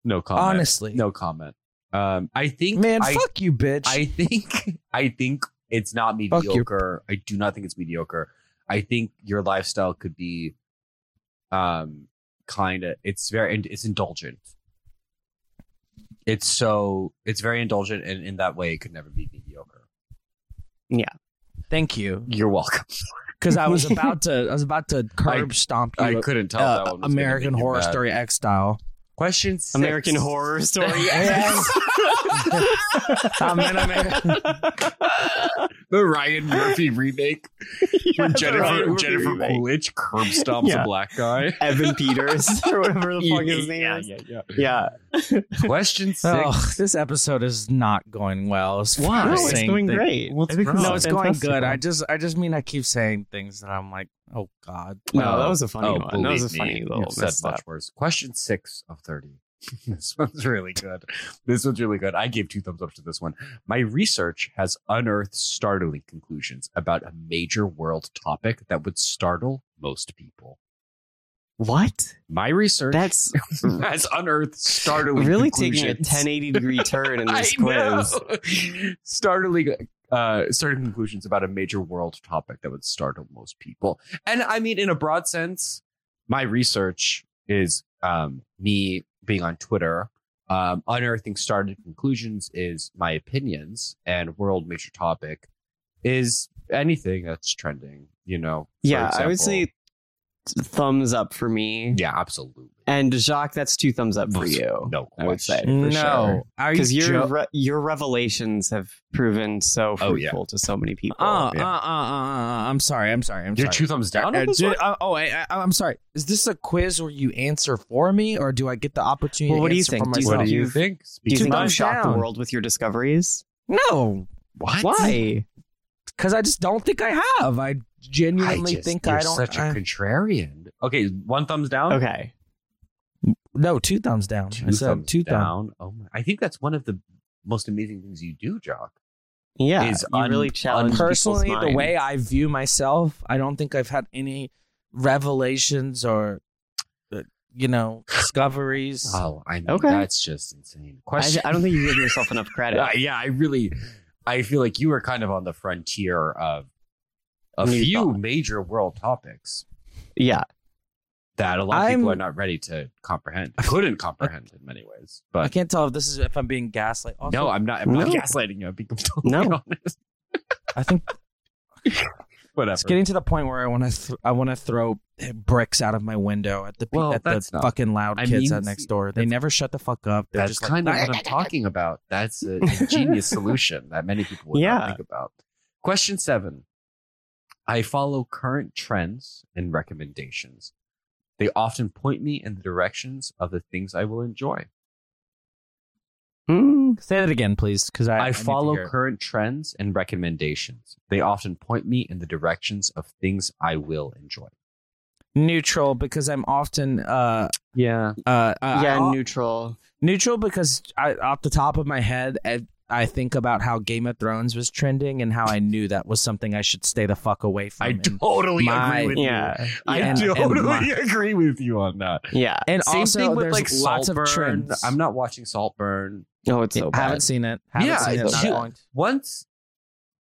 Speaker 1: no comment.
Speaker 2: Honestly,
Speaker 1: Oh, No comment. Um, I think
Speaker 2: man,
Speaker 1: I,
Speaker 2: fuck you, bitch.
Speaker 1: I think I think it's not
Speaker 2: Fuck you.
Speaker 1: mediocre. I do not think it's mediocre. I think your lifestyle could be, um, kind of. It's very. and It's indulgent. It's so. It's very indulgent, and in that way, it could never be mediocre.
Speaker 2: Thank <laughs> you,
Speaker 1: You're welcome.
Speaker 2: because I was about to I was
Speaker 1: <laughs>
Speaker 2: about to curb stomp you.
Speaker 1: I couldn't tell
Speaker 2: uh,
Speaker 1: that one. was gonna
Speaker 2: American
Speaker 1: make you
Speaker 2: Horror
Speaker 1: mad.
Speaker 2: Story X style.
Speaker 1: Question six.
Speaker 3: American
Speaker 1: <laughs>
Speaker 3: Horror Story. <laughs>
Speaker 2: Yes. I'm
Speaker 1: <laughs>
Speaker 2: in Amer-
Speaker 1: the Ryan Murphy <laughs> remake. where
Speaker 3: the Ryan
Speaker 1: Jennifer
Speaker 3: Murphy
Speaker 1: Jennifer
Speaker 3: remake.
Speaker 1: Coolidge curb stomps
Speaker 3: Yeah.
Speaker 1: a black <laughs> guy.
Speaker 3: Evan Peters or whatever the fuck his name is.
Speaker 1: <laughs> yeah, yeah.
Speaker 3: Yeah.
Speaker 1: Question six.
Speaker 2: oh, this episode is not going well. It's
Speaker 1: Why? No,
Speaker 3: No, it's
Speaker 2: saying
Speaker 3: going
Speaker 2: things-
Speaker 3: great.
Speaker 1: What's wrong?
Speaker 2: No, it's going
Speaker 3: fantastic.
Speaker 2: good. I just I just mean I keep saying things that I'm like, oh god.
Speaker 3: No, that was a funny one. That was a
Speaker 1: Oh, believe
Speaker 3: funny
Speaker 1: me,
Speaker 3: little
Speaker 1: you've said
Speaker 3: mess
Speaker 1: much
Speaker 3: up.
Speaker 1: worse. Question six of thirty. <laughs> this one's really good. This one's really good. I gave two thumbs up to this one. My research has unearthed startling conclusions about a major world topic that would startle most people.
Speaker 3: What?
Speaker 1: My research <laughs>
Speaker 3: That's
Speaker 1: has unearthed startling
Speaker 3: really taking a
Speaker 1: conclusions.
Speaker 2: <laughs>
Speaker 3: 1080 degree turn in this
Speaker 1: I
Speaker 3: quiz.
Speaker 1: know. <laughs> startling, uh, startling conclusions about a major world topic that would startle most people. And I mean, in a broad sense, my research is um, me being on Twitter. Um, unearthing startling conclusions is my opinions, and world major topic is anything that's trending. You know, for
Speaker 3: Yeah, I would say
Speaker 1: example-
Speaker 3: thumbs up for me.
Speaker 1: yeah, absolutely.
Speaker 3: And Jacques, that's two thumbs up for you.
Speaker 1: no
Speaker 3: I would
Speaker 1: question.
Speaker 3: say.
Speaker 2: no,
Speaker 3: For sure.
Speaker 2: are
Speaker 3: Because
Speaker 2: you
Speaker 3: your
Speaker 2: jo-
Speaker 3: re- your revelations have proven so
Speaker 1: Oh, yeah. Oh,
Speaker 3: fruitful to so many people.
Speaker 2: uh, uh, uh, uh,
Speaker 1: yeah.
Speaker 2: uh, I'm sorry. I'm sorry. I'm
Speaker 1: You're
Speaker 2: sorry.
Speaker 1: two thumbs down.
Speaker 2: Uh,
Speaker 1: on this
Speaker 2: did-
Speaker 1: one?
Speaker 2: uh, oh, I, I, I'm sorry. Is this a quiz where you answer for me, or do I get the opportunity?
Speaker 3: Well, what
Speaker 2: to
Speaker 3: do you
Speaker 2: answer
Speaker 3: think?
Speaker 2: For
Speaker 3: Do you
Speaker 2: myself?
Speaker 1: what
Speaker 3: think
Speaker 1: do you
Speaker 3: you've-
Speaker 1: think?
Speaker 3: Do you think
Speaker 2: Thumbs
Speaker 3: I've shocked the
Speaker 2: down.
Speaker 3: world with your discoveries?
Speaker 2: no,
Speaker 1: What?
Speaker 3: Why?
Speaker 2: because I just don't think I have. I genuinely
Speaker 1: just-
Speaker 2: think
Speaker 1: you're
Speaker 2: I don't.
Speaker 1: Such a
Speaker 2: I-
Speaker 1: contrarian. Okay, one thumbs down.
Speaker 3: Okay.
Speaker 2: no, two thumbs down.
Speaker 1: two
Speaker 2: I said
Speaker 1: thumbs
Speaker 2: two thumbs.
Speaker 1: down. Oh my! I think that's one of the most amazing things you do, Jock.
Speaker 3: Yeah.
Speaker 1: Is
Speaker 3: you
Speaker 1: un-
Speaker 3: really challenge
Speaker 2: Personally,
Speaker 3: people's
Speaker 2: the
Speaker 3: mind.
Speaker 2: way I view myself, I don't think I've had any revelations or, uh, you know, discoveries.
Speaker 1: Oh, I mean,
Speaker 3: Okay.
Speaker 1: that's just insane.
Speaker 3: I,
Speaker 1: Question.
Speaker 3: I don't think you give yourself enough
Speaker 1: <laughs>
Speaker 3: credit.
Speaker 1: Uh, yeah, I really, I feel like you were kind of on the frontier of a
Speaker 3: New
Speaker 1: few
Speaker 3: thought.
Speaker 1: major world topics
Speaker 2: <laughs>
Speaker 3: yeah.
Speaker 1: that a lot of people
Speaker 2: I'm-
Speaker 1: are not ready to comprehend. Couldn't comprehend in many ways.
Speaker 2: I
Speaker 1: But
Speaker 2: can't tell if this is if I'm being gaslit. Also,
Speaker 1: no, I'm not. I'm not
Speaker 3: No.
Speaker 1: gaslighting you. I'm being totally
Speaker 3: No.
Speaker 1: <laughs> honest.
Speaker 2: I think
Speaker 1: Whatever.
Speaker 2: It's getting to the point where I want to th- I want to throw bricks out of my window at the pe-
Speaker 1: Well,
Speaker 2: at the
Speaker 1: that's not-
Speaker 2: fucking loud
Speaker 1: I
Speaker 2: kids
Speaker 1: mean,
Speaker 2: out next door. They
Speaker 1: that's-
Speaker 2: never shut the fuck up. They're
Speaker 1: That's
Speaker 2: just
Speaker 1: kind
Speaker 2: like,
Speaker 1: of what I'm talking about. That's
Speaker 2: <laughs>
Speaker 1: an ingenious solution that many people would
Speaker 3: Yeah.
Speaker 1: not think about. Question seven. I follow current trends and recommendations. They often point me in the directions of the things I will enjoy.
Speaker 2: Say that again, please, because I,
Speaker 1: I,
Speaker 2: need to
Speaker 1: follow
Speaker 2: hear it.
Speaker 1: current trends and recommendations. They often point me in the directions of things I will enjoy.
Speaker 2: neutral because I'm often uh
Speaker 1: Yeah.
Speaker 2: uh I-
Speaker 3: yeah,
Speaker 2: I-
Speaker 3: neutral.
Speaker 2: neutral because I, off the top of my head, I, I think about how Game of Thrones was trending and how I knew that was something I should stay the fuck away from. and-
Speaker 1: totally
Speaker 2: my-
Speaker 3: Yeah,
Speaker 1: I
Speaker 2: and- and <laughs>
Speaker 1: totally
Speaker 2: my-
Speaker 1: agree with you on that.
Speaker 3: yeah.
Speaker 2: And
Speaker 1: Same
Speaker 2: also,
Speaker 1: thing with
Speaker 2: there's
Speaker 1: like
Speaker 2: lots of
Speaker 1: Saltburn.
Speaker 2: trends.
Speaker 1: I'm not watching Saltburn.
Speaker 3: Oh, it's so
Speaker 2: I
Speaker 3: bad.
Speaker 2: haven't seen it. Haven't
Speaker 1: Yeah,
Speaker 2: seen it.
Speaker 3: it's
Speaker 2: Not
Speaker 1: huge.
Speaker 2: going to.
Speaker 1: Once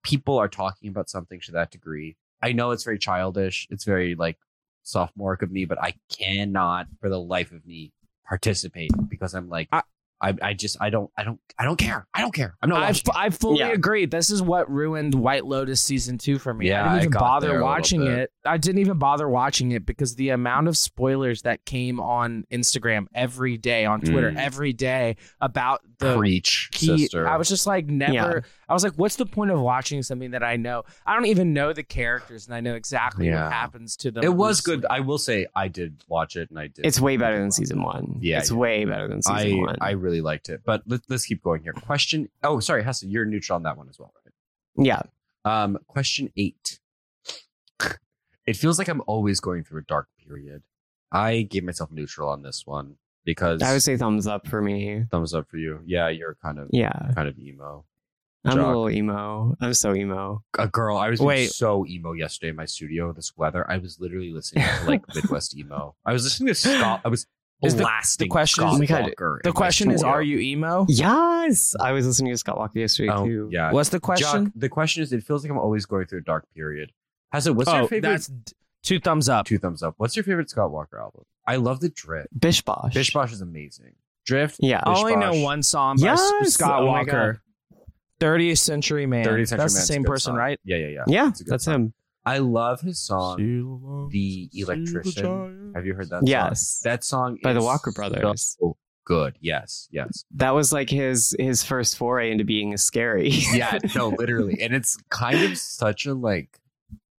Speaker 1: people are talking about something to that degree, I know it's very childish. It's very like sophomoric of me, but I cannot for the life of me participate because I'm like.
Speaker 2: I-
Speaker 1: I- I, just I don't I don't I don't care I don't care I'm not
Speaker 2: I,
Speaker 1: watching.
Speaker 2: f- I fully
Speaker 3: Yeah.
Speaker 2: agree. This is what ruined White Lotus season two for me.
Speaker 1: Yeah,
Speaker 2: I didn't
Speaker 1: I
Speaker 2: even
Speaker 1: got there
Speaker 2: bother
Speaker 1: a little
Speaker 2: watching
Speaker 1: bit.
Speaker 2: it. I didn't even bother watching it because the amount of spoilers that came on Instagram every day, on Twitter
Speaker 1: Mm.
Speaker 2: every day about the
Speaker 1: Preach,
Speaker 2: key.
Speaker 1: sister.
Speaker 2: I was just like, never.
Speaker 3: Yeah.
Speaker 2: I was like, what's the point of watching something that I know? I don't even know the characters, and I know exactly
Speaker 1: Yeah.
Speaker 2: what happens to them.
Speaker 1: it was
Speaker 2: loosely.
Speaker 1: good. I will say I did watch it and I did.
Speaker 3: It's way better than season one.
Speaker 1: Yeah,
Speaker 3: it's
Speaker 1: yeah.
Speaker 3: way better than
Speaker 1: I
Speaker 3: season one.
Speaker 1: I really liked it. But let, let's keep going here. Question. Oh, sorry, Hessa, you're neutral on that one as well, right?
Speaker 3: yeah,
Speaker 1: Um, question eight. It feels like I'm always going through a dark period. I gave myself neutral on this one because
Speaker 3: I would say thumbs up for me.
Speaker 1: thumbs up for you. Yeah, you're kind of
Speaker 3: Yeah,
Speaker 1: kind of emo.
Speaker 3: I'm
Speaker 1: Jock.
Speaker 3: a little emo. I'm so emo.
Speaker 1: A girl, I was being
Speaker 2: Wait.
Speaker 1: so emo yesterday in my studio. This weather, I was literally listening to
Speaker 2: <laughs>
Speaker 1: like Midwest emo. I was listening to Scott. I was
Speaker 2: Is the- the
Speaker 1: blasting
Speaker 2: question
Speaker 1: Scott
Speaker 3: is- Oh my God.
Speaker 1: Walker
Speaker 2: The
Speaker 1: in my
Speaker 2: question is,
Speaker 1: studio.
Speaker 2: are you emo?
Speaker 3: Yes, I was listening to Scott Walker yesterday
Speaker 1: Oh,
Speaker 3: too.
Speaker 1: yeah.
Speaker 2: What's the question?
Speaker 1: Jock, the question is, it feels like I'm always going through a dark period. Has it? What's
Speaker 2: oh,
Speaker 1: your favorite?
Speaker 2: that's d- two thumbs up.
Speaker 1: two thumbs up. What's your favorite Scott Walker album? I love the Drift.
Speaker 3: Bish Bosh.
Speaker 1: Bish Bosh Oh, is amazing. Drift,
Speaker 3: Yeah.
Speaker 2: I
Speaker 1: Bish
Speaker 2: only know
Speaker 1: Bosh.
Speaker 2: one song by S-
Speaker 3: Yes!
Speaker 2: Scott
Speaker 3: Oh my
Speaker 2: Walker. 30th Century
Speaker 1: 30th
Speaker 2: Man.
Speaker 1: Century
Speaker 2: That's the
Speaker 1: Man's a
Speaker 2: same
Speaker 1: good
Speaker 2: person,
Speaker 1: song.
Speaker 2: right?
Speaker 1: Yeah, yeah, yeah.
Speaker 3: Yeah,
Speaker 1: It's a good
Speaker 3: that's
Speaker 1: song.
Speaker 3: him.
Speaker 1: I love his song, The Electrician. Have you heard that? song?
Speaker 3: Yes.
Speaker 1: that song
Speaker 3: By the
Speaker 1: is
Speaker 3: Walker Brothers.
Speaker 1: So good. Yes, yes,
Speaker 3: That was like his his first foray into being scary. <laughs>
Speaker 1: yeah. No, literally, and it's kind of such a like.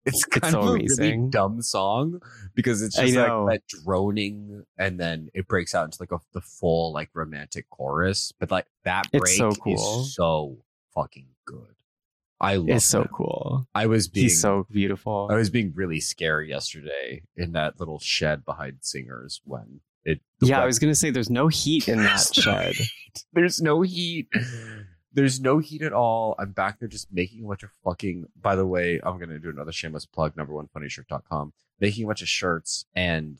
Speaker 1: It's kind
Speaker 3: so
Speaker 1: of a really
Speaker 3: amazing.
Speaker 1: dumb song because it's
Speaker 3: I
Speaker 1: just like
Speaker 3: know.
Speaker 1: that droning, and then it breaks out into like a, the full like romantic chorus. But like that break
Speaker 3: It's so cool.
Speaker 1: is so fucking good. I love.
Speaker 3: it's so
Speaker 1: that.
Speaker 3: cool.
Speaker 1: I was being
Speaker 3: He's so beautiful.
Speaker 1: I was being really scared yesterday in that little shed behind singers when it. the
Speaker 3: yeah, I
Speaker 1: web-
Speaker 3: was gonna say there's no heat in
Speaker 1: <laughs>
Speaker 3: that shed.
Speaker 1: There's no heat. There's no heat at all. I'm back there just making a bunch of fucking. By the way, I'm gonna do another shameless plug. Number one funnyshirt.com. Making a bunch of shirts, and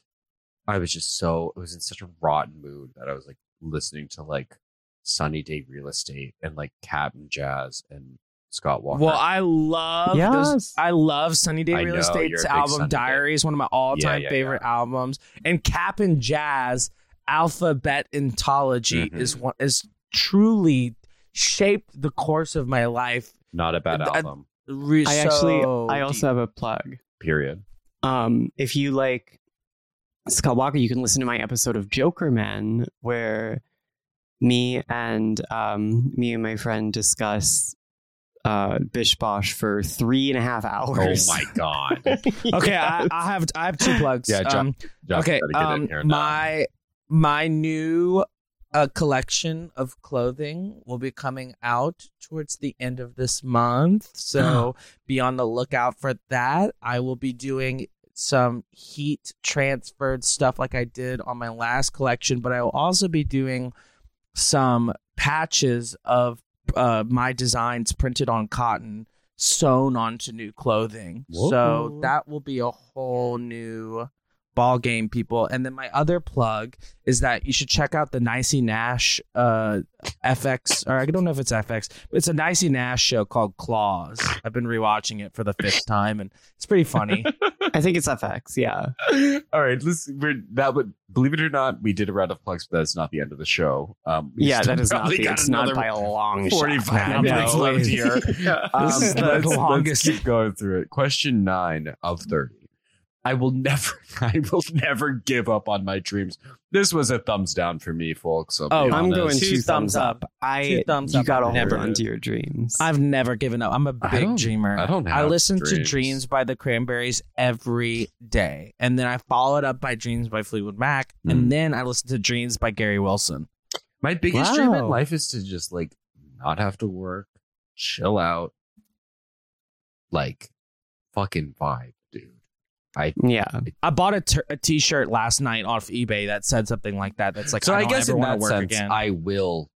Speaker 1: I was just so. It was in such a rotten mood that I was like listening to like Sunny Day Real Estate and like Captain Jazz and Scott Walker.
Speaker 2: Well, I love those.
Speaker 3: Yes.
Speaker 2: I love Sunny Day
Speaker 1: I
Speaker 2: Real
Speaker 1: know, you're a
Speaker 2: Estate's
Speaker 1: big
Speaker 2: album
Speaker 1: Sunny Day.
Speaker 2: Diary is one of my all-time
Speaker 1: Yeah, yeah,
Speaker 2: favorite albums, and Cap and Jazz Alphabet Ontology
Speaker 1: Mhm.
Speaker 2: is one is truly shaped the course of my life.
Speaker 1: not a bad
Speaker 2: I-
Speaker 1: album.
Speaker 2: Re-
Speaker 3: I actually
Speaker 2: so
Speaker 3: I
Speaker 2: deep.
Speaker 3: also have a plug.
Speaker 1: Period.
Speaker 3: Um if you like Scott Walker, you can listen to my episode of Joker Man where me and um me and my friend discuss uh Bish Bosh for three and a half
Speaker 1: Oh
Speaker 3: hours.
Speaker 1: my
Speaker 3: <laughs>
Speaker 1: god.
Speaker 2: okay. I, I have I have two
Speaker 1: <laughs>
Speaker 2: plugs.
Speaker 1: Yeah, John-
Speaker 2: um,
Speaker 1: Josh,
Speaker 2: okay.
Speaker 1: gotta get in
Speaker 2: Um,
Speaker 1: here now.
Speaker 2: my my new uh, collection of clothing will be coming out towards the end of this
Speaker 1: <gasps>
Speaker 2: month, so be on the lookout for that. I will be doing some heat transferred stuff like I did on my last collection, but I will also be doing some patches of uh, my designs printed on cotton sewn onto new clothing. So
Speaker 1: Whoa.
Speaker 2: that will be a whole new ball game, people. And then my other plug is that you should check out the Nicey Nash uh, FX, or I don't know if it's FX, but it's a Nicey Nash show called Claws. I've been rewatching it for the fifth time, and it's pretty funny.
Speaker 3: I think it's FX, yeah.
Speaker 1: <laughs> All right, let's. We're that would believe it or not, we did a round of plugs, but that's not the end of the show. Um, we
Speaker 3: yeah,
Speaker 1: still
Speaker 3: that is not
Speaker 1: probably
Speaker 3: the,
Speaker 1: got
Speaker 3: it's not
Speaker 1: another
Speaker 3: by a long shot.
Speaker 1: 45
Speaker 3: No.
Speaker 1: minutes left here.
Speaker 3: <laughs>
Speaker 1: Um,
Speaker 3: This is the
Speaker 1: let's, let's
Speaker 2: longest.
Speaker 1: keep going through it. Question nine of 30. I will never, <laughs> I will never give up on my dreams. This was a thumbs down for me, folks. I'll be
Speaker 2: Oh,
Speaker 3: I'm
Speaker 1: honest.
Speaker 3: going
Speaker 2: <laughs> Two
Speaker 3: two,
Speaker 2: thumbs up.
Speaker 3: I
Speaker 2: Two thumbs
Speaker 3: you
Speaker 2: up.
Speaker 3: got to
Speaker 2: I've
Speaker 3: hold
Speaker 2: never-
Speaker 3: on to your dreams.
Speaker 2: I've never given up. I'm a
Speaker 1: I
Speaker 2: big
Speaker 1: don't-
Speaker 2: dreamer.
Speaker 1: I don't
Speaker 2: I
Speaker 1: have
Speaker 2: listen to
Speaker 1: dreams.
Speaker 2: Dreams by the Cranberries every day, and then I follow it up by Dreams by Fleetwood Mac,
Speaker 1: Mm.
Speaker 2: and then I listen to Dreams by Gary Wilson.
Speaker 1: My biggest dream in
Speaker 3: Wow.
Speaker 1: life is to just like not have to work, chill out, like fucking vibe, dude.
Speaker 3: yeah.
Speaker 2: I bought a ter- a T-shirt last night off eBay that said something like that. That's like,
Speaker 1: so I,
Speaker 2: don't
Speaker 1: guess
Speaker 2: ever
Speaker 1: in
Speaker 2: wanna
Speaker 1: that
Speaker 2: work
Speaker 1: sense,
Speaker 2: again.
Speaker 1: I will.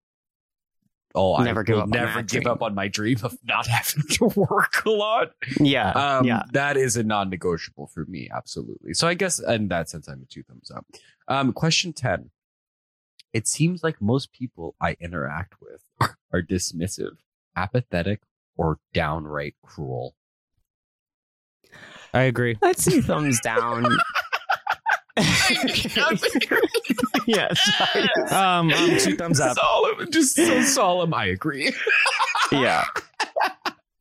Speaker 1: Oh,
Speaker 3: Never
Speaker 1: I
Speaker 3: give
Speaker 1: will
Speaker 3: up on
Speaker 1: never
Speaker 3: that
Speaker 1: give
Speaker 3: dream.
Speaker 1: up on my dream of not <laughs> having to work a lot.
Speaker 3: <laughs> Yeah.
Speaker 1: Um,
Speaker 3: yeah.
Speaker 1: That is a non-negotiable for me, absolutely. So I guess in that sense, I'm a two thumbs up. Um, question ten. It seems like most people I interact with <laughs> are dismissive, apathetic, or downright cruel.
Speaker 2: I agree.
Speaker 3: I'd say thumbs down. <laughs> yeah. Sorry.
Speaker 2: Um, um, two
Speaker 1: <laughs>
Speaker 2: thumbs up.
Speaker 1: Solemn, just
Speaker 3: <laughs>
Speaker 1: so solemn. I agree. <laughs>
Speaker 3: Yeah.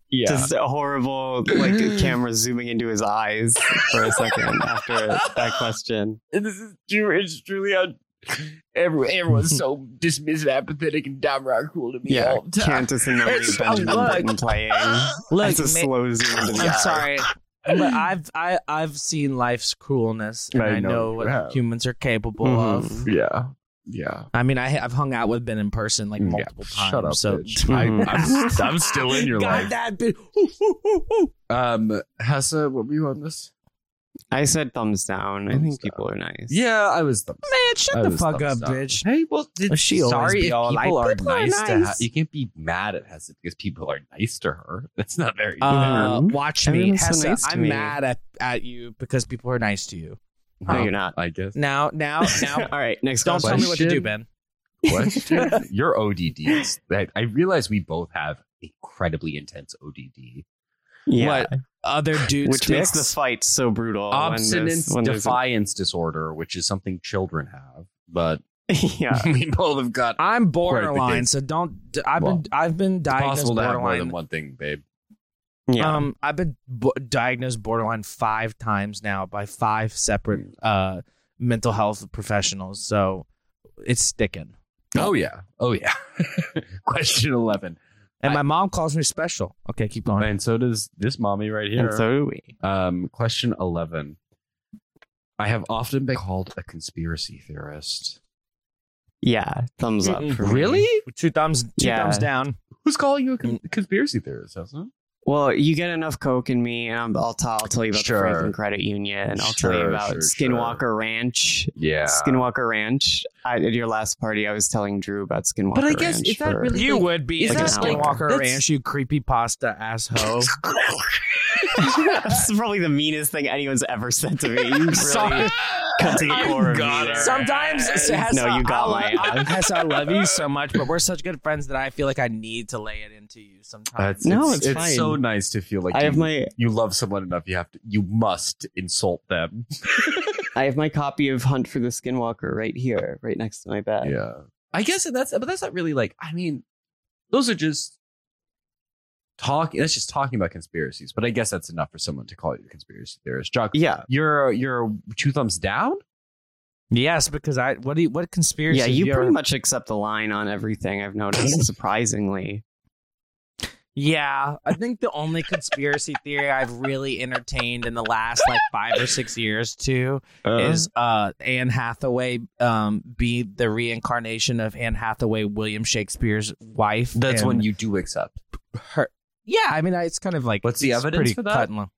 Speaker 1: Yeah.
Speaker 3: Just a horrible, like a camera zooming into his eyes for a second after that question.
Speaker 1: And this is true. It's truly how everyone,
Speaker 3: <laughs>
Speaker 1: everyone's so dismissive, apathetic, and downright cruel to me
Speaker 3: Yeah.
Speaker 1: all the time.
Speaker 3: Cantus and the
Speaker 1: It's
Speaker 3: Marie
Speaker 1: so
Speaker 3: Benjamin
Speaker 1: look.
Speaker 3: Button playing.
Speaker 2: Look,
Speaker 3: That's a
Speaker 2: ma-
Speaker 3: slow zoom into the
Speaker 2: I'm
Speaker 3: eye.
Speaker 2: sorry, but I've I, I've seen life's cruelness, and I,
Speaker 1: I
Speaker 2: know,
Speaker 1: know you
Speaker 2: what
Speaker 1: have. Mm-hmm.
Speaker 2: humans are capable of.
Speaker 3: Mhm.
Speaker 1: Yeah. Yeah.
Speaker 2: I mean, I, I've hung out with Ben in person like
Speaker 1: Yeah.
Speaker 2: multiple times.
Speaker 1: Shut up.
Speaker 2: so
Speaker 1: bitch. I, <laughs>
Speaker 2: <laughs>
Speaker 1: I'm, I'm still in your life.
Speaker 2: that <laughs> bitch. Ooh, ooh, ooh, ooh.
Speaker 1: Um, Hessa, what were you on this?
Speaker 3: I said thumbs down. I
Speaker 1: Thumbs
Speaker 3: think
Speaker 1: down.
Speaker 3: people are nice.
Speaker 1: Yeah, I was. Thumbs.
Speaker 2: Man, shut
Speaker 1: I
Speaker 2: the
Speaker 1: was
Speaker 2: fuck up,
Speaker 1: thumbs down.
Speaker 2: bitch.
Speaker 1: Hey, well, it's,
Speaker 2: She always
Speaker 1: sorry
Speaker 2: be
Speaker 1: if
Speaker 2: all like,
Speaker 1: people, are,
Speaker 2: "People are
Speaker 1: nice to
Speaker 2: nice."
Speaker 1: her. You can't be mad at Hessa because people are nice to her. <laughs> That's not very.
Speaker 2: Uh,
Speaker 3: Mhm.
Speaker 2: watch me,
Speaker 3: Everyone's so
Speaker 2: Hessa.
Speaker 3: nice to
Speaker 2: I'm
Speaker 3: me.
Speaker 2: mad at, at you because people are nice to you.
Speaker 3: No, you're not.
Speaker 1: I guess.
Speaker 2: Now, now, now.
Speaker 3: All right. Next
Speaker 2: don't tell
Speaker 3: question.
Speaker 2: me what to do,
Speaker 1: Question.
Speaker 2: Ben. <laughs>
Speaker 1: question. Your ODD is that I realize we both have incredibly intense ODD.
Speaker 3: Yeah.
Speaker 2: What other dudes?
Speaker 3: Which makes the fight so
Speaker 2: Oh,
Speaker 3: brutal. when there's-
Speaker 1: Obstinence
Speaker 3: when there's a-
Speaker 1: defiance disorder, which is something children have, but
Speaker 3: <laughs> yeah.
Speaker 1: <laughs> we both have got.
Speaker 2: I'm
Speaker 1: Right,
Speaker 2: borderline,
Speaker 1: because-
Speaker 2: so don't. d- I've
Speaker 1: Well,
Speaker 2: been I've been
Speaker 1: It's
Speaker 2: diagnosed
Speaker 1: possible to have more
Speaker 2: borderline.
Speaker 1: than one thing, babe.
Speaker 3: Yeah.
Speaker 2: Um, I've been b- diagnosed borderline five times now by five separate uh mental health professionals, so it's sticking.
Speaker 1: Oh yeah. Oh yeah. <laughs> question eleven.
Speaker 2: And my mom calls me special. Okay, keep going.
Speaker 1: And so does this mommy right here.
Speaker 3: and so do we.
Speaker 1: Um, question 11. I have often been called a conspiracy theorist.
Speaker 3: Yeah. Thumbs up. for me.
Speaker 2: Two thumbs, two
Speaker 3: Yeah.
Speaker 2: thumbs down.
Speaker 1: Who's calling you a con- conspiracy theorist, Hassan?
Speaker 3: Well, you get enough coke in me, and I'm- I'll, t- I'll tell you about
Speaker 1: Sure.
Speaker 3: the Franklin Credit Union. I'll tell you
Speaker 1: Sure,
Speaker 3: about
Speaker 1: sure,
Speaker 3: Skinwalker Ranch.
Speaker 1: Yeah.
Speaker 3: Skinwalker Ranch. I, at your last party, I was telling Drew about Skinwalker.
Speaker 1: But I guess,
Speaker 3: Ranch
Speaker 1: is that
Speaker 3: for-
Speaker 1: really- <laughs>
Speaker 3: <laughs>
Speaker 2: You would be
Speaker 3: Is
Speaker 2: like a
Speaker 3: that like-
Speaker 2: skinwalker
Speaker 1: that's-
Speaker 2: ranch, you creepy pasta asshole.
Speaker 3: That's probably the meanest thing anyone's ever said to
Speaker 1: <laughs>
Speaker 3: me. You really <laughs>
Speaker 2: Sorry.
Speaker 3: cut to the
Speaker 2: You
Speaker 3: core of
Speaker 1: got
Speaker 3: me
Speaker 1: her.
Speaker 3: there.
Speaker 2: Sometimes Hessa,
Speaker 3: No, you got
Speaker 2: I,
Speaker 3: my
Speaker 2: lo- I,
Speaker 3: ass.
Speaker 2: Hessa, I love you so much, but we're such good friends that I feel like I need to lay it into you sometimes.
Speaker 1: That's,
Speaker 3: No,
Speaker 1: it's,
Speaker 3: it's
Speaker 1: it's,
Speaker 3: fine.
Speaker 1: so nice to feel like
Speaker 3: I have
Speaker 1: you,
Speaker 3: my
Speaker 1: you love someone enough you have to you must insult them.
Speaker 3: I have my copy of Hunt for the Skinwalker right here, right next to
Speaker 1: <laughs>
Speaker 3: my bed.
Speaker 1: yeah. I guess that's but that's not really like I mean those are just talk that's just talking about conspiracies, but I guess that's enough for someone to call you a conspiracy theorist. Jock,
Speaker 3: Yeah.
Speaker 1: you're you're two thumbs down?
Speaker 2: Yes, because I what do you, what conspiracy?
Speaker 3: Yeah,
Speaker 2: have
Speaker 3: you
Speaker 2: ever-
Speaker 3: pretty much accept the line on everything
Speaker 1: <laughs>
Speaker 3: I've noticed, surprisingly.
Speaker 2: Yeah, I think the only conspiracy theory I've really entertained in the last like five or six years too
Speaker 1: Uh-huh.
Speaker 2: is uh Anne Hathaway um be the reincarnation of Anne Hathaway, William Shakespeare's wife.
Speaker 1: That's
Speaker 2: and
Speaker 1: when you do accept.
Speaker 2: her. Yeah, I mean, I, it's kind of like
Speaker 1: What's the
Speaker 2: it's
Speaker 1: evidence
Speaker 2: pretty
Speaker 1: for that?
Speaker 2: Cut and,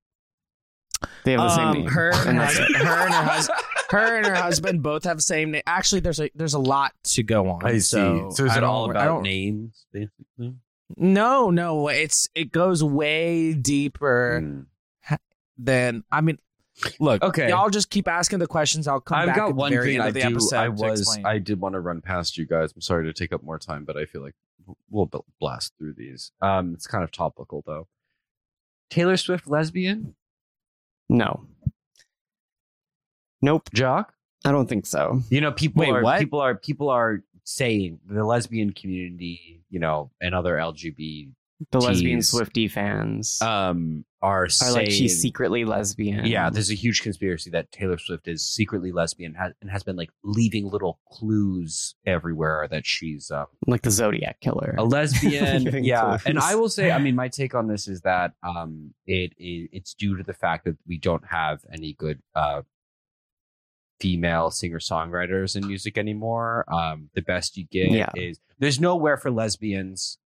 Speaker 3: They have the
Speaker 2: Um,
Speaker 3: same name.
Speaker 2: her and
Speaker 3: and that's
Speaker 2: her,
Speaker 3: it.
Speaker 2: her <laughs> and her
Speaker 4: <laughs>
Speaker 2: husband. Her and her husband both have the same name. Actually, there's a there's a lot to go on. So, I don't- I don't
Speaker 1: names, basically?
Speaker 2: No, no, it's it goes way deeper
Speaker 1: Mm.
Speaker 2: than I mean. Look,
Speaker 1: Okay.
Speaker 2: y'all just keep asking the questions. I'll come
Speaker 1: I've
Speaker 2: back at
Speaker 1: got
Speaker 2: the
Speaker 1: one
Speaker 2: very
Speaker 1: thing
Speaker 2: end
Speaker 1: I
Speaker 2: of the
Speaker 1: do.
Speaker 2: episode.
Speaker 1: I
Speaker 2: to
Speaker 1: was.
Speaker 2: explain.
Speaker 1: I did want to run past you guys. I'm sorry to take up more time, but I feel like we'll bl- blast through these. Um, it's kind of topical though. Taylor Swift lesbian?
Speaker 3: No. Nope.
Speaker 1: Jock?
Speaker 3: I don't think so.
Speaker 1: You know, people
Speaker 2: Wait,
Speaker 1: are
Speaker 2: what?
Speaker 1: people are people are saying the lesbian community, you know, and other LGBT
Speaker 3: The lesbian
Speaker 1: Tease.
Speaker 3: Swifty fans
Speaker 1: um, are,
Speaker 3: are
Speaker 1: saying,
Speaker 3: like she's secretly lesbian.
Speaker 1: Yeah, there's a huge conspiracy that Taylor Swift is secretly lesbian ha- and has been like leaving little clues everywhere that she's um,
Speaker 3: like the Zodiac killer.
Speaker 1: a lesbian.
Speaker 3: <laughs> Leaving
Speaker 1: yeah,
Speaker 3: clues.
Speaker 1: and I will say, I mean, my take on this is that um, it, it it's due to the fact that we don't have any good uh, female singer songwriters in music anymore. Um, the best you get
Speaker 3: Yeah.
Speaker 1: is there's nowhere for lesbians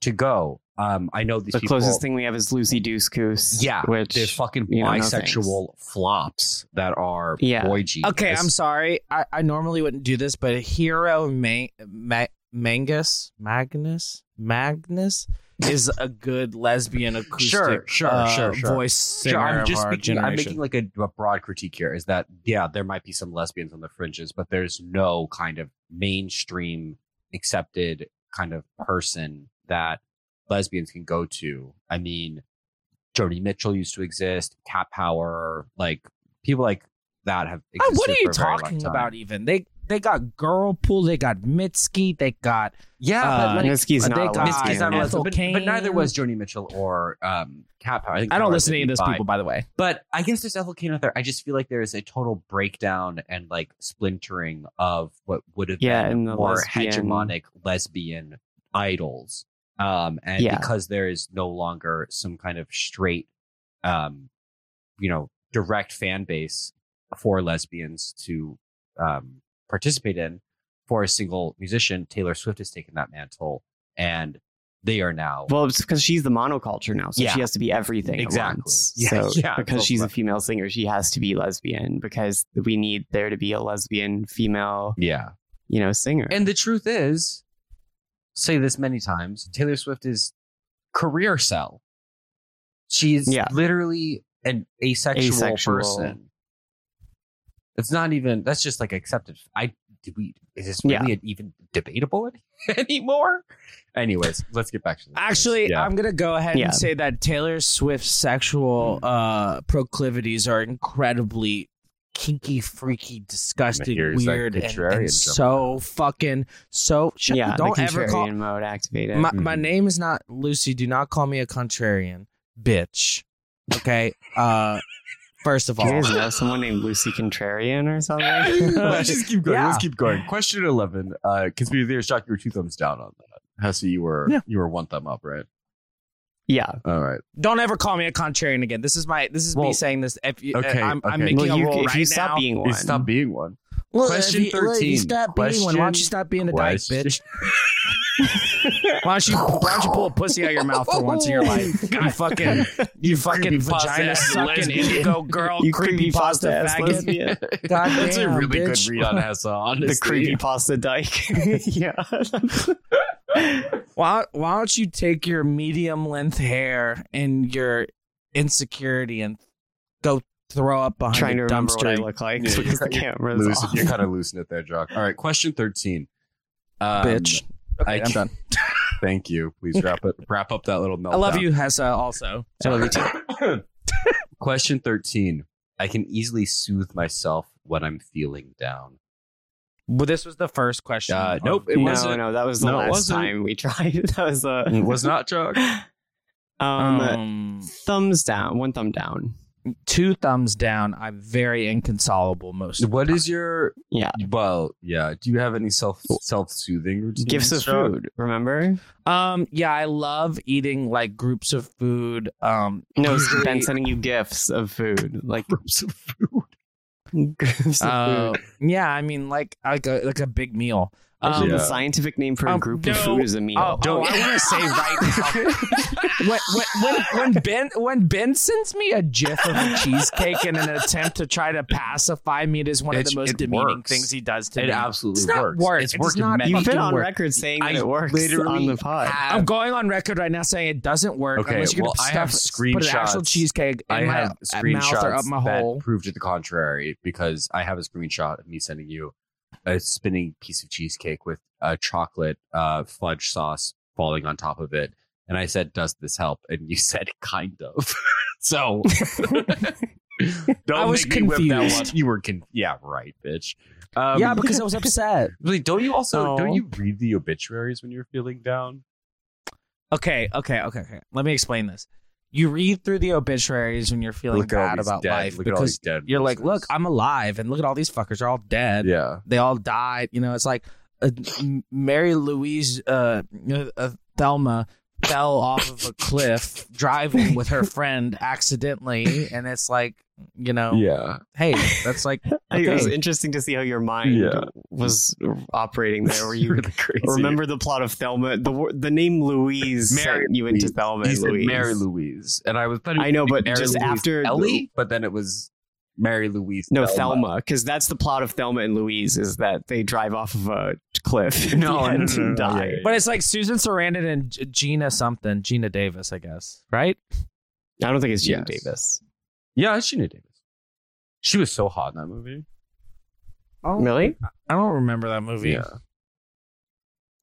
Speaker 1: to go. Um, I know these
Speaker 3: the
Speaker 1: people.
Speaker 3: closest thing we have is Lucy Deucecoos.
Speaker 1: Yeah,
Speaker 3: which
Speaker 1: They're fucking
Speaker 3: you know, no
Speaker 1: bisexual flops that are
Speaker 3: Yeah.
Speaker 1: boy genius.
Speaker 2: Okay, I'm sorry. I, I normally wouldn't do this, but Hero Ma- Ma- Mangus Magnus Magnus is a good lesbian acoustic
Speaker 1: Sure, sure,
Speaker 2: uh,
Speaker 1: sure, sure.
Speaker 2: voice singer
Speaker 1: Sure, I'm
Speaker 2: of
Speaker 1: just
Speaker 2: our
Speaker 1: speaking, I'm making
Speaker 2: generation.
Speaker 1: like a, a broad critique here is that yeah, there might be some lesbians on the fringes, but there's no kind of mainstream accepted kind of person that lesbians can go to. I mean, Joni Mitchell used to exist, Cat Power, like people like that have
Speaker 2: Oh,
Speaker 1: existed.
Speaker 2: what are you
Speaker 1: for a very long
Speaker 2: talking
Speaker 1: time.
Speaker 2: about? Even they they got girl pool, they got Mitski, they got
Speaker 1: Yeah,
Speaker 2: Uh,
Speaker 1: but like,
Speaker 3: Mitski's
Speaker 2: they
Speaker 3: not a
Speaker 2: got-
Speaker 1: Mitski's
Speaker 3: lesbian.
Speaker 1: not a
Speaker 2: Ethel
Speaker 1: lesbian, but, but
Speaker 2: Cain.
Speaker 1: neither was Joni Mitchell or um, Cat Power. I, think
Speaker 2: I
Speaker 1: Cat
Speaker 2: don't
Speaker 1: Power
Speaker 2: listen to any of
Speaker 1: was
Speaker 2: those
Speaker 1: bi.
Speaker 2: people, by the way.
Speaker 1: But I guess there's Ethel Kane out there. I just feel like there is a total breakdown and like splintering of what would have
Speaker 3: Yeah,
Speaker 1: been
Speaker 3: and the
Speaker 1: more
Speaker 3: lesbian-
Speaker 1: hegemonic lesbian idols. Um, and
Speaker 3: Yeah.
Speaker 1: because there is no longer some kind of straight, um, you know, direct fan base for lesbians to um, participate in for a single musician, Taylor Swift has taken that mantle and they are now.
Speaker 3: Well, it's because she's the monoculture now, so
Speaker 1: Yeah.
Speaker 3: she has to be everything. at
Speaker 1: Exactly.
Speaker 3: once.
Speaker 1: <laughs> Yeah,
Speaker 3: So
Speaker 1: yeah,
Speaker 3: because
Speaker 1: that's
Speaker 3: she's a
Speaker 1: right.
Speaker 3: female singer, she has to be lesbian because we need there to be a lesbian female,
Speaker 1: yeah.
Speaker 3: you know, singer.
Speaker 1: And the truth is, say this many times, Taylor Swift is career sell. She's
Speaker 3: Yeah.
Speaker 1: literally an asexual,
Speaker 3: Asexual.
Speaker 1: person. It's not even that's just like accepted. I do we is this
Speaker 3: Yeah.
Speaker 1: really even debatable <laughs> any- anymore? Anyways, let's get back to this.
Speaker 2: Actually,
Speaker 1: Yeah.
Speaker 2: I'm gonna go ahead
Speaker 3: Yeah.
Speaker 2: and say that Taylor Swift's sexual uh, proclivities are incredibly kinky, freaky, disgusting,
Speaker 5: Here's that
Speaker 2: weird, and,
Speaker 5: contrarian
Speaker 2: and
Speaker 5: jump.
Speaker 2: so fucking so. Shut,
Speaker 3: yeah,
Speaker 2: don't
Speaker 3: the
Speaker 2: ever call
Speaker 3: contrarian mode activated.
Speaker 2: my, my name is not Lucy. Do not call me a contrarian, bitch. Okay. Uh, first of
Speaker 3: Do you
Speaker 2: all, <laughs>
Speaker 3: guys know someone named Lucy Contrarian or something? <laughs>
Speaker 1: let's just keep going.
Speaker 2: Yeah.
Speaker 1: Let's keep going. Question eleven. Uh conspiracy theorist Jock, you were two thumbs down on that. Hesse, you were
Speaker 2: Yeah.
Speaker 1: you were one thumb up, right?
Speaker 3: yeah.
Speaker 1: All right.
Speaker 2: don't ever call me a contrarian again. This is my. This is
Speaker 1: Well,
Speaker 2: me saying this. If you, uh,
Speaker 1: okay,
Speaker 2: I'm,
Speaker 1: okay.
Speaker 2: I'm making
Speaker 3: Well,
Speaker 2: a
Speaker 3: you,
Speaker 2: rule
Speaker 3: if
Speaker 2: right
Speaker 3: you
Speaker 2: now.
Speaker 3: stop being one,
Speaker 1: It's Stop being one.
Speaker 2: Well,
Speaker 1: Question
Speaker 2: if you- well, if
Speaker 1: 13.
Speaker 2: you stop being one. Why don't you
Speaker 1: Question-
Speaker 2: stop being a dyke, bitch?
Speaker 1: Question-
Speaker 2: <laughs> Why don't you Why don't you pull a pussy out of your mouth for once in your life? Oh, You fucking you fucking
Speaker 1: creepypasta
Speaker 2: vagina
Speaker 1: ass
Speaker 2: sucking
Speaker 1: lesbian.
Speaker 2: indigo girl,
Speaker 3: you
Speaker 2: creepy
Speaker 3: Oh, creepy pasta
Speaker 2: pasta
Speaker 3: ass
Speaker 2: <laughs> faggot.
Speaker 3: lesbian.
Speaker 1: <laughs>
Speaker 2: God
Speaker 1: That's a
Speaker 2: damn,
Speaker 1: really
Speaker 2: bitch.
Speaker 1: good read on Hessa, honestly.
Speaker 3: the creepy pasta dyke. yeah.
Speaker 2: Why why don't you take your medium length hair and your insecurity and go throw up behind
Speaker 3: Trying to
Speaker 2: a
Speaker 3: remember what I
Speaker 2: dumpster?
Speaker 3: look like
Speaker 1: Yeah,
Speaker 3: because
Speaker 1: you're-
Speaker 3: the camera is
Speaker 1: Loosen,
Speaker 3: off.
Speaker 1: you're kind of loosening it there, Jock. All right, question 13. Um,
Speaker 2: bitch.
Speaker 1: I,
Speaker 2: I'm done.
Speaker 1: <laughs> Thank you. Please wrap it. Wrap up that little meltdown.
Speaker 2: I love you, Hessa, also.
Speaker 1: Question 13. I can easily soothe myself when I'm feeling down.
Speaker 2: Well, this was the first question. Um,
Speaker 1: Uh, nope, it
Speaker 3: no,
Speaker 1: wasn't.
Speaker 3: no, that was the
Speaker 1: No, it
Speaker 3: last
Speaker 1: wasn't. Mm,
Speaker 3: time we tried. <laughs> That was uh,
Speaker 1: It was not
Speaker 2: <laughs>
Speaker 1: Jock. uh,
Speaker 3: um,
Speaker 2: Um,
Speaker 3: thumbs down, one thumb down.
Speaker 2: two thumbs down. I'm very inconsolable most of
Speaker 1: What
Speaker 2: the
Speaker 1: is your
Speaker 3: Yeah.
Speaker 1: Well, yeah. Do you have any self self soothing routines?
Speaker 3: Gifts of
Speaker 1: Jock?
Speaker 3: food, remember?
Speaker 2: time. Um, yeah, I love eating like groups of food. Um,
Speaker 3: No, it's
Speaker 2: usually-
Speaker 3: been sending you gifts of food, like <laughs>
Speaker 1: Groups of food.
Speaker 3: gifts of
Speaker 2: uh,
Speaker 3: food.
Speaker 2: yeah, I mean like like a like a big meal.
Speaker 3: Actually,
Speaker 2: Um,
Speaker 3: the scientific name for a
Speaker 2: um,
Speaker 3: group
Speaker 2: no.
Speaker 3: of food is a meal.
Speaker 2: Oh, oh, I want to <laughs>
Speaker 1: <laughs>
Speaker 2: say right now. when, when, when, when Ben when Ben sends me a gif of a cheesecake in an attempt to try to pacify me, it is one of
Speaker 1: It's-
Speaker 2: the most
Speaker 1: it
Speaker 2: demeaning
Speaker 1: works.
Speaker 2: things he does to
Speaker 1: It
Speaker 2: me.
Speaker 1: absolutely
Speaker 2: It's not
Speaker 1: works.
Speaker 2: work.
Speaker 1: It's
Speaker 2: It
Speaker 1: worked
Speaker 2: does not
Speaker 1: many
Speaker 3: You've been
Speaker 2: fucking
Speaker 3: on
Speaker 2: work.
Speaker 3: record saying
Speaker 1: I
Speaker 3: that it works
Speaker 1: literally
Speaker 3: on the pod.
Speaker 1: have-
Speaker 2: I'm going on record right now saying it doesn't work
Speaker 1: Okay,
Speaker 2: unless you're
Speaker 1: well, I
Speaker 2: gonna
Speaker 1: have
Speaker 2: stuff, put an actual
Speaker 1: screenshots.
Speaker 2: cheesecake in
Speaker 1: I
Speaker 2: my
Speaker 1: have
Speaker 2: uh, mouth or up
Speaker 1: screenshots
Speaker 2: my
Speaker 1: that
Speaker 2: hole.
Speaker 1: prove to the contrary because I have a screenshot of me sending you a spinning piece of cheesecake with a chocolate uh, fudge sauce falling on top of it, and I said, "Does this help?" And you <laughs> said, "Kind of." <laughs>
Speaker 2: <laughs>
Speaker 1: so. Don't
Speaker 2: I was
Speaker 1: make me whip that one.
Speaker 2: confused.
Speaker 1: You were con- yeah, right, bitch. Um,
Speaker 2: yeah, because I was upset.
Speaker 1: really, don't you also
Speaker 2: Oh.
Speaker 1: don't you read the obituaries when you're feeling down?
Speaker 2: <laughs> Okay, okay, okay, okay. Let me explain this. You read through the obituaries when you're feeling
Speaker 1: at all
Speaker 2: bad
Speaker 1: these
Speaker 2: about
Speaker 1: dead-
Speaker 2: life
Speaker 1: look at all
Speaker 2: because
Speaker 1: these dead
Speaker 2: you're like,
Speaker 1: voices.
Speaker 2: look, I'm alive, and look at all these fuckers are all dead.
Speaker 1: yeah.
Speaker 2: They all died. You know, it's like uh, M- Mary Louise uh, uh, Thelma fell off of a cliff driving with her friend accidentally, and it's like, you know,
Speaker 1: Yeah.
Speaker 2: hey, that's <laughs> like
Speaker 3: I think <laughs> It was
Speaker 2: Okay.
Speaker 3: interesting to see how your mind
Speaker 1: Yeah.
Speaker 3: was operating
Speaker 1: <laughs>
Speaker 3: there,
Speaker 2: <laughs>
Speaker 3: where you
Speaker 1: crazy.
Speaker 3: remember the plot of Thelma. The wor- the name Louise
Speaker 1: Mary
Speaker 3: sent you into
Speaker 1: Louise.
Speaker 3: Thelma
Speaker 1: he
Speaker 3: and
Speaker 1: said
Speaker 3: Louise.
Speaker 1: Mary Louise, and I was planning.
Speaker 3: I know,
Speaker 1: to be
Speaker 3: but
Speaker 1: Mary
Speaker 3: just
Speaker 1: Louise
Speaker 3: after the-
Speaker 1: Ellie, but then it was Mary Louise.
Speaker 3: No, Thelma, because that's the plot of Thelma and Louise is that they drive off of a
Speaker 1: <laughs>
Speaker 3: cliff and
Speaker 1: No, no, no, no, no,
Speaker 3: die.
Speaker 1: yeah, yeah,
Speaker 2: But it's like Susan Sarandon and G- Gina something, Gina Davis, I guess, right?
Speaker 3: I don't think it's Gina
Speaker 1: Yes.
Speaker 3: Davis.
Speaker 1: Yeah, she knew Davis. She was so hot in that movie.
Speaker 3: Really?
Speaker 2: I don't remember that movie.
Speaker 1: Yeah.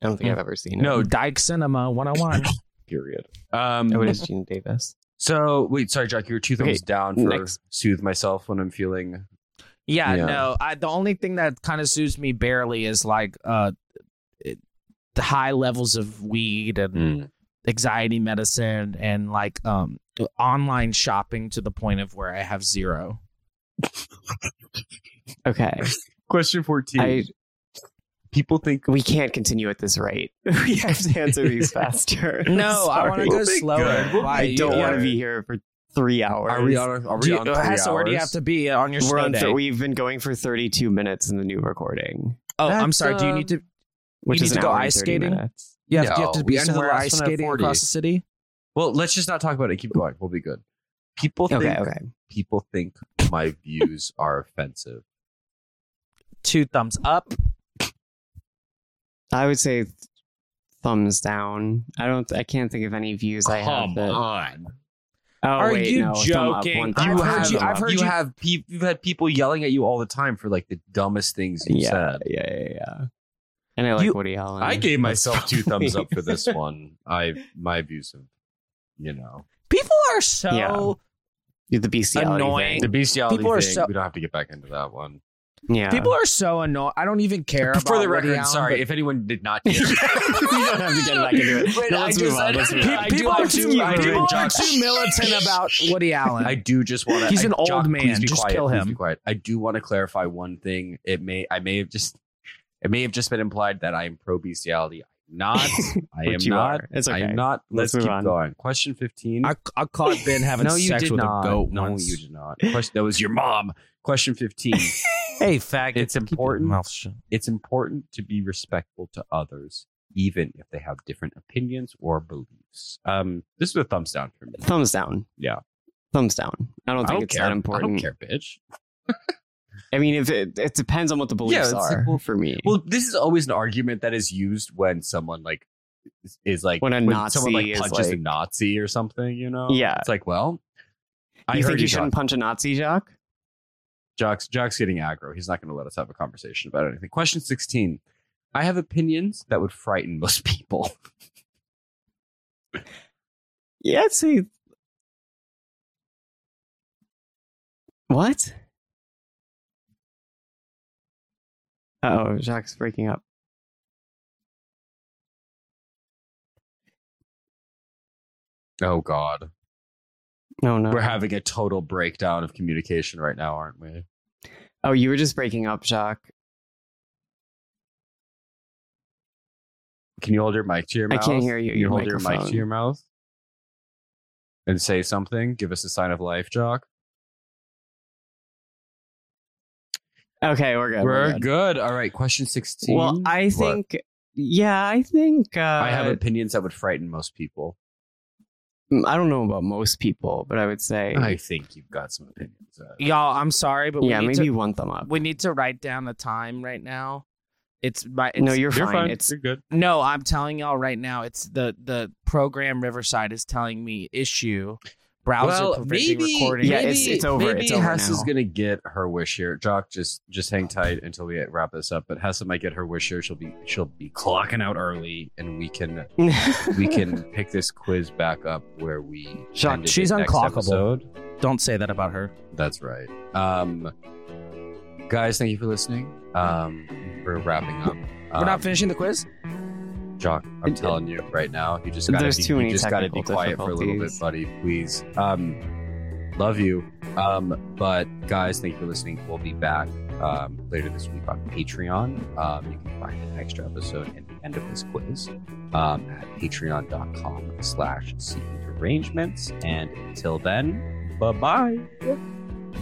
Speaker 3: I don't think I've ever seen it.
Speaker 1: No,
Speaker 2: Dyke Cinema 101.
Speaker 1: period. Um,
Speaker 3: Oh,
Speaker 1: <laughs>
Speaker 3: it is Gina Davis.
Speaker 1: so wait, sorry, Jack, you were two thumbs
Speaker 3: Okay,
Speaker 1: down for
Speaker 3: next.
Speaker 1: soothe myself when I'm feeling.
Speaker 2: yeah,
Speaker 1: Yeah.
Speaker 2: no. I, the only thing that kind of soothes me barely is like uh, it, the high levels of weed
Speaker 1: Mm.
Speaker 2: and anxiety medicine and like um online shopping to the point of where I have zero.
Speaker 3: Okay.
Speaker 1: Question fourteen.
Speaker 3: I,
Speaker 1: People think
Speaker 3: we can't continue at this rate. <laughs> We have to answer
Speaker 2: <laughs>
Speaker 3: these faster.
Speaker 2: No,
Speaker 3: <laughs>
Speaker 2: I want to
Speaker 3: Sorry.
Speaker 2: go
Speaker 1: We'll be
Speaker 2: slower.
Speaker 1: good. We'll
Speaker 2: Why
Speaker 3: I
Speaker 2: you-
Speaker 3: don't
Speaker 2: yeah.
Speaker 3: want to be here for three hours.
Speaker 1: are we on? Are we
Speaker 2: Do you,
Speaker 1: on? Three
Speaker 2: Hessa, where do you have
Speaker 1: hours?
Speaker 2: to be on your
Speaker 3: We're
Speaker 2: snow
Speaker 3: on
Speaker 2: day?
Speaker 3: th- we've been going for 32 minutes in the new recording,
Speaker 2: oh, I'm
Speaker 1: That's,
Speaker 2: sorry. do you
Speaker 1: uh,
Speaker 2: need to?
Speaker 3: which
Speaker 2: need
Speaker 3: is
Speaker 2: to
Speaker 3: an
Speaker 2: go
Speaker 3: hour and
Speaker 2: ice
Speaker 3: 30
Speaker 2: skating?
Speaker 3: minutes.
Speaker 2: You have, you have
Speaker 1: No,
Speaker 2: to
Speaker 1: we
Speaker 2: be
Speaker 1: ended the
Speaker 2: somewhere
Speaker 1: last
Speaker 2: ice
Speaker 1: one at
Speaker 2: skating
Speaker 1: 40.
Speaker 2: across the city.
Speaker 1: Well, let's just not talk about it. Keep going. We'll be good. People think
Speaker 3: Okay, okay.
Speaker 1: people think my views are
Speaker 3: <laughs>
Speaker 1: offensive.
Speaker 2: Two thumbs up.
Speaker 3: I would say th- thumbs down. I don't. I can't think of any views I have. That,
Speaker 1: on.
Speaker 3: oh,
Speaker 2: Are
Speaker 3: wait,
Speaker 2: you
Speaker 3: no, thumb up,
Speaker 2: joking?
Speaker 3: one
Speaker 2: I've
Speaker 3: thumb
Speaker 1: You
Speaker 3: up,
Speaker 1: have,
Speaker 2: heard you-
Speaker 3: thumb
Speaker 2: I've
Speaker 3: up.
Speaker 2: heard
Speaker 1: you
Speaker 2: you-
Speaker 1: have peop you've had people yelling at you all the time for like the dumbest things you
Speaker 3: Yeah,
Speaker 1: said.
Speaker 3: yeah, yeah, yeah. And I like
Speaker 2: You-
Speaker 3: Woody Allen.
Speaker 1: I gave
Speaker 3: That's
Speaker 1: myself two
Speaker 3: probably-
Speaker 1: thumbs up for <laughs> this one. I my views of you know
Speaker 2: People are so
Speaker 3: Yeah. the bestiality
Speaker 2: Annoying.
Speaker 1: the
Speaker 3: E Thing.
Speaker 1: bestiality
Speaker 2: People are
Speaker 1: thing.
Speaker 2: so-
Speaker 1: we don't have to get back into that one.
Speaker 3: Yeah. <laughs>
Speaker 2: people are so annoying. I don't even care.
Speaker 1: For
Speaker 2: about
Speaker 1: the record,
Speaker 2: Woody Allen,
Speaker 1: sorry
Speaker 2: but-
Speaker 1: if anyone did <laughs> not. Get it.
Speaker 2: <laughs>
Speaker 3: we don't have to get back into it.
Speaker 1: Wait,
Speaker 3: No,
Speaker 1: I
Speaker 3: let's move
Speaker 1: just- <laughs>
Speaker 3: on. Let's move
Speaker 1: Pe-
Speaker 3: on.
Speaker 1: I do
Speaker 2: people
Speaker 1: like
Speaker 2: are
Speaker 1: to-
Speaker 2: too,
Speaker 1: I do
Speaker 2: people
Speaker 1: like
Speaker 2: are
Speaker 1: Josh.
Speaker 2: too militant about Woody Allen.
Speaker 1: I do just want to.
Speaker 2: He's an old man.
Speaker 1: Please be
Speaker 2: Just
Speaker 1: quiet.
Speaker 2: kill
Speaker 1: Please
Speaker 2: him.
Speaker 1: be quiet. I do want to clarify one thing. It may. I may have just. It may have just been implied that I am pro bestiality. I'm <laughs> not. I am
Speaker 3: Which you
Speaker 1: not.
Speaker 3: are. It's okay.
Speaker 1: I'm not.
Speaker 3: Let's
Speaker 1: Let's,
Speaker 3: move
Speaker 1: keep
Speaker 3: on.
Speaker 1: going. Question fifteen.
Speaker 2: I, I caught Ben having
Speaker 1: no, you
Speaker 2: sex
Speaker 1: did
Speaker 2: with
Speaker 1: not.
Speaker 2: a goat
Speaker 1: no,
Speaker 2: once.
Speaker 1: you did not. Question, that was your mom. Question
Speaker 3: <laughs>
Speaker 1: fifteen.
Speaker 2: Hey, faggot.
Speaker 1: It's
Speaker 2: keep your
Speaker 1: important.
Speaker 2: mouth shut.
Speaker 1: it's important to be respectful to others, even if they have different opinions or beliefs. Um, this is a thumbs down for me.
Speaker 3: Thumbs down.
Speaker 1: Yeah.
Speaker 3: Thumbs down. I don't think it's that important.
Speaker 1: I don't care, bitch.
Speaker 3: I mean, if it, it depends on what the beliefs
Speaker 1: it's
Speaker 3: are
Speaker 1: like, well-
Speaker 3: for me.
Speaker 1: Well, this is always an argument that is used when someone like is, is, like
Speaker 3: When a
Speaker 1: someone
Speaker 3: Nazi
Speaker 1: like
Speaker 3: is,
Speaker 1: punches
Speaker 3: like-
Speaker 1: a Nazi or something, you know?
Speaker 3: Yeah.
Speaker 1: it's like, well, I
Speaker 3: you
Speaker 1: heard
Speaker 3: think you
Speaker 1: got-
Speaker 3: shouldn't punch a Nazi, Jacques?
Speaker 1: Jock's Jock's getting aggro. He's not going to let us have a conversation about anything. Question sixteen: I have opinions that would frighten most <laughs> people.
Speaker 3: Yeah, I'd say. What? Oh, Jacques is breaking up.
Speaker 1: Oh God,
Speaker 3: No, no.
Speaker 1: we're having a total breakdown of communication right now, aren't we?
Speaker 3: oh, you were just breaking up, Jacques.
Speaker 1: Can you hold your mic to your
Speaker 3: I
Speaker 1: mouth?
Speaker 3: can't hear you,
Speaker 1: Can
Speaker 3: your
Speaker 1: hold your mic
Speaker 3: microphone.
Speaker 1: to your mouth and say something. Give us a sign of life, Jock.
Speaker 3: Okay, we're good.
Speaker 1: We're
Speaker 3: good.
Speaker 1: good. All right. Question 16.
Speaker 3: oh Well, I
Speaker 1: What?
Speaker 3: think. Yeah, I think. Uh,
Speaker 1: I have opinions that would frighten most people.
Speaker 3: uh, I don't know about most people, but I would say.
Speaker 1: I think you've got some opinions. Uh,
Speaker 2: Y'all, I'm sorry, but
Speaker 3: yeah,
Speaker 2: we, need
Speaker 3: maybe
Speaker 2: to,
Speaker 3: one thumb up.
Speaker 2: we need to write down the time right now. It's my it's,
Speaker 3: no, you're, fine. It's
Speaker 1: you're good.
Speaker 2: No, I'm telling y'all right now, it's the the program Riverside is telling me issue browser
Speaker 1: well,
Speaker 2: preventing
Speaker 1: maybe,
Speaker 2: recording.
Speaker 3: Yeah,
Speaker 1: maybe-
Speaker 3: it's- it's over.
Speaker 1: Maybe
Speaker 3: It's over
Speaker 1: Hess
Speaker 3: now.
Speaker 1: is gonna get her wish here. Jock, just just hang tight until we wrap this up. But Hessa might get her wish here. She'll be she'll be clocking out early, and we can we <laughs>
Speaker 3: <laughs>
Speaker 1: can pick this quiz back up where we.
Speaker 2: Jock,
Speaker 1: ended it
Speaker 2: she's
Speaker 1: next
Speaker 2: unclockable.
Speaker 1: episode.
Speaker 2: Don't say that about her.
Speaker 1: That's right. Um, guys, thank you for listening. Um, we're wrapping up.
Speaker 2: We're
Speaker 1: Um,
Speaker 2: not finishing the quiz.
Speaker 1: Jock, I'm telling you right now, you just gotta
Speaker 3: There's
Speaker 1: be,
Speaker 3: too
Speaker 1: you
Speaker 3: many
Speaker 1: just gotta be
Speaker 3: technical
Speaker 1: quiet for a little bit,
Speaker 3: difficulties.
Speaker 1: buddy. Please, um, love you. Um, but guys, thank you for listening. We'll be back um, later this week on Patreon. Um, you can find an extra episode at the end of this quiz um, at Patreon.com/slash Secret E Arrangements. And until then, bye bye.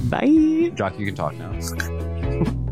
Speaker 3: Bye.
Speaker 1: Jock, you can talk now.